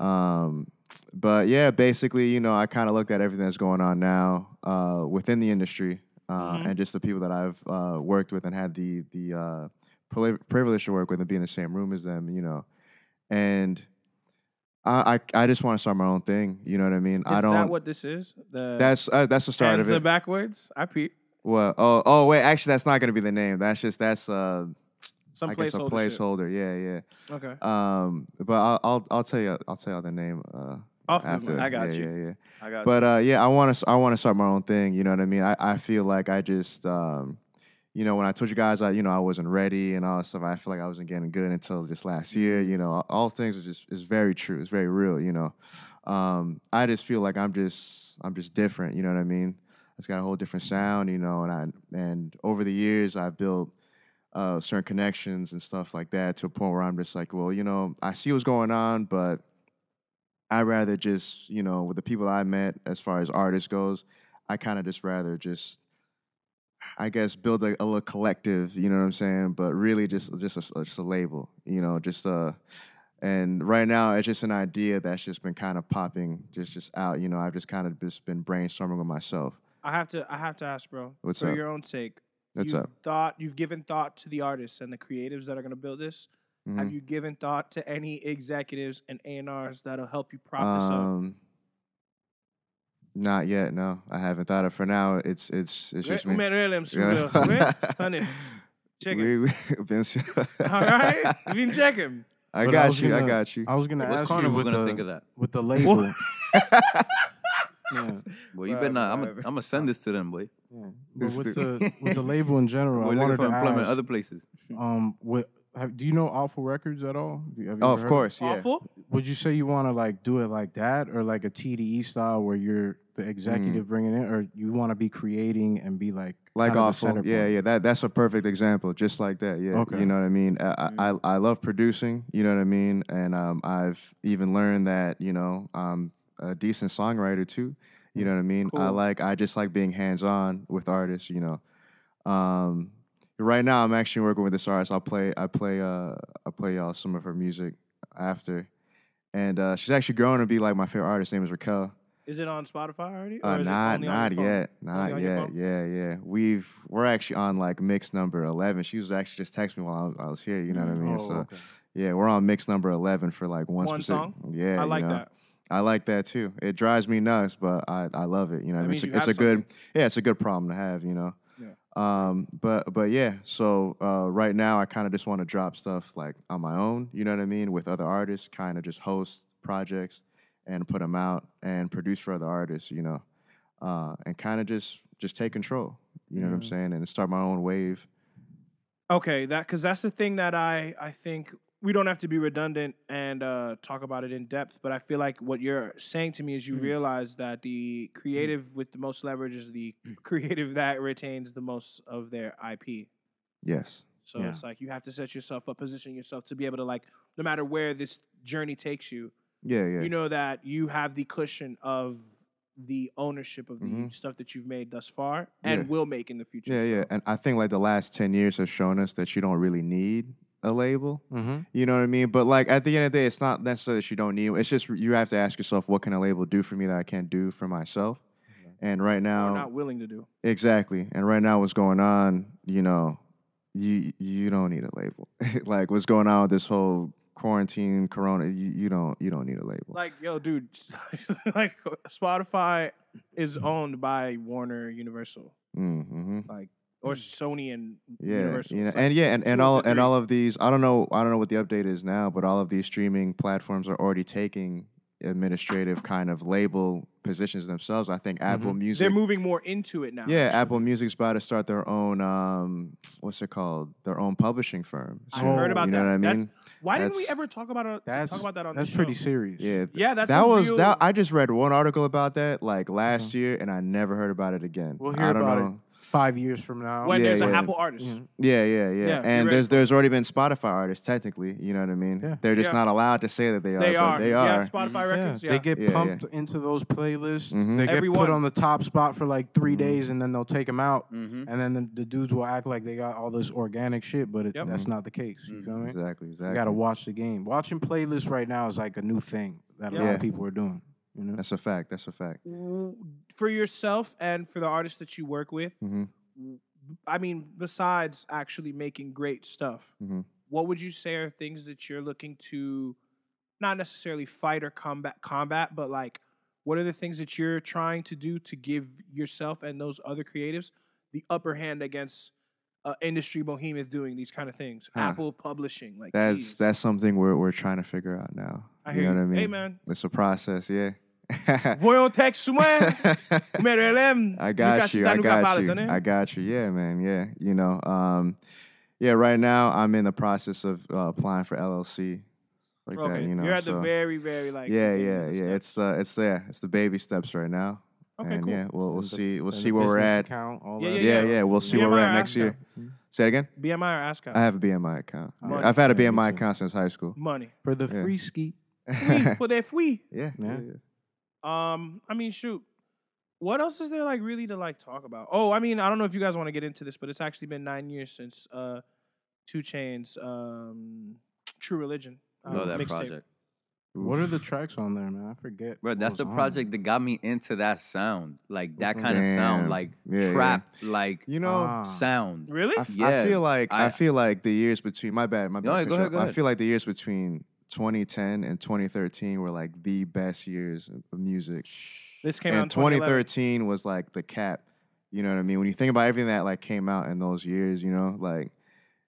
C: Um, but yeah, basically, you know, I kind of looked at everything that's going on now uh, within the industry
F: Mm-hmm.
C: uh, and just the people that I've uh, worked with and had the the uh, privi- privilege to work with and be in the same room as them, you know, and. I, I, I just want to start my own thing. You know what I mean? I
A: Is
C: don't.
A: that what this is? The
C: that's uh, that's the start
A: hands
C: of
A: are
C: it.
A: backwards. I peep.
C: what? Oh oh wait, actually, that's not gonna be the name. That's just that's uh
A: Some
C: I guess a
A: placeholder. shit.
C: placeholder. Yeah yeah.
A: Okay.
C: Um, but I'll I'll, I'll tell you I'll tell you the name uh,
A: Off the
C: after.
A: mic.
F: I got
C: yeah,
F: you.
C: Yeah, yeah.
F: I got
C: But uh, yeah, I want to I want to start my own thing. You know what I mean? I, I feel like I just um, you know when I told you guys I you know I wasn't ready and all that stuff. I feel like I wasn't getting good until just last year.
F: Mm-hmm.
C: You know, all, all things are just is very true. It's very real. You know, um, I just feel like I'm just I'm just different. You know what I mean? It's got a whole different sound. You know, and I and over the years I built uh, certain connections and stuff like that to a point where I'm just like, well, you know, I see what's going on, but I rather just, you know, with the people I met as far as artists goes, I kind of just rather just, I guess, build a, a little collective, you know what I'm saying? But really, just just a, just a label, you know, just a. And right now, it's just an idea that's just been kind of popping, just just out. You know, I've just kind of just been brainstorming with myself.
A: I have to. I have to ask, bro.
C: What's
A: for
C: up?
A: your own sake,
C: What's
A: you've
C: up?
A: Thought you've given thought to the artists and the creatives that are going to build this. Have
C: Mhm.
A: you given thought to any executives and A and R's that'll help you prop this
C: Um,
A: up?
C: Not yet. No, I haven't thought of. For now, it's it's it's just
A: Re-
C: me.
A: Man, really, I'm super.
C: Yeah. [LAUGHS]
A: Re- honey, check him.
C: We- [LAUGHS] we- Vince- [LAUGHS]
A: All right, you can check him.
C: I
I: But I
C: got
I: was
C: you. I
I: gonna-
C: got you.
I: I was gonna
D: What's
I: ask you
D: Carnival
I: with
D: gonna
I: the,
D: think of that?
I: with the
D: [LAUGHS]
I: label. yeah.
D: Well, you
C: Bruh,
D: better not. I'm gonna
C: bruh.
D: I'm send this to them, boy. [LAUGHS]
I: But
C: This
I: with
C: dude.
I: the with the label in general, I
D: Boy, looking
I: wanted
D: for
I: to
D: employment
I: ask,
D: other places.
I: um, what have, do you know Awful Records at all? Have you- have you
C: Oh,
I: ever
C: of
I: heard-
C: course. Yeah.
A: Awful.
I: Would you say you want to like do it like that, or like a TDE style where you're the executive bringing it, or you want to be creating and be like
C: Mm. Like
I: kind of the
C: awful.
I: center
C: Yeah,
I: point?
C: yeah. That that's a perfect example. Just like that. Yeah.
I: Okay. Mm-hmm.
C: You know what I mean? I, I I I love producing. You know what I mean? And um, I've even learned that you know I'm a decent songwriter too. You
I: Mm-hmm.
C: know what I mean? I
A: Cool.
C: like I just like being hands on with artists. You know. Um, right now I'm actually working with this artist. I'll play I play uh I play y'all some of her music after. And uh, she's actually growing to be like my favorite artist. Her name is Raquel.
A: Is it on Spotify already?
C: Uh,
A: or is it
C: not
A: only on your
C: not
A: phone?
C: yet, not
A: on your
C: yet.
A: phone?
C: Yeah, yeah. We've we're actually on like mix number eleven. She was actually just texting me while I was, I was here. You know what I mean?
I: Oh,
C: so
I: okay.
C: yeah, we're on mix number eleven for like one,
A: Mm, One
C: specific.
A: song?
C: Yeah,
A: I
C: you
A: like
C: know?
A: that.
C: I like that too. It drives me nuts, but I, I love it. You know, what I mean? it's
A: That means
C: a,
A: you
C: it's
A: have
C: a good yeah, it's a good problem to have. You know. Um, but but yeah, so uh, right now I kind of just want to drop stuff like on my own. You know what I mean? With other artists, kind of just host projects and put them out and produce for other artists. You know, uh, and kind of just just take control. You know what I'm
A: Mm.
C: saying? And start my own wave.
A: Okay, that because that's the thing that I I think we don't have to be redundant and uh, talk about it in depth, but I feel like what you're saying to me is you
C: Mm-hmm.
A: realize that the creative with the most leverage is the
C: Mm.
A: [LAUGHS] creative that retains the most of their IP.
C: Yes.
A: So
I: Yeah.
A: it's like you have to set yourself up, position yourself to be able to like, no matter where this journey takes you,
C: Yeah. Yeah.
A: you know that you have the cushion of the ownership of the
C: Mhm.
A: stuff that you've made thus far and
C: Yeah.
A: will make in the future.
C: yeah. Yeah.
A: So-
C: And I think like the last ten years have shown us that you don't really need a label.
I: Mhm.
C: You know what I mean? But like at the end of the day, it's not necessarily that you don't need. 'em. It's just you have to ask yourself, what can a label do for me that I can't do for myself? And right
A: Or
C: now,
A: not willing to do.
C: exactly. And right now, what's going on? You know, you you don't need a label. [LAUGHS] like what's going on with this whole quarantine, corona? You, you don't you don't need a label.
A: Like, yo, dude, [LAUGHS] like Spotify is owned by Warner Universal.
C: mm-hmm.
A: Like, or Sony and
C: Yeah,
A: Universal.
C: you know,
A: It's like
C: and yeah, and,
A: two
C: and
A: of
C: all
A: the
C: and
A: three.
C: all of these. I don't know. I don't know what the update is now, but all of these streaming platforms are already taking administrative kind of label positions themselves. I think
I: Mm-hmm.
C: Apple Music.
A: Mm-hmm. they're moving more into it now.
C: yeah, Apple Music's about to start their own. Um, what's it called? Their own publishing firm.
A: I
C: soon,
A: heard about
C: you know
A: that.
C: What I
A: That's-
C: mean,
A: Why didn't we
C: That's-
A: ever talk about it?
I: That's
A: talk about that on
I: that's
A: the
I: pretty
A: show?
I: serious.
C: yeah, th-
A: Yeah, that's
C: that
A: a
C: was
A: real-
C: that. I just read one article about that like last year, and I never heard about it again.
I: Uh-huh. We'll hear
C: I don't
I: about
C: know.
I: it five years from now.
A: When
C: Yeah,
A: there's an
C: yeah.
A: Apple artist,
C: Yeah, yeah, yeah.
A: Yeah, you're
C: and
A: right.
C: there's there's already been Spotify artists technically, you know what I mean?
I: Yeah. Mm-hmm.
C: They're just
A: Yeah.
C: not allowed to say that they are,
A: they
C: but
A: are.
C: they
A: Yeah,
C: are.
A: Spotify
I: Yeah,
A: records. Yeah,
I: They get
C: Yeah, Mm-hmm. yeah.
I: pumped into those playlists. They get
A: Everyone.
I: put on the top spot for like 3
C: Mm-hmm.
I: days, and then they'll take them out,
A: Mm-hmm.
I: and then the, the dudes will act like they got all this organic shit, but it,
A: Yep.
I: that's not the case. You feel me?
C: Exactly, Mm-hmm. exactly.
I: You gotta watch the game. Watching playlists right now is like a new thing that a lot
C: Yeah.
I: of people are doing. You know,
C: That's a fact. That's a fact.
A: w- for yourself and for the artists that you work with,
C: Mhm.
A: w- I mean, besides actually making great stuff,
C: Mhm.
A: what would you say are things that you're looking to not necessarily fight or combat combat, but like what are the things that you're trying to do to give yourself and those other creatives the upper hand against uh, industry behemoth doing these kind of things?
C: Huh.
A: Apple publishing, like
C: That's
A: jeez.
C: that's something we're we're trying to figure out now.
A: I
C: you
A: hear
C: know
A: you.
C: what I mean?
A: Hey, man.
C: It's a process, yeah. [LAUGHS]
A: Voyons texte souvent, mais relève,
C: I
A: Lucas,
C: got you.
A: t'as
C: I
A: nous
C: got
A: capable,
C: you.
A: tenez.
C: I got you. Yeah, man. Yeah. You know, um, yeah, right now I'm in the process of uh, applying for LLC. Like
A: okay.
C: that, you know.
A: are at the
C: so-
A: very, very like
C: yeah,
A: beginning of
C: yeah, yeah.
A: the steps.
C: It's the it's there. It's the baby steps right now.
A: Okay,
C: and
A: cool.
C: yeah, we'll we'll
I: And the-
C: see we'll
I: and the
C: see where we're
I: business
C: at.
I: account, all
A: Yeah,
I: that. Mm-hmm.
C: Yeah, yeah. We'll see where we're
A: BMI
C: at next year. Say it again.
A: BMI or ASCAP?
C: I have a BMI account.
A: Money.
C: I've had a
I: Yeah, me
C: BMI
I: too.
C: account since high school.
A: Money.
I: For the
C: Yeah.
I: free ski,
C: [LAUGHS]
A: Oui, for that oui.
C: Yeah.
I: Yeah.
A: Um, I mean, shoot. What else is there like really to like talk about? Oh, I mean, I don't know if you guys want to get into this, but it's actually been nine years since uh, Two Chains, um, True Religion. Uh,
D: Love that
A: mixtape.
D: project.
I: Oh, what are the tracks on there, man? I forget.
D: Bro,
I: what
D: that's
I: was
D: the
I: on
D: project that got me into that sound. Like that kind of
C: Damn.
D: sound. Like
C: Yeah, yeah.
D: trap, like
C: You know,
I: Ah.
D: sound.
A: Really?
C: I, f- I
D: Yeah,
C: feel like I,
D: I-
C: feel like the years between my bad, my bad.
D: No, go
C: Christian.
D: ahead, go
C: I
D: ahead.
C: feel like the years between 2010 and 2013 were like the best years of of music.
A: This came out in
C: And
A: 2011.
C: 2013 was like the cap. You know what I mean? When you think about everything that like came out in those years, you know, like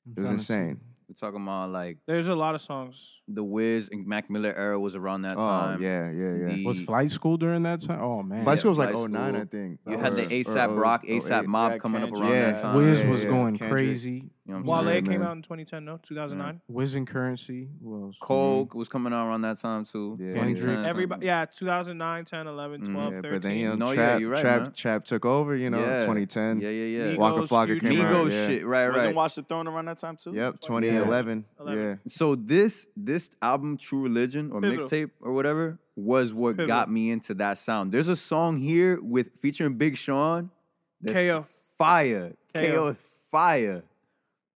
I: I'm
C: it was
I: trying to see.
C: insane.
D: We're talking about like
A: There's a lot of songs.
D: the Wiz and Mac Miller era was around that
C: Oh
D: time.
C: yeah, yeah, yeah.
D: The-
I: Was flight school during that time? Oh man,
C: Flight
D: Yeah,
C: School was like
D: Flight
C: 09, I
D: School.
C: think.
D: You had the
C: Or- oh
D: ASAP
C: or
D: Rock,
C: 08.
D: ASAP Mob coming up
F: Kendrick.
D: around
C: Yeah.
D: that time.
I: Wiz
C: Yeah,
I: was
C: yeah,
I: going
C: Kendrick.
I: crazy.
D: You know what I'm
A: Wale
D: saying?
C: Yeah,
A: came
C: man.
A: out in 2010, no, 2009.
I: Wiz and Currency was
D: Coke was coming out around that time too.
C: Yeah.
D: 2010,
I: Kendrick.
A: Everybody, yeah, 2009, 10, 11, 12,
C: Yeah,
A: 13.
C: but then you know,
D: No, Mm, yeah,
C: trap,
D: you're right,
C: trap,
D: man.
C: trap took over. You know,
D: Yeah.
C: 2010.
D: Yeah, yeah, yeah.
A: Migos,
C: Waka Flocka
A: Future.
C: came out.
D: Migos
C: yeah.
D: shit, right,
F: Wasn't
D: right.
F: Watch the Throne around that time too?
C: Yep,
A: Yeah.
C: 2011. Yeah,
A: 11.
D: So this this album, True Religion or
A: Pivotal.
D: mixtape or whatever, was what
A: Pivotal.
D: got me into that sound. There's a song here with featuring Big Sean. That's
A: KO.
D: fire.
A: KO.
D: KO. is fire.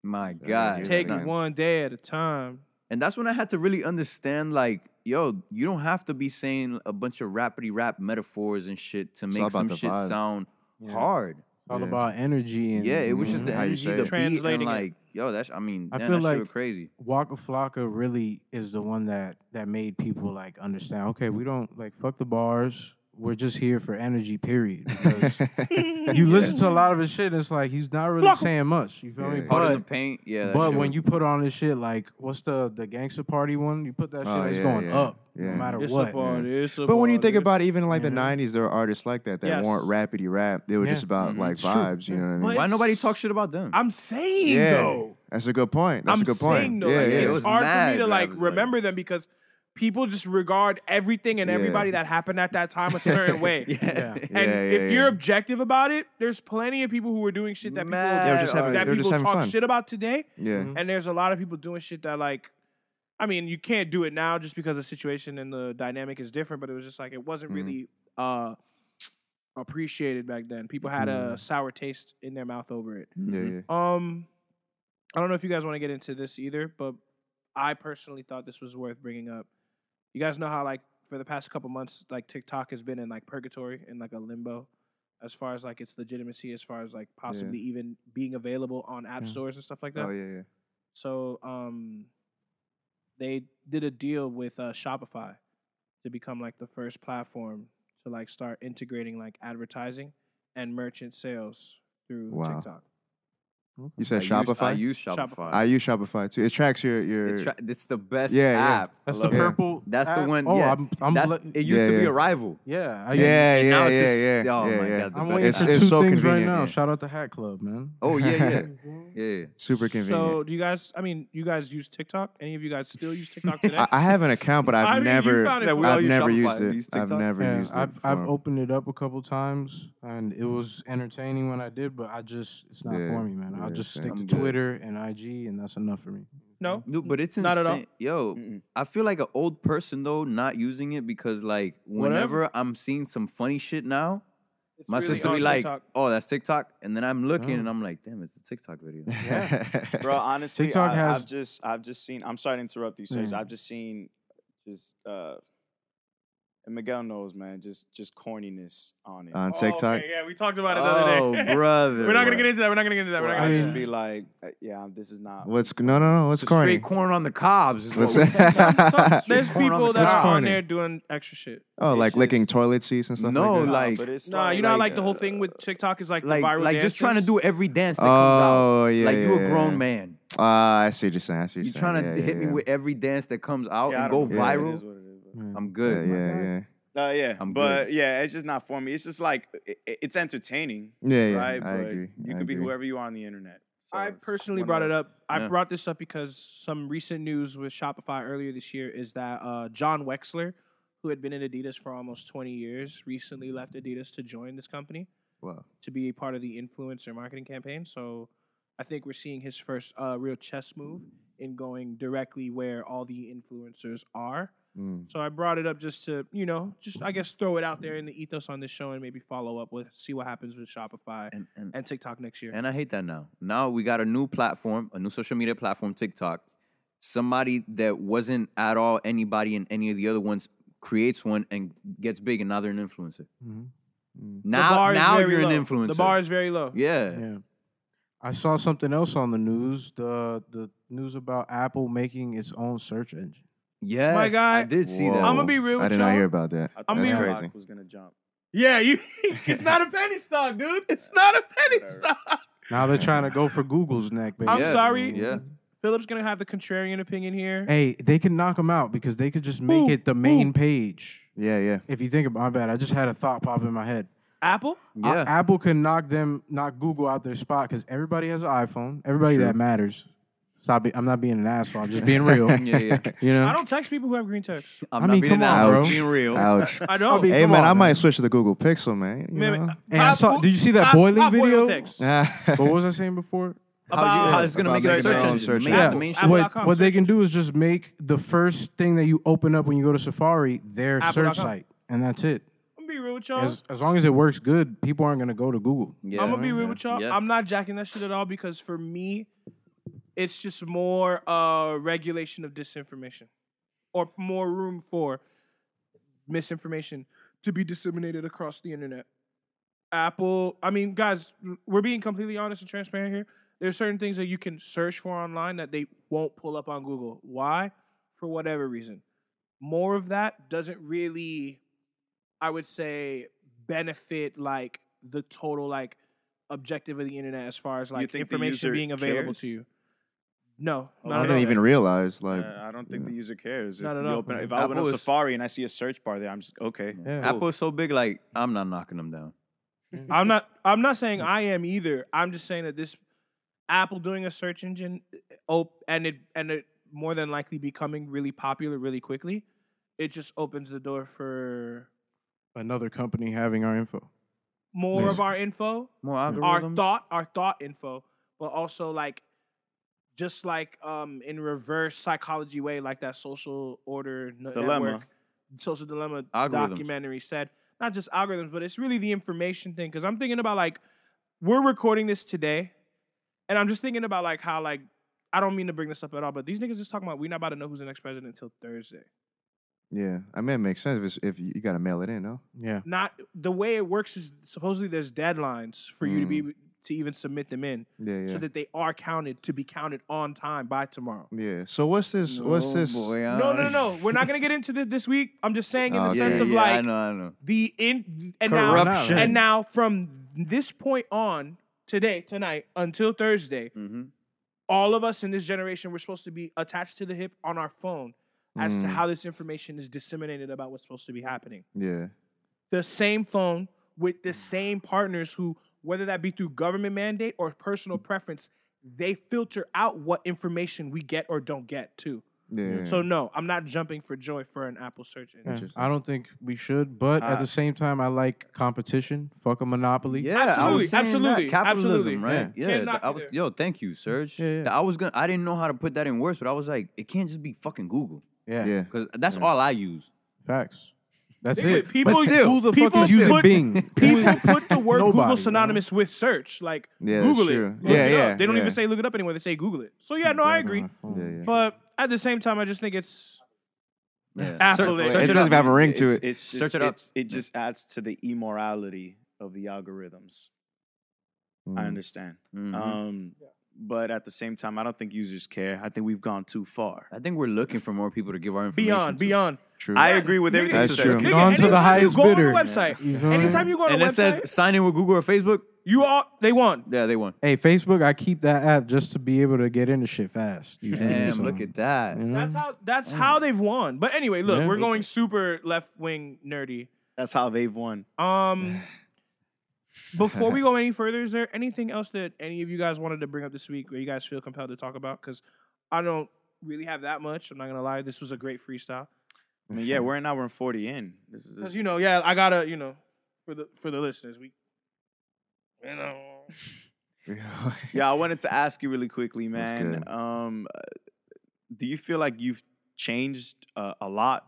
D: My God.
A: Take
D: Nah.
A: it one day at a time.
D: And that's when I had to really understand, like, yo, you don't have to be saying a bunch of rapidy rap metaphors and shit to
C: all
D: make
C: about
D: some
C: the
D: shit
C: vibe.
D: sound hard.
I: all
C: Yeah.
I: about energy and
D: Yeah, it was just the
C: Mhm. How you
D: energy,
C: say it.
D: the beat, and
A: Translating it.
D: like, yo, that's. I mean,
I: I
D: man,
I: feel
D: that shit
I: like-
D: was crazy.
I: Waka Flocka really is the one that that made people like understand. Okay, we don't like fuck the bars. We're just here for energy. Period.
C: [LAUGHS]
I: Because you listen to a lot of his shit, it's like he's not really saying much. You feel me?
C: Yeah.
D: Hard in the
I: But
D: paint, yeah. that
I: but
D: shit
I: when
D: was-
I: you put on this shit, like what's the the gangster party one? You put that shit,
C: Oh,
I: it's
C: yeah,
I: going
C: yeah,
I: up
C: yeah.
I: no matter
A: It's a
I: what.
A: party. It's a
C: But when you think
A: party.
C: about even like the 90s, there were artists like that that
A: Yes. Mm-hmm.
C: weren't rapidy rap. They were
I: Yeah.
C: just about like vibes. You know what I mean?
A: But
D: why nobody
A: it's-
D: talk shit about them?
A: I'm saying
C: yeah,
A: though.
C: that's a good point. That's
A: I'm
C: a good point.
A: saying though.
C: yeah,
A: like,
C: yeah.
D: It
A: It's
D: was
A: hard for
D: mad,
A: me to
D: but I
A: like
D: was like-
A: remember them because people just regard everything and
C: Yeah.
A: everybody that happened at
C: [LAUGHS]
A: that time a certain way.
D: yeah.
C: Yeah,
A: And
C: yeah,
A: if
C: yeah.
A: you're objective about it, there's plenty of people who were doing shit that people
D: Mad They were just having-
A: that
C: they were just
A: people
C: having
A: talk
C: fun.
A: shit about today.
C: yeah,
D: Mm-hmm.
A: And there's a lot of people doing shit that like I mean, you can't do it now just because the situation and the dynamic is different, but it was just like it wasn't
C: Mhm.
A: really uh appreciated back then. People had
C: Mm-hmm.
A: a sour taste in their mouth over it.
C: yeah, yeah.
A: Um, I don't know if you guys want to get into this either, but I personally thought this was worth bringing up. You guys know how like for the past couple months, like TikTok has been in like purgatory and like a limbo, as far as like its legitimacy, as far as like possibly even being available on app
I: Yeah.
A: stores and stuff like that.
C: Oh yeah, yeah.
A: So um, they did a deal with uh, Shopify to become like the first platform to like start integrating like advertising and merchant sales through
C: Wow.
A: TikTok.
C: You said
D: I use- I
C: Shopify.
D: use
A: Shopify.
D: Shopify.
C: I use Shopify too. It tracks your your.
D: It tra- it's the best
C: Yeah, yeah.
D: app.
I: That's
D: I
I: the
D: love it.
I: purple.
D: That's the
I: app?
D: one.
I: Oh,
D: yeah.
I: I'm. I'm
D: That's,
I: look-
D: it used
C: Yeah,
D: to be
C: yeah.
D: a rival.
I: yeah. I,
C: yeah,
D: and
C: yeah, yeah,
D: now it's just-
C: yeah,
D: oh
C: yeah,
D: my
C: yeah.
D: God, the
I: I'm waiting
D: best app.
I: for
C: It's-
I: two
C: it's so
I: things right
C: convenient,
I: now.
C: yeah.
I: Shout out to Hat Club, man.
D: Oh yeah,
I: [LAUGHS]
D: yeah, yeah.
C: Super convenient.
A: So, do you guys? I mean, you guys use TikTok? Any of you guys still use TikTok today?
C: I, I have an account, but I've
A: I mean, you
C: never,
A: found it Yeah, we
D: all
C: I've
D: use
C: never
D: Shopify.
C: used
D: We
C: it.
D: use
C: I've
D: TikTok.
C: never
I: Yeah,
C: used it.
I: I've I've
C: for-
I: opened it up a couple times and it was entertaining when I did, but I just it's not
C: Yeah,
I: for me, man. I'll
C: yeah,
I: just
C: same.
I: stick
D: I'm
I: to
D: good.
I: Twitter and IG, and that's enough for me.
A: no,
D: No, but it's insane.
A: Not at all.
D: Yo,
F: Mm-mm.
D: I feel like an old person though not using it because like whenever I'm seeing some funny shit now,
A: It's
D: my
A: really
D: sister
A: on
D: be like,
A: TikTok.
D: "Oh, that's TikTok," and then I'm looking
I: Oh.
D: and I'm like, "Damn, it's a TikTok
I: [LAUGHS]
D: video."
C: [LAUGHS]
F: bro. Honestly,
I: TikTok
F: I,
I: has-
F: I've just I've just seen. I'm sorry to interrupt you, Serge.
A: Mm.
I: Yeah.
F: I've just seen just uh, and Miguel knows, man. Just just corniness on it.
C: on
A: Oh,
C: TikTok.
A: okay, yeah, we talked about it the [LAUGHS]
D: oh,
A: other day.
D: brother.
A: We're not
D: bro.
A: gonna get into that. We're not gonna get into that. We're
F: Where
A: not
I: I
A: gonna
F: I
A: get
I: mean-
A: into
F: just
A: that.
F: be like, uh, yeah, this is not.
C: What's no no no? What's
D: It's a
C: corny?
D: straight corn on the cobs. is what
C: What's
D: we
C: [LAUGHS]
D: say.
A: Some-
C: that?
A: There's
D: Corn on
A: people
D: the
A: that
C: cob.
A: are on
C: Corny.
A: there doing extra shit.
C: Oh, like
F: It's
C: licking
F: just-
C: toilet seats and stuff.
D: No,
C: like that?
D: like-
F: but it's
A: Nah, you know how, like the whole thing with TikTok is like,
D: like,
A: the viral
D: like just trying to
A: dances?
D: do every dance that comes out.
C: oh yeah,
D: like you
C: yeah,
D: a grown
C: yeah.
D: man.
C: Ah, I see what you're saying. I see what
D: You
C: you're
D: trying
C: saying.
D: to
C: Yeah,
D: hit
C: yeah,
D: me
C: yeah.
D: with every dance that comes out
F: Yeah, I
D: and go
F: don't know.
D: viral.
F: It is what it is, but-
I: Yeah.
D: I'm good.
C: Yeah,
D: my
C: yeah,
D: guy.
C: yeah,
F: Uh, yeah,
D: I'm
F: but
D: good.
F: yeah, it's just not for me. It's just like i i- it's entertaining,
C: yeah, yeah.
F: right?
C: I
F: but
C: agree.
F: You
C: I
F: can be
C: agree.
F: whoever you are on the internet. So
A: I
F: it's
A: personally
F: one of
A: brought it
F: those.
A: up. I
D: Yeah.
A: brought this up because some recent news with Shopify earlier this year is that uh, John Wexler, who had been in Adidas for almost 20 years, recently left Adidas to join this company
C: Wow.
A: to be a part of the influencer marketing campaign. So I think we're seeing his first uh, real chess move in going directly where all the influencers are.
C: Mm.
A: So I brought it up just to, you know, just I guess throw it out there in the ethos on this show and maybe follow up with see what happens with Shopify
D: And, and,
A: and TikTok next year.
D: and I hate that now. Now we got a new platform, a new social media platform, TikTok. Somebody that wasn't at all anybody in any of the other ones creates one and gets big, and now they're an influencer.
C: Mm-hmm.
A: The
D: Now,
A: bar is
D: now
A: very
D: you're
A: low.
D: an influencer.
A: The bar is very low.
D: yeah.
I: Yeah. I saw something else on the news. The the news about Apple making its own search engine.
D: Yes, I
A: guy,
D: did see that.
A: I'ma be real
C: I
A: with
C: did not
A: y'all.
C: hear about that.
F: I thought
A: I'm
C: That's
A: being-
C: crazy.
F: Tupac was gonna jump.
A: Yeah, you.
D: [LAUGHS]
A: It's not a penny stock, dude. It's not a penny
F: Whatever.
A: stock.
I: Now they're trying to go for Google's neck, baby.
A: I'm
D: Yeah,
A: sorry.
D: Yeah.
A: Philip's gonna have the contrarian opinion here.
I: Hey, they can knock them out because they could just make
A: Who?
I: it the main page.
C: Yeah, yeah.
I: If you think about my bad, I just had a thought pop in my head.
A: Apple.
I: A-
D: Yeah.
I: Apple can knock them, knock Google out their spot because everybody has an iPhone. Everybody that matters. Stop. Be, I'm not being an asshole. I'm just being real.
D: yeah, yeah.
I: [LAUGHS] You know.
A: I don't text people who have green text.
D: I'm
I: I
D: not
I: mean,
D: being
I: come
D: an
I: on,
D: asshole,
C: bro.
D: being real.
C: Ouch.
A: I know.
I: be-
C: Hey
I: come
C: man,
I: on,
C: I might
I: man.
C: switch to the Google Pixel, man. You
A: Man,
C: know?
I: Hey, I saw-
A: Apple-
I: did you see that
A: I-
I: boiling
A: I boil
I: video?
A: text.
I: But what was I saying before?
D: how you,
A: About-
D: how it's gonna
C: About
D: make it a
C: making
D: search
C: their own
D: engine?
C: search
D: Make it
A: engine.
D: the main
A: Yeah.
D: shit.
A: Apple-
I: What,
A: Apple.com
I: what they
A: search
I: can do is just make the first thing that you open up when you go to Safari their
A: Apple.com.
I: search site, and that's it.
A: I'm gonna be real with y'all.
I: As, as long as it works good, people aren't going to go to Google.
D: Yeah.
A: I'm gonna be real with y'all.
D: Yeah.
A: I'm not jacking that shit at all because for me, it's just more uh, regulation of disinformation, or more room for misinformation to be disseminated across the internet. Apple, I mean, guys, we're being completely honest and transparent here. There's certain things that you can search for online that they won't pull up on Google. Why? For whatever reason. More of that doesn't really I would say benefit like the total like objective of the internet as far as like
F: think the
A: information
F: user
A: being available
F: cares?
A: to you. No,
F: Oh,
A: not
C: I
A: at
C: didn't
A: all.
C: even realize like
F: Uh, I don't think the user cares. If,
A: Not at
F: you
A: all.
F: open, if I
D: Apple
F: open up
D: is-
F: Safari and I see a search bar there, I'm just okay.
I: Yeah.
D: Apple's so big, like I'm not knocking them down.
A: I'm not. I'm not saying I am either. I'm just saying that this Apple doing a search engine, oh, and it and it more than likely becoming really popular really quickly. It just opens the door for
I: Another company having our info.
A: more
I: Yes.
A: of our info,
D: More
A: our
D: algorithms.
A: thought, our thought info, but also like just like um in reverse psychology way, like that social order n-
F: Dilemma.
A: network, social dilemma
D: Algorithms.
A: documentary said. Not just algorithms, but it's really the information thing. Because I'm thinking about like we're recording this today, and I'm just thinking about like how like I don't mean to bring this up at all, but these niggas just talking about we're not about to know who's the next president until Thursday.
C: yeah. I mean, it makes sense if, it's, if you, you got to mail it in, no?
I: Yeah.
A: Not the way it works is supposedly there's deadlines for you to
D: Mm.
A: be to even submit them in
C: Yeah, yeah.
A: so that they are counted to be counted on time by tomorrow.
C: yeah. So what's this?
D: Oh,
C: what's this?
A: No, no, no, no. We're not gonna get into this this week. I'm just saying in the
C: Okay.
A: sense
D: yeah,
A: of
D: yeah, I
A: like
D: know, I know.
A: the in and now
D: Corruption.
A: and now from this point on today, tonight, until Thursday, all of us in this generation, we're supposed to be attached to the hip on our phone as
C: Mm.
A: to how this information is disseminated about what's supposed to be happening.
C: Yeah.
A: The same phone with the same partners who, whether that be through government mandate or personal preference, they filter out what information we get or don't get too.
C: Yeah.
A: So no, I'm not jumping for joy for an Apple search engine.
I: Yeah, I don't think we should, but at
F: Ah.
I: the same time, I like competition. Fuck a monopoly.
D: Yeah, I was saying
A: Absolutely, absolutely,
D: that. capitalism,
A: absolutely.
D: right?
A: Yeah.
D: Yeah,
A: Can't
D: th-
A: knock
D: I
A: you
D: was.
A: there.
D: Yo, thank you, Serge.
I: Yeah, yeah.
D: Th- I was gonna. I didn't know how to put that in words, but I was like, it can't just be fucking Google
I: Yeah,
C: Yeah.
D: because that's all I use.
I: facts. That's
A: Nigga,
I: it.
A: people-
I: Who
D: still,
I: the
A: people
I: fuck is using
A: put-
I: Bing?
A: [LAUGHS] People put the word
I: Nobody,
A: Google
I: bro.
A: synonymous with search. Like
C: Yeah, that's
A: Google it.
C: true.
A: Look
C: Yeah,
A: it up.
C: yeah,
A: They don't
C: yeah.
A: even say look it up anywhere. They say Google it. So yeah, no, I agree.
C: Yeah, yeah.
A: But at the same time, I just think it's
D: Yeah.
A: [LAUGHS] Apple
D: Search-
A: it.
D: search
C: It doesn't
D: up.
C: have a ring to
F: It's-
C: it.
F: it's
D: Search
F: just-
D: it up.
F: it's- It just adds to the immorality of the algorithms. I
C: Mm.
F: understand.
D: Mhm.
F: Um, but at the same time, I don't think users care. I think we've gone too far.
D: I think we're looking for more people to give our information.
A: beyond,
D: to.
A: beyond.
C: True.
F: I agree with everything.
C: That's
F: you
C: true.
F: said.
A: Nigga,
I: Gone to the
A: anytime
I: highest
A: you go
I: bidder.
A: On the website.
I: You feel
A: Anytime
I: me?
A: you go on
D: And
A: the
D: it
A: website,
D: says sign in with Google or Facebook.
A: you all they won.
D: Yeah, they won.
I: Hey, Facebook, I keep that app just to be able to get into shit fast. You feel me?
D: Damn,
I: So,
A: [LAUGHS]
D: look at that.
I: you know?
A: That's how that's how they've won. But anyway, look,
I: Yeah.
A: we're going super left wing nerdy.
F: That's how they've won.
I: [SIGHS]
A: Um, before we go any further, is there anything else that any of you guys wanted to bring up this week, or you guys feel compelled to talk about? Because I don't really have that much. I'm not gonna lie. This was a great freestyle.
F: I mean, yeah,
A: [LAUGHS]
F: we're an hour and forty in. This is,
A: Because you know, yeah, I gotta, you know, for the for the listeners, we, you know,
F: [LAUGHS] yeah, I wanted to ask you really quickly,
C: That's
F: man.
C: good.
F: Um, uh, do you feel like you've changed uh, a lot?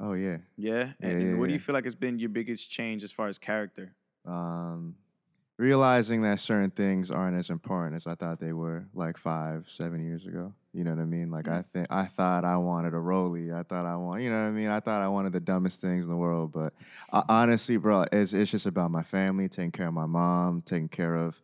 C: oh yeah.
F: Yeah.
C: Yeah,
F: And
C: yeah,
F: what do
C: yeah.
F: you feel like has been your biggest change as far as character?
C: Um, realizing that certain things aren't as important as I thought they were, like five, seven years ago. You know what I mean? Like I think I thought I wanted a rollie. I thought I want, you know what I mean? I thought I wanted the dumbest things in the world, but I, honestly, bro, it's it's just about my family, taking care of my mom, taking care of.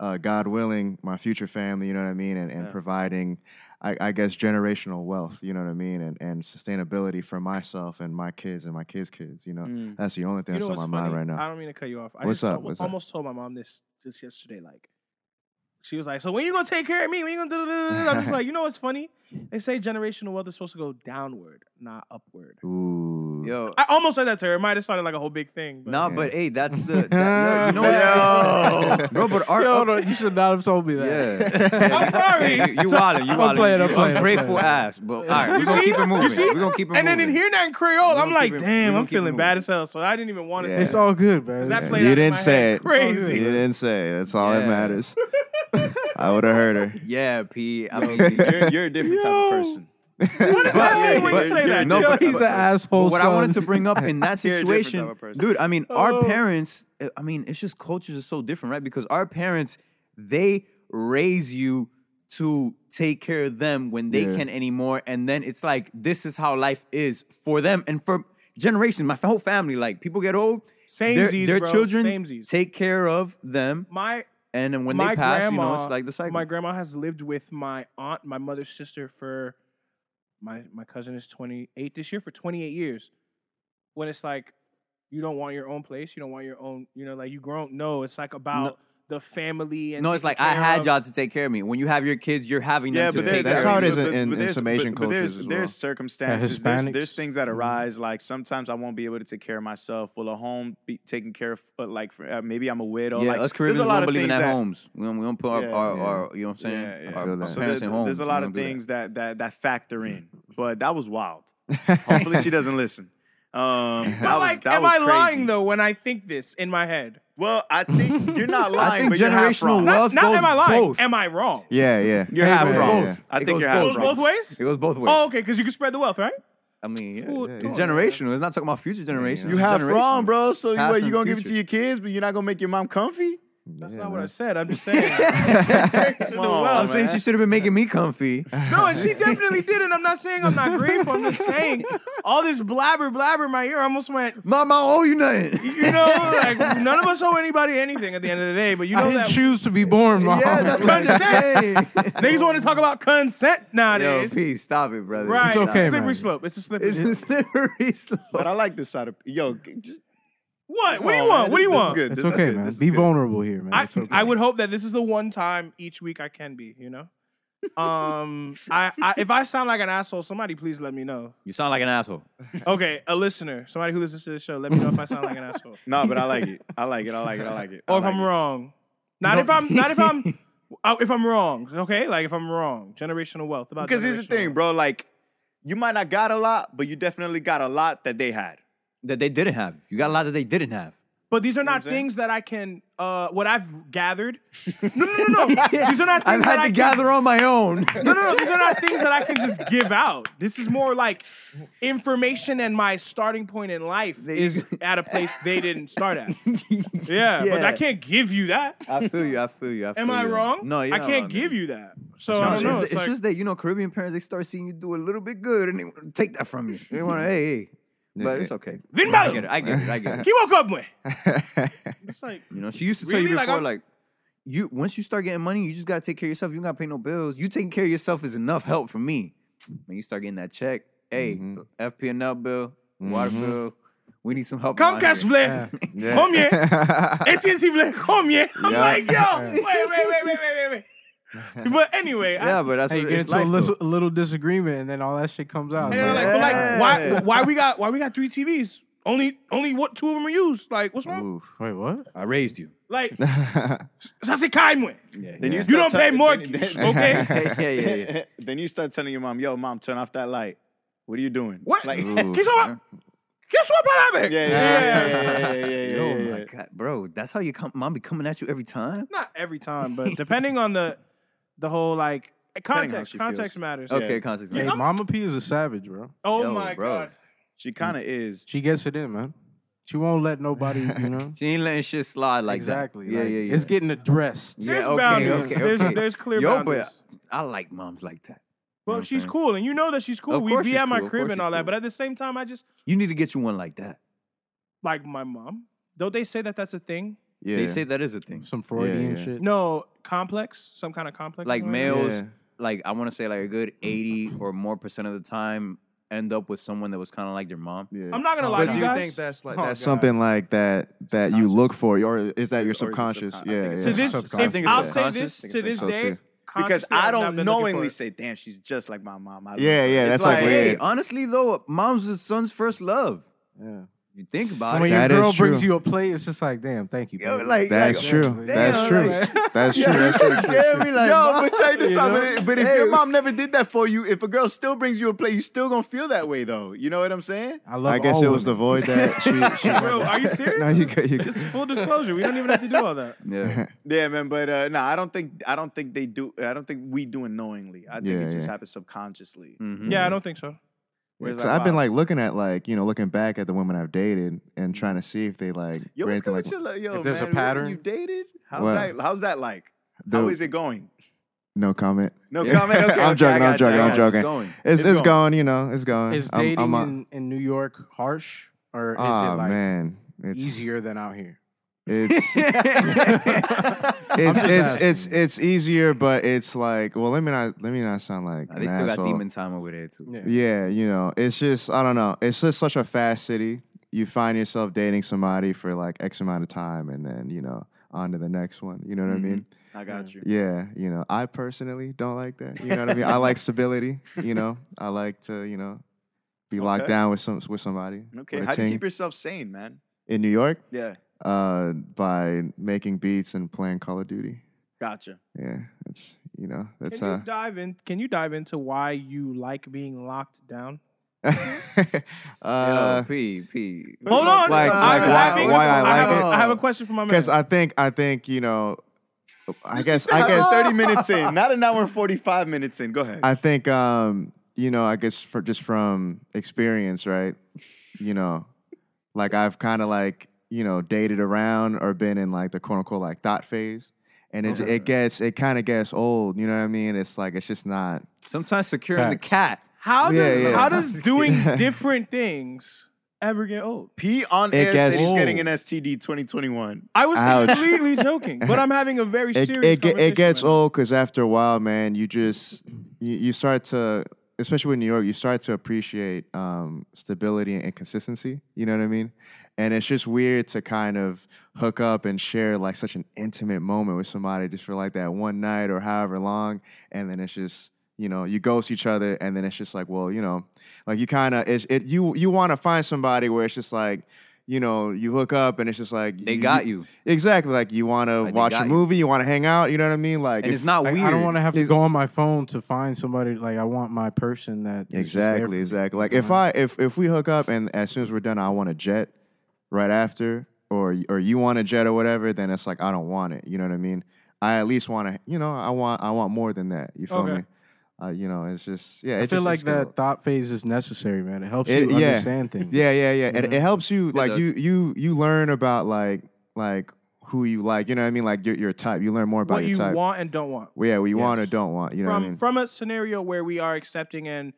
C: Uh, God willing, my future family, you know what I mean, and, and
F: Yeah.
C: providing, I, I guess, generational wealth, you know what I mean, and, and sustainability for myself and my kids and my kids' kids, you know.
F: Mm.
C: That's the only thing
A: you know
C: that's
A: what's
C: on my
A: funny?
C: mind right now.
A: I don't mean to cut you off. I
C: What's
A: just
C: up?
A: told-
C: What's up?
A: almost told my mom this just yesterday. Like, she was like, "So when you gonna take care of me? When you gonna?" do- do- do- do?" I'm
C: [LAUGHS]
A: just like, you know what's funny? They say generational wealth is supposed to go downward, not upward.
C: Ooh.
D: Yo,
A: I almost said that to her. It might have started like a whole big thing. But
D: nah,
C: Yeah.
D: but hey, that's the that,
A: [LAUGHS]
D: yo, you know what's
A: Oh.
D: crazy? [LAUGHS] bro, but our
I: Yo, no, you should not have told me that. [LAUGHS]
D: Yeah.
A: I'm sorry.
D: [LAUGHS] You, you wildin', you
I: I'm playing, I'm
D: wildin'.
I: playing, I'm
D: Ungrateful
I: playing.
D: ass, but all right, we're
A: You
D: gonna
A: see?
D: keep it moving.
A: You see?
D: We're gonna keep it
A: and
D: moving.
A: then in hearing that in Creole, I'm
D: gonna
A: like,
D: keep it- we
A: damn,
D: gonna
A: I'm
D: keep it
A: feeling
D: moving.
A: bad as hell. So I didn't even want to
C: Yeah.
A: say
I: It's all good, man.
A: Does that play
C: You
A: out in
C: didn't
A: my
C: say
A: head
C: it.
A: Crazy.
C: You didn't say. it. That's all
D: Yeah.
C: that
F: [LAUGHS]
C: matters. I would have heard her.
D: yeah, P.
C: [LAUGHS]
D: I mean,
F: You're, you're a different type of person.
A: What does that mean when you
D: but-
A: say that?
D: no,
A: dude?
D: but-
I: He's an asshole.
D: But what I wanted to
I: son.
D: bring up
F: [LAUGHS]
D: in [LAUGHS] that
F: You're a different type
D: situation,
F: of person.
D: dude. I mean,
A: Oh.
D: our parents. uh, I mean, it's just cultures are so different, right? Because our parents, they raise you to take care of them when they
C: Yeah.
D: can anymore, and then it's like this is how life is for them and for generations. My whole family, like people get old, their,
A: Samesies,
D: their
A: bro.
D: children
A: Samesies.
D: take care of them,
A: my
D: and then when
A: my
D: they pass,
A: grandma,
D: you know, it's like the cycle.
A: My grandma has lived with my aunt, my mother's sister, for my my cousin is twenty eight this year for twenty eight years. When it's like you don't want your own place, you don't want your own, you know, like you grown. No, it's like about the family and
D: no, it's
A: taking
D: like I
A: care
D: had
A: of-
D: y'all to take care of me. When you have your kids, you're having them
F: Yeah,
D: to
F: but
D: take
F: there-
C: that's
D: care
C: how
D: of
C: it
D: you.
C: is in- in- in
F: there's-
C: some Asian
F: there's,
C: cultures as well.
F: there's circumstances. there's,
I: Hispanics.
F: there's things that
A: Mm-hmm.
F: arise. Like sometimes I won't be able to take care of myself. Will a home be taken care of? But like for, uh, maybe I'm a widow.
D: Yeah,
F: like, there's
D: us Caribbeans
F: a lot
D: don't
F: of
D: believe in
F: things
D: that,
F: that-
D: homes. We don't, we don't put our,
F: Yeah.
D: our,
C: Yeah.
D: our, you know what I'm saying?
F: Yeah, yeah.
D: Our,
C: feel that.
D: our
C: So
F: So
D: parents
F: there-
D: in homes.
F: there's a
D: We
F: lot
D: don't
F: of
D: do that.
F: things that. that that factor in. But that was wild. Hopefully she doesn't listen. Um, that
A: But
F: was-
A: like,
F: that
A: am
F: was
A: I lying
F: crazy.
A: though when I think this in my head?
F: Well, I think you're not lying.
D: [LAUGHS] I think
F: but you're half
D: generational
F: wrong.
D: wealth-
A: Not, not
D: goes
A: am I lying?
D: both.
A: Am I wrong?
C: Yeah, yeah.
F: You're half
C: yeah,
F: wrong.
C: yeah.
F: I
D: It
F: think
D: goes
F: you're half
A: Goes
F: wrong.
A: both ways.
D: It goes both ways.
A: Oh, okay, because you can spread the wealth, right?
D: I mean, yeah,
A: Fool,
D: yeah,
A: come
D: it's
A: on,
D: generational. It's not talking about future generations.
C: You
D: It's
F: half
D: generational.
F: wrong, bro. So you,
D: Past
F: what, you
D: and
F: gonna give it
D: future.
F: to your kids, but you're not gonna make your mom comfy?
A: That's
C: Yeah,
A: not what
C: man.
A: I said. I'm
D: [LAUGHS]
A: just saying.
F: Come on,
D: I'm saying
F: man.
D: she should have been making me comfy.
A: No, and [LAUGHS] she definitely did, and I'm not saying I'm not grateful. I'm just saying all this blabber blabber in my ear almost went,
D: Mom, I don't owe you nothing.
A: [LAUGHS] you know, like none of us owe anybody anything at the end of the day, but you
I: I
A: know
I: didn't
A: that
I: choose to be born, mom. [LAUGHS]
D: yeah, that's what I'm saying.
A: [LAUGHS] niggas want to talk about consent
D: Yo,
A: nowadays.
D: P, stop it, brother.
A: right.
I: It's okay,
A: slippery
I: man.
A: slope. It's a slippery
D: It's a
A: slope.
D: slippery slope.
F: But I like this side of yo. Just,
A: What? What do you
F: Oh,
A: want?
F: man,
A: What do
F: this-
A: you
F: this is [LAUGHS]
A: want?
F: good.
I: It's
F: This is
I: okay,
F: good.
I: man.
F: This is
I: Be
F: good.
I: vulnerable here, man.
A: I,
I: It's okay.
A: I would hope that this is the one time each week I can be, you know? Um, I, I if I sound like an asshole, somebody please let me know.
D: You sound like an asshole.
A: Okay, a listener, somebody who listens to the show, let me know if I sound like an
F: [LAUGHS]
A: asshole,
F: No, but I like it. I like it. I like it. I like it. I
A: or if
F: like
A: I'm
F: it.
A: wrong. Not if I'm not if I'm
D: [LAUGHS]
A: uh, if I'm wrong. Okay, like if I'm wrong, generational wealth. About
F: Because here's the
A: generational
F: thing,
A: wealth.
F: bro. Like, you might not got a lot, but you definitely got a lot that they had.
D: That they didn't have. You got a lot that they didn't have.
A: But these are not
F: I'm saying?
A: things that I can. Uh, what I've
D: [LAUGHS]
A: gathered. No, no, no, no. These are not things that
D: I've had
A: I can-
D: to gather on my own.
A: No, no, no. These are not things that I can just give out. This is more like information and my starting point in life
D: [LAUGHS]
A: is at a place they didn't start at. Yeah, but I
D: Yeah.
A: can't give you that.
D: I feel you. I feel you. I feel
A: Am I
D: you.
A: wrong?
D: No, you're
A: I
D: not
A: can't
D: wrong,
A: give
D: man.
A: you that. So
D: No,
A: I
D: it's,
A: don't know.
D: just,
A: It's
D: it's
A: like-
D: just that you know Caribbean parents they start seeing you do a little bit good and they want to take that from you. They want to hey, hey. but it's okay.
A: Vin
D: I
A: Balu.
D: get it. I get it. I get it.
A: [LAUGHS] Keep woke up with. It's like
D: [LAUGHS] You know, she used to tell
A: Really?
D: you
A: Like,
D: before
A: I'm-
D: like, you once you start getting money, you just gotta take care of yourself. You don't gotta pay no bills. You taking care of yourself is enough help for me. When you start getting that check, hey,
C: Mm-hmm.
D: FPNL bill, water bill, we need some help. around
A: Comcast
D: here.
A: vle, come
D: [LAUGHS]
A: here. AT&T vle, come here. I'm
C: Yeah.
A: like, [LAUGHS] yo, wait, wait, wait, wait, wait, wait, wait. [LAUGHS] But anyway, I-
D: Yeah, but that's
I: Hey, you
D: what
I: get
D: it's
I: into a
D: life,
I: little, a
D: though.
I: little disagreement, and then all that shit comes out.
A: And they're like,
I: Like,
A: but
D: Yeah.
A: like, why, why we got, why we got three TVs? Only, only what two of them are used? Like, what's wrong?
C: Oof.
I: Wait, what?
D: I raised you. [LAUGHS]
A: Like, that's a kind one.
F: Then you,
A: You don't
F: start
A: pay
F: tell-
A: mortgage,
F: [LAUGHS] then-
A: [LAUGHS]
D: [LAUGHS]
A: okay?
D: yeah, yeah, yeah.
F: then- [LAUGHS] Then you start telling your mom, "Yo, mom, turn off that light. What are you doing?"
A: What?
F: Like, yeah, [LAUGHS]
A: ¿Qué sopa? ¿Qué sopa la
F: yeah, yeah, yeah, yeah, yeah, yeah,
D: [LAUGHS] Yo,
F: yeah,
D: Oh my
F: yeah.
D: God, bro, that's how you come. Mom be coming at you every time.
A: Not every time, but depending on the, the whole like
F: on how
A: context,
F: she
A: context
F: feels.
A: matters.
D: Okay, context.
I: Hey,
D: man.
I: Mama P is a savage, bro.
A: Oh
D: Yo,
A: my
D: bro.
A: god.
F: She kind of is.
I: She gets it in, man. She won't let nobody, you
D: [LAUGHS]
I: know.
D: She ain't letting shit slide like
I: exactly.
D: that. Yeah,
I: like,
D: yeah, yeah.
I: It's getting addressed.
D: yeah,
A: There's
D: okay,
A: boundaries.
D: okay,
A: There's-
D: okay.
A: there's clear
D: Yo,
A: boundaries.
D: But I like moms like that.
A: Well,
D: know what I'm
A: she's
D: saying?
A: cool, and you know that she's cool.
D: Of
A: We
D: course
A: be
D: she's
A: at my
D: cool, of
A: crib
D: course
A: and all
D: she's
A: that,
D: cool.
A: but at the same time, I just
D: You need to get you one like that.
A: like my mom. Don't they say that that's a thing?
C: Yeah.
D: They say that is a thing.
I: Some Freudian
C: yeah.
I: shit.
A: No, complex, some kind of complex.
D: Like
A: or whatever?
D: males,
C: Yeah.
D: like I want to say like a good eighty or more percent of the time end up with someone that was kind of like their mom.
C: yeah.
A: I'm not gonna lie
C: But
A: to
C: do
A: you
C: you
A: guys.
C: think that's like
I: Oh,
C: that's
I: God.
C: something like that that you look for, or is that your
F: Or is it
C: subconscious?
F: subcon- I
C: Yeah,
F: think it's
A: to
C: yeah.
A: this,
I: subconscious.
A: if-
I: I think
C: it's
A: I'll say
D: subconscious.
A: this
D: I think
A: to this
D: it's
C: so
A: day,
C: too.
F: Because
A: consciously,
F: I
A: I've not
F: don't
A: been looking for
F: knowingly
A: it.
F: say, "Damn, she's just like my mom." I love
C: Yeah,
F: her."
C: yeah,
F: It's
C: that's like
D: Hey,
C: weird.
D: honestly though, mom's the son's first love.
I: Yeah.
D: If you think
I: And
D: about
I: When
D: it.
I: your
C: That is
I: girl brings
C: true.
I: you a plate, it's just like, damn, thank you.
D: Yo,
I: baby.
D: like
C: That's
D: like,
C: true. That's
D: damn,
C: true. [LAUGHS]
D: like- [LAUGHS]
C: That's
I: [LAUGHS]
C: true. That's true.
D: Yeah, we like,
F: Yo,
D: mom,
F: but check this
D: you
F: out.
D: know?
F: But, but if
D: Hey,
F: your mom never did that for you, if a girl still brings you a plate, you still gonna feel that way though. You know what I'm saying?
I: I love.
C: I guess
I: all
C: it was the
I: women.
C: void that she. she
A: Bro, are you
C: [LAUGHS]
A: serious?
C: no, you good. You
A: Just
C: good.
A: full disclosure, we don't even have to do
C: [LAUGHS]
A: all that.
D: Yeah.
F: Yeah, man. But uh, no, I don't think I don't think they do. I don't think we do it knowingly. I think
C: Yeah,
F: it just
C: yeah. Mm-hmm.
F: happens subconsciously.
D: Mhm.
A: Yeah, I don't think so.
F: Where's
C: So
F: that
C: I've been
F: vibe?
C: like
F: Mm-hmm.
C: looking at like you know looking back at the women I've dated and trying to see if they like
F: Yo,
C: were anything
F: what's good
C: like
F: with your li- yo,
I: if there's a
F: man, what-
I: pattern-
F: you dated? How's
C: What?
F: that? How's that like? How
C: Dude.
F: is it going?
C: no comment.
F: No
C: [LAUGHS]
D: Yeah.
F: comment. Okay,
C: I'm
F: okay,
C: joking.
F: I
C: I'm
F: got you,
C: joking.
F: I
C: I'm
F: got you.
C: joking.
D: It's going.
C: It's
F: It's
C: it's
F: going.
C: going. You know, it's going.
I: Is
C: I'm- I'm
I: dating
C: a-
I: in, in New York harsh or is
C: Ah
I: it like
C: man, it's
I: easier than out here? [LAUGHS]
D: [LAUGHS]
C: It's it's it's,
I: just asking.
C: it's it's easier, but it's like well, let me not let me not sound like
D: Nah, they
C: an
D: still got
C: asshole.
D: demon time over there too.
I: Yeah.
C: Yeah, you know, it's just I don't know. It's just such a fast city. You find yourself dating somebody for like X amount of time, and then you know on to the next one. You know what I mean?
D: Mm-hmm.
F: I got you.
C: Yeah, you know, I personally don't like that. You know what I mean? I [LAUGHS] like stability. You know, I like to you know be locked
F: Okay.
C: down with some with somebody.
F: Okay,
C: with a
F: how do you
C: ting.
F: keep yourself sane, man?
C: in New York?
F: Yeah,
C: Uh, by making beats and playing Call of Duty.
F: gotcha.
C: Yeah, that's you know that's
A: Can
C: uh.
A: you dive in? Can you dive into why you like being locked
C: [LAUGHS]
A: down?
C: uh,
D: Yo, P, P.
A: Hold on.
C: Like-
A: I'm
C: like why-
A: having-
C: why I
A: have
C: like
A: a-
C: it?
A: I have a question for my man.
C: because I think I think you know, I guess I
A: [LAUGHS]
F: I guess
C: guess
F: thirty minutes in, not an hour and forty-five minutes in. Go ahead.
C: I think um you know I guess for just from experience, right? You know, like I've kind of like you know dated around or been in like the quote unquote like thought phase, and it it gets it kind of gets old. You know what I mean? It's like it's just not.
D: Sometimes securing the cat.
A: how
C: Yeah,
A: does
C: yeah.
A: how
C: [LAUGHS]
A: does doing
F: [LAUGHS]
A: different things ever get old?
F: P on
C: It
F: air
C: gets-
F: said he's getting an STD 2021.
A: I was
C: Ouch.
A: completely joking, but I'm having a
F: [LAUGHS]
A: very
C: It
A: serious.
C: it, get,
A: conversation
C: it gets
A: right now.
C: old because after a while, man, you just you, you start to especially with New York, you start to appreciate um, stability and consistency. You know what I mean? And it's just weird to kind of hook up and share like such an intimate moment with somebody just for like that one night or however long, and then it's just you know you ghost each other, and then it's just like well you know like you kind of it's it you you want to find somebody where it's just like. You know, you hook up and it's just like
D: They got you.
C: Exactly. Like you want to
D: Like, they
C: watch
D: got
C: a
D: you.
C: movie, you, want to hang out. You know what I mean? Like
D: and it's not
I: Like,
D: weird.
I: I don't want to have to go on my phone to find somebody. Like I want my person that is just there
C: Exactly,
I: for me.
C: exactly. Like if I if if we hook up and as soon as we're done, I want a jet right after, or or you want a jet or whatever, then it's like I don't want it. You know what I mean? I at least want to, you know, I want I want more than that. You feel
A: Okay.
C: me? Uh, you know, it's just yeah.
I: I
C: it's
I: feel
C: just,
I: like
C: it's
I: that
C: dope.
I: thought phase is necessary, man. It helps
C: It-
I: you
C: yeah.
I: understand things.
C: Yeah, yeah, yeah. And it helps you like
D: does.
C: you you you learn about like like who you like. You know what I mean? Like your your type. You learn more about
A: what
C: your
A: you
C: type.
A: want and don't want.
C: Well, yeah, what you want or don't want. You know
A: from
C: what I mean?
A: from a scenario where we are accepting and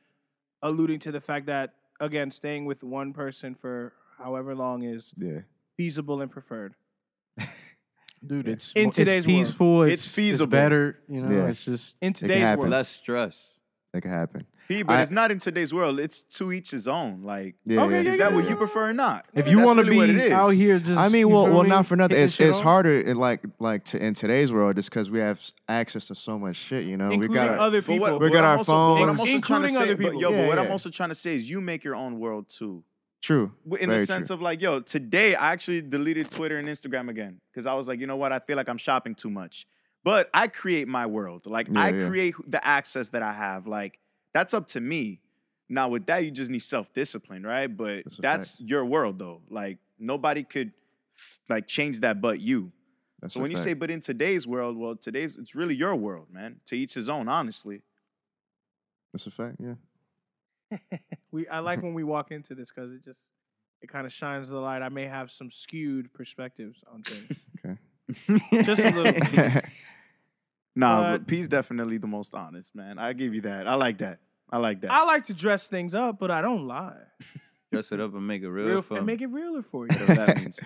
A: alluding to the fact that again, staying with one person for however long is
C: yeah.
A: feasible and preferred.
I: dude, it's
A: In
I: in
A: today's
I: today's
A: world.
I: peaceful. It's,
F: It's feasible.
I: It's better, you know.
C: Yeah.
I: It's just
A: In today's
C: happen.
A: world,
D: less stress.
C: That could happen.
F: P, but
C: I-
F: it's not in today's world. It's to each his own. Like,
C: Yeah,
A: Okay,
C: yeah.
F: is that what you prefer or not?
I: if you
F: That's
I: want to
F: really what it
I: be
F: is.
I: out here, just
C: I mean,
I: you
C: well,
I: feel
C: well,
I: me?
C: not for nothing.
I: Taking
C: It's
I: shit
C: it's
I: off.
C: harder, in like like to in today's world, just because we have s- access to so much shit. You know, we
A: including
C: got our-
A: other
F: But
A: people.
F: what,
C: We
F: what
C: got
F: I'm
C: our
F: also, What I'm
C: phones.
F: also trying to
A: Including other
F: say, but,
A: people.
F: yo, but
C: Yeah,
F: what I'm
C: yeah.
F: also trying to say is you make your own world too.
C: true
F: W- in the
C: Very
F: sense
C: true.
F: of like, yo, today I actually deleted Twitter and Instagram again because I was like, you know what? I feel like I'm shopping too much. But I create my world. Like
C: Yeah,
F: I
C: yeah.
F: create the access that I have. Like that's up to me. Now with that, you just need self discipline, right? But
C: That's
F: that's,
C: a
F: your world though. Like nobody could like change that but you.
C: That's
F: so
C: a
F: when you
C: fact.
F: say, but in today's world, well, today's it's really your world, man. To each his own, honestly.
C: that's a fact, yeah.
A: we I like when we walk into this because it just it kind of shines the light. I may have some skewed perspectives on things. Just a little.
F: Nah,
A: But-
F: but P's definitely the most honest, man. I give you that. I like that. I like that.
A: I like to dress things up, but I don't lie.
D: Dress it up and make it real,
A: Real,
D: fun.
A: and make it realer for you.
F: Whatever that means.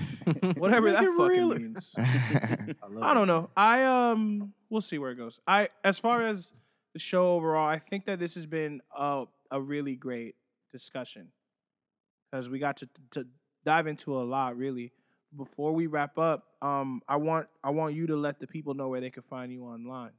A: Whatever that
I: Make it
A: fucking
I: realer.
A: means.
C: yeah,
A: I don't know. I um, we'll see where it goes. I as far as the show overall, I think that this has been a a really great discussion because we got to to dive into a lot really. Before we wrap up, um, I want I want you to let the people know where they can find you online.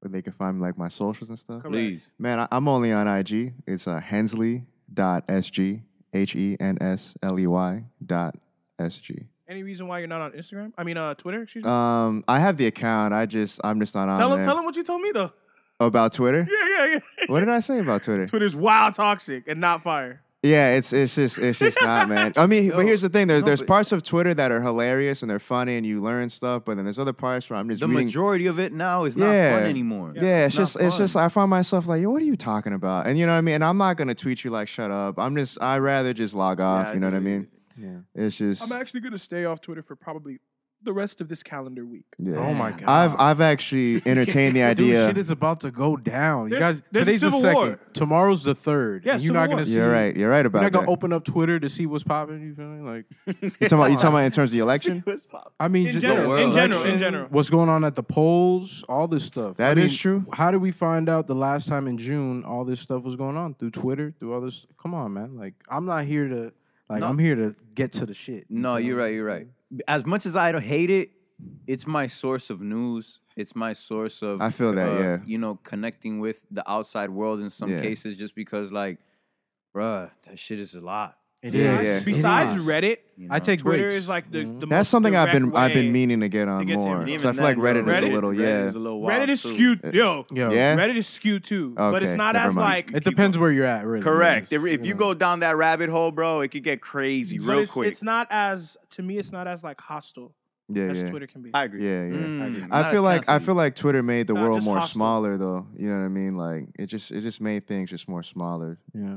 C: but they can find like my socials and stuff.
A: Correct.
D: Please.
C: Man, I, I'm only on IG. It's uh, Hensley.sg, H E N S L E Y dot S G.
A: Any reason why you're not on Instagram? I mean, uh, Twitter. Excuse me.
C: Um, I have the account. I just I'm just not on
A: tell them
C: there.
A: tell them what you told me though. [LAUGHS]
C: about Twitter.
A: Yeah, yeah, yeah.
C: What did I say about Twitter?
A: Twitter's wild toxic and not fire.
C: Yeah, it's it's just it's just not, man. I mean, but here's the thing: there's
D: no,
C: there's
D: but-
C: parts of Twitter that are hilarious and they're funny and you learn stuff, but then there's other parts where I'm just
D: The
C: reading.
D: majority of it now is not
C: Yeah.
D: fun anymore.
C: yeah, it's, just
D: not
C: it's just
D: fun.
C: I find myself like, yo, what are you talking about? And you know what I mean. And I'm not gonna tweet you like, shut up. I'm just I rather just log off.
F: I
C: you know what I
F: do.
C: mean? Yeah, it's just.
A: I'm actually gonna stay off Twitter for probably the rest of this calendar week.
C: yeah.
I: Oh my god.
C: I've I've
I: [LAUGHS]
D: [LAUGHS]
C: actually entertained the
I: Dude,
C: idea.
I: shit is about to go down. You
A: There's-
I: guys,
A: there's a
I: today's the
A: civil
I: second.
A: war.
I: Tomorrow's the third.
A: Yeah,
I: and you're
A: civil
I: not
A: war.
I: gonna see.
C: You're right. You're right
I: You're
C: about
I: not gonna
C: that.
I: open up Twitter to see what's popping. You feel me?
C: [LAUGHS]
I: Like,
C: You talking about
D: [LAUGHS]
C: you talking about in terms of the election?
I: I mean,
A: In
I: just
A: general,
I: the
D: in
A: general, in
I: election,
A: general.
I: what's going on at the polls, all this stuff.
C: That
I: That is
C: is true.
I: How did we find out the last time in June all this stuff was going on through Twitter, through all this? Come on, man. Like, I'm not here to. Like,
D: No.
I: I'm here to get to the shit.
D: No, you're right. You're right. As much as I don't hate it, it's my source of news. It's my source of uh,
C: I feel that, yeah.
D: You know, connecting with the outside world in some
C: Yeah.
D: cases, just because like, bruh, that shit is a lot.
I: It
C: Yeah,
I: is.
C: yeah.
I: It
A: Besides
I: is.
A: Reddit,
D: you
I: I
D: know? Mm-hmm.
I: take
A: Twitter
I: breaks. Mm-hmm.
A: is like the, the
C: That's
A: most
C: something I've been
A: direct
C: I've been
A: way-
C: meaning to get on
A: get to
C: more.
A: everything.
C: So I feel like Reddit, is
A: Reddit-
C: a little yeah.
F: Reddit is a little wild
A: Reddit is
F: too.
A: skewed, yo.
I: Yo.
C: Yeah?
A: Reddit is skewed too, but it's
C: Okay,
A: not
C: never
A: as
C: mind.
A: like.
I: It depends where you're at, really. It's,
F: Correct. If if you
I: know.
F: go down that rabbit hole, bro, it could get crazy
A: but
F: real
A: it's,
F: quick.
A: it's not as to me. It's not as like hostile
C: Yeah,
A: as
C: yeah.
A: Twitter can be.
F: I agree.
C: Yeah, yeah.
D: Mm,
F: agree.
D: not
C: I feel
D: as
C: like I
D: constant.
C: feel like Twitter made the
A: Nah,
C: world
A: just
C: more
A: hostile.
C: smaller though. You know what I mean? Like it just it just made things just more smaller.
I: Yeah.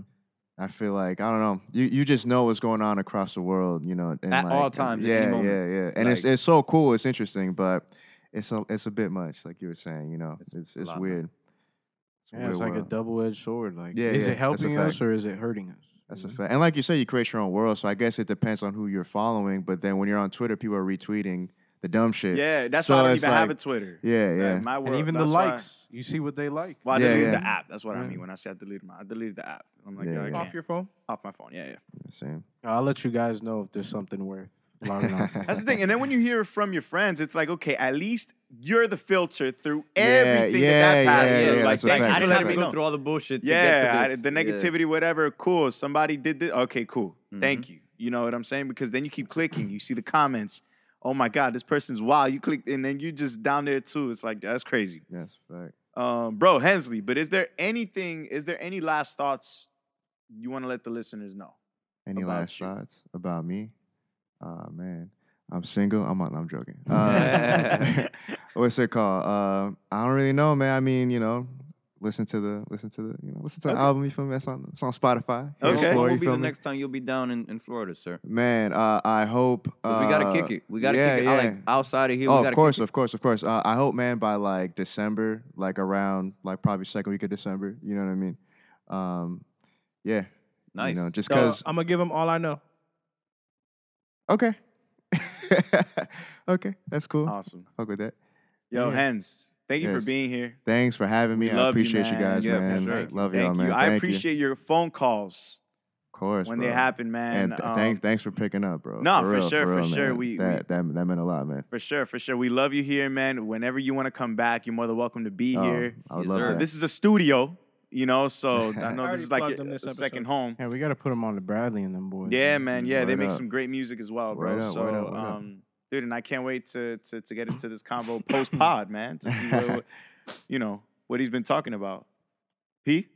C: I feel like I don't know. You you just know what's going on across the world. You know, and
D: At
C: like,
D: all times, at
C: Yeah,
D: any moment.
C: yeah, yeah. And it's
D: Like-
C: it's so cool. It's interesting, but it's a it's a bit much. Like you were saying, you know, it's it's
D: lot, man.
C: weird. It's a
I: Yeah, it's
C: weird
I: like a
C: world.
I: double-edged sword. Like,
C: Yeah, yeah,
I: is it
C: that's a
I: helping us
C: fact.
I: or is it hurting us?
C: That's a
I: Mhm.
C: fact. And like you said, you create your own world. So I guess it depends on who you're following. But then when you're on Twitter, people are retweeting the dumb shit.
F: Yeah, that's
C: So
F: why I don't
C: it's
F: even have a
C: like-
F: Twitter.
C: Yeah,
F: Like,
C: yeah.
F: my world.
I: and even the
F: that's why-
I: likes. You see what they like.
F: Well, I
C: Yeah,
F: deleted
C: yeah.
F: the app. That's what I
I: Yeah.
F: mean when I said I deleted my. I deleted the app. I'm like,
C: Yeah,
F: yeah,
C: yeah.
F: I
A: Off
F: can't.
A: your phone.
F: off my phone. Yeah, yeah.
C: Same.
I: I'll let you guys know if there's something worth logging on. to.
C: [LAUGHS]
F: That's the thing. And then when you hear it from your friends, it's like, okay, at least you're the filter through
C: Yeah,
F: everything
C: yeah,
F: that that passed
C: yeah,
F: through.
C: yeah,
F: like,
C: that's a
F: that,
C: fact,
F: I
C: that's
F: didn't
C: a fact.
F: have to
D: we
F: be
D: go
F: know.
D: through all the bullshit to
F: yeah,
D: get
F: I-
D: to this.
F: the negativity, whatever. Cool. Somebody did this. Okay, cool. Thank you. You know what I'm saying? Because then you keep clicking. You see the comments. Oh my God, this person's wow. You click, and then you just down there too. It's like that's crazy,
C: Yes, fact.
F: um, bro Hensley. But is there anything? Is there any last thoughts you want to let the listeners know?
C: Any
F: About
C: last
F: you.
C: thoughts about me? Ah man, I'm single. I'm not, I'm
D: [LAUGHS]
C: joking. Uh, [LAUGHS] what's it called? Uh, I don't really know, man. I mean, you know, listen to the listen to the you know listen to the album. You feel me? That's on it's on Spotify. Hit
F: Okay.
C: Floor,
D: When
C: you
D: will be
C: feel
D: the
C: me?
D: next time you'll be down in, in Florida, sir?
C: Man, uh, I hope
D: 'Cause we
C: uh,
D: gotta kick it. We gotta
C: yeah,
D: kick it
C: yeah.
D: I like outside of here. we
C: oh,
D: gotta
C: of
D: kick
C: course,
D: it.
C: of course, of course. Uh, I hope, man, by like December, like around like probably second week of December. You know what I mean? Um, yeah.
D: Nice.
C: You know, just
A: Uh,
C: because.
A: I'm gonna give them all I know.
C: okay. [LAUGHS] okay, that's cool.
F: Awesome,
C: Fuck with that.
F: yo
C: Yeah.
F: Hens. Thank you
C: Yes.
F: for being here.
C: Thanks for having me.
F: We
C: I
F: love you,
C: appreciate you,
F: man.
C: guys,
D: Yeah, for
C: man.
D: sure.
C: Love
F: Thank
C: y'all, man.
F: you. I
C: Thank
F: appreciate your phone calls
C: Of course,
F: when
C: bro.
F: they happen, man.
C: And th-
F: Um,
C: thanks, thanks for picking up, bro.
F: No,
C: for,
F: for
C: real,
F: sure, for
C: real,
F: sure.
C: man.
F: We- we-
C: that, that that meant a lot, man.
F: For sure, for sure. We love you here, man. Whenever you want to come back, you're more than welcome to be
C: Oh,
F: here.
C: I would
D: Yes,
C: love
D: sir.
C: that.
F: This is a studio, you
C: [LAUGHS]
F: know, so I know
A: I
F: this
A: already
F: is like
A: plugged
F: a,
A: them this
F: a second
A: episode.
F: home.
I: yeah, we got to put them on the Bradley and them boys.
F: Yeah, man. Yeah, they
C: Word
F: make
C: up.
F: some great music as well, bro.
C: Word up,
F: so,
C: word up, word up.
F: um, dude, and I can't wait to to, to get into
C: [LAUGHS]
F: this convo post pod, man, to see what, what- you know what he's been talking about. P,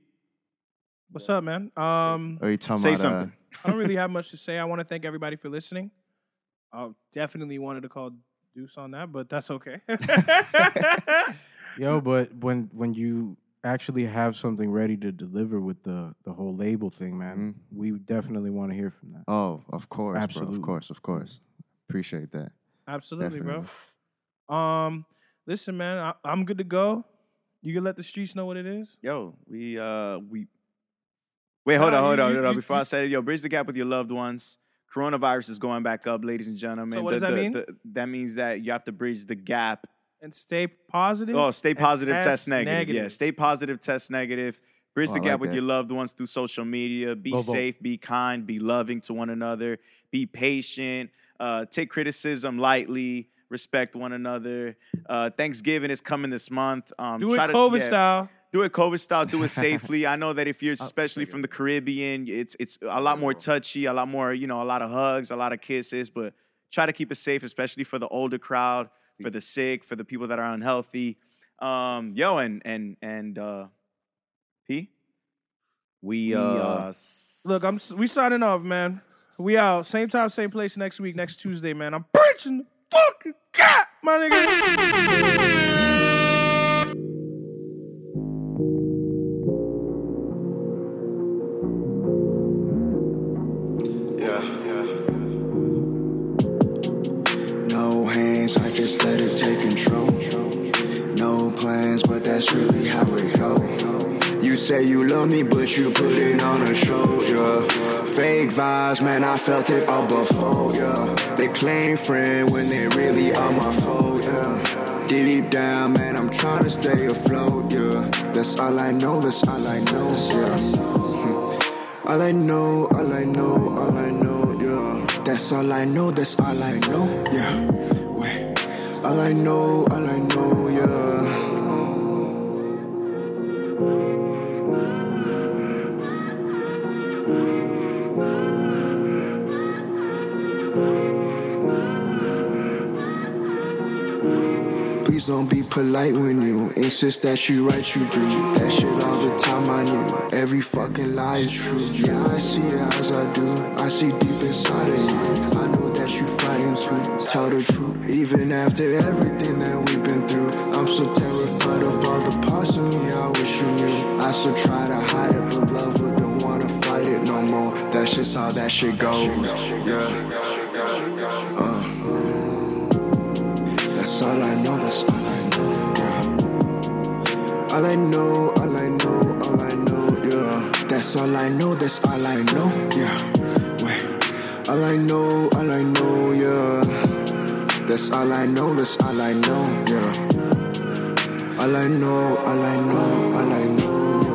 A: What's up, man? Um,
C: oh, you talking
F: say
C: about, uh, [LAUGHS]
F: something.
A: I don't really have much to say. I want to thank everybody for listening. I definitely wanted to call Deuce on that, but that's okay. [LAUGHS]
I: Yo, but when when you actually have something ready to deliver with the the whole label thing, man,
F: Mm-hmm.
I: we definitely want to hear from that.
C: Oh, of course, bro.
I: Absolutely.
C: Of course, of course. Appreciate that.
A: Absolutely, bro. Um, listen, man, I, I'm good to go. You can let the streets know what it is.
F: Yo, we uh we wait, hold on,
A: Nah,
F: hold
A: you-
F: on,
A: you-
F: hold on.
A: you-
F: Before I said it, yo, bridge the gap with your loved ones. Coronavirus is going back up, ladies and gentlemen.
A: So what
F: The-
A: does that
F: the-
A: mean?
F: the- that means that you have to bridge the gap.
A: And stay positive.
F: Oh, stay
A: and
F: positive,
A: test
F: test negative. Yeah,
A: negative.
F: stay positive, test negative. Bridge
C: Oh,
F: the
C: I
F: gap
C: like
F: with
C: that.
F: your loved ones through social media. Be
I: Bobo.
F: safe, be kind, be loving to one another, be patient, uh, take criticism lightly, respect one another. Uh, Thanksgiving is coming this month. Um,
A: Do it
F: try to-
A: COVID
F: yeah
A: style. Oh,
F: do it COVID style,
A: [LAUGHS]
F: do it safely. I know that if you're especially from the Caribbean, it's it's a lot more touchy, a lot more, you know, a lot of hugs, a lot of kisses, but try to keep it safe, especially for the older crowd, for the sick, for the people that are unhealthy. Um, yo, and and and uh P?
D: We uh,
A: Look, I'm s- we signing off, man. We out. Same time, same place next week, next Tuesday, man. I'm preaching the fucking God, my nigga.
C: Mm.
K: Yeah, yeah. No hands, I just let it take control. No plans, but that's really how it go. You say you love me, but you put it on a show, yeah. Fake vibes, man, I felt it all before, yeah. They claim friend when they really are my foe, yeah. Deep down, man, I'm trying to stay afloat, yeah. That's all I know, that's all I know, yeah. All I know, all I know, all I know, yeah. That's all I know, that's all I know, yeah. Wait. All I know, all I know, yeah. Please don't be polite when you insist that you right, you do that shit all the time. I knew every fucking lie is true. Yeah, I see it as I do. I see deep inside of you. I know that you fighting to tell the truth, even after everything that we've been through. I'm so terrified of all the parts of me I wish you knew. I still try to hide it, but love wouldn't wanna fight it no more. That's just how that shit goes. Yeah, Uh. that's all I know. That's all I know. Yeah. All I know, all I know, all I know, yeah. That's all I know, that's all I know, yeah. Wait. All I know, all I know, yeah. That's all I know, that's all I know, yeah. All I know, all I know, all I know.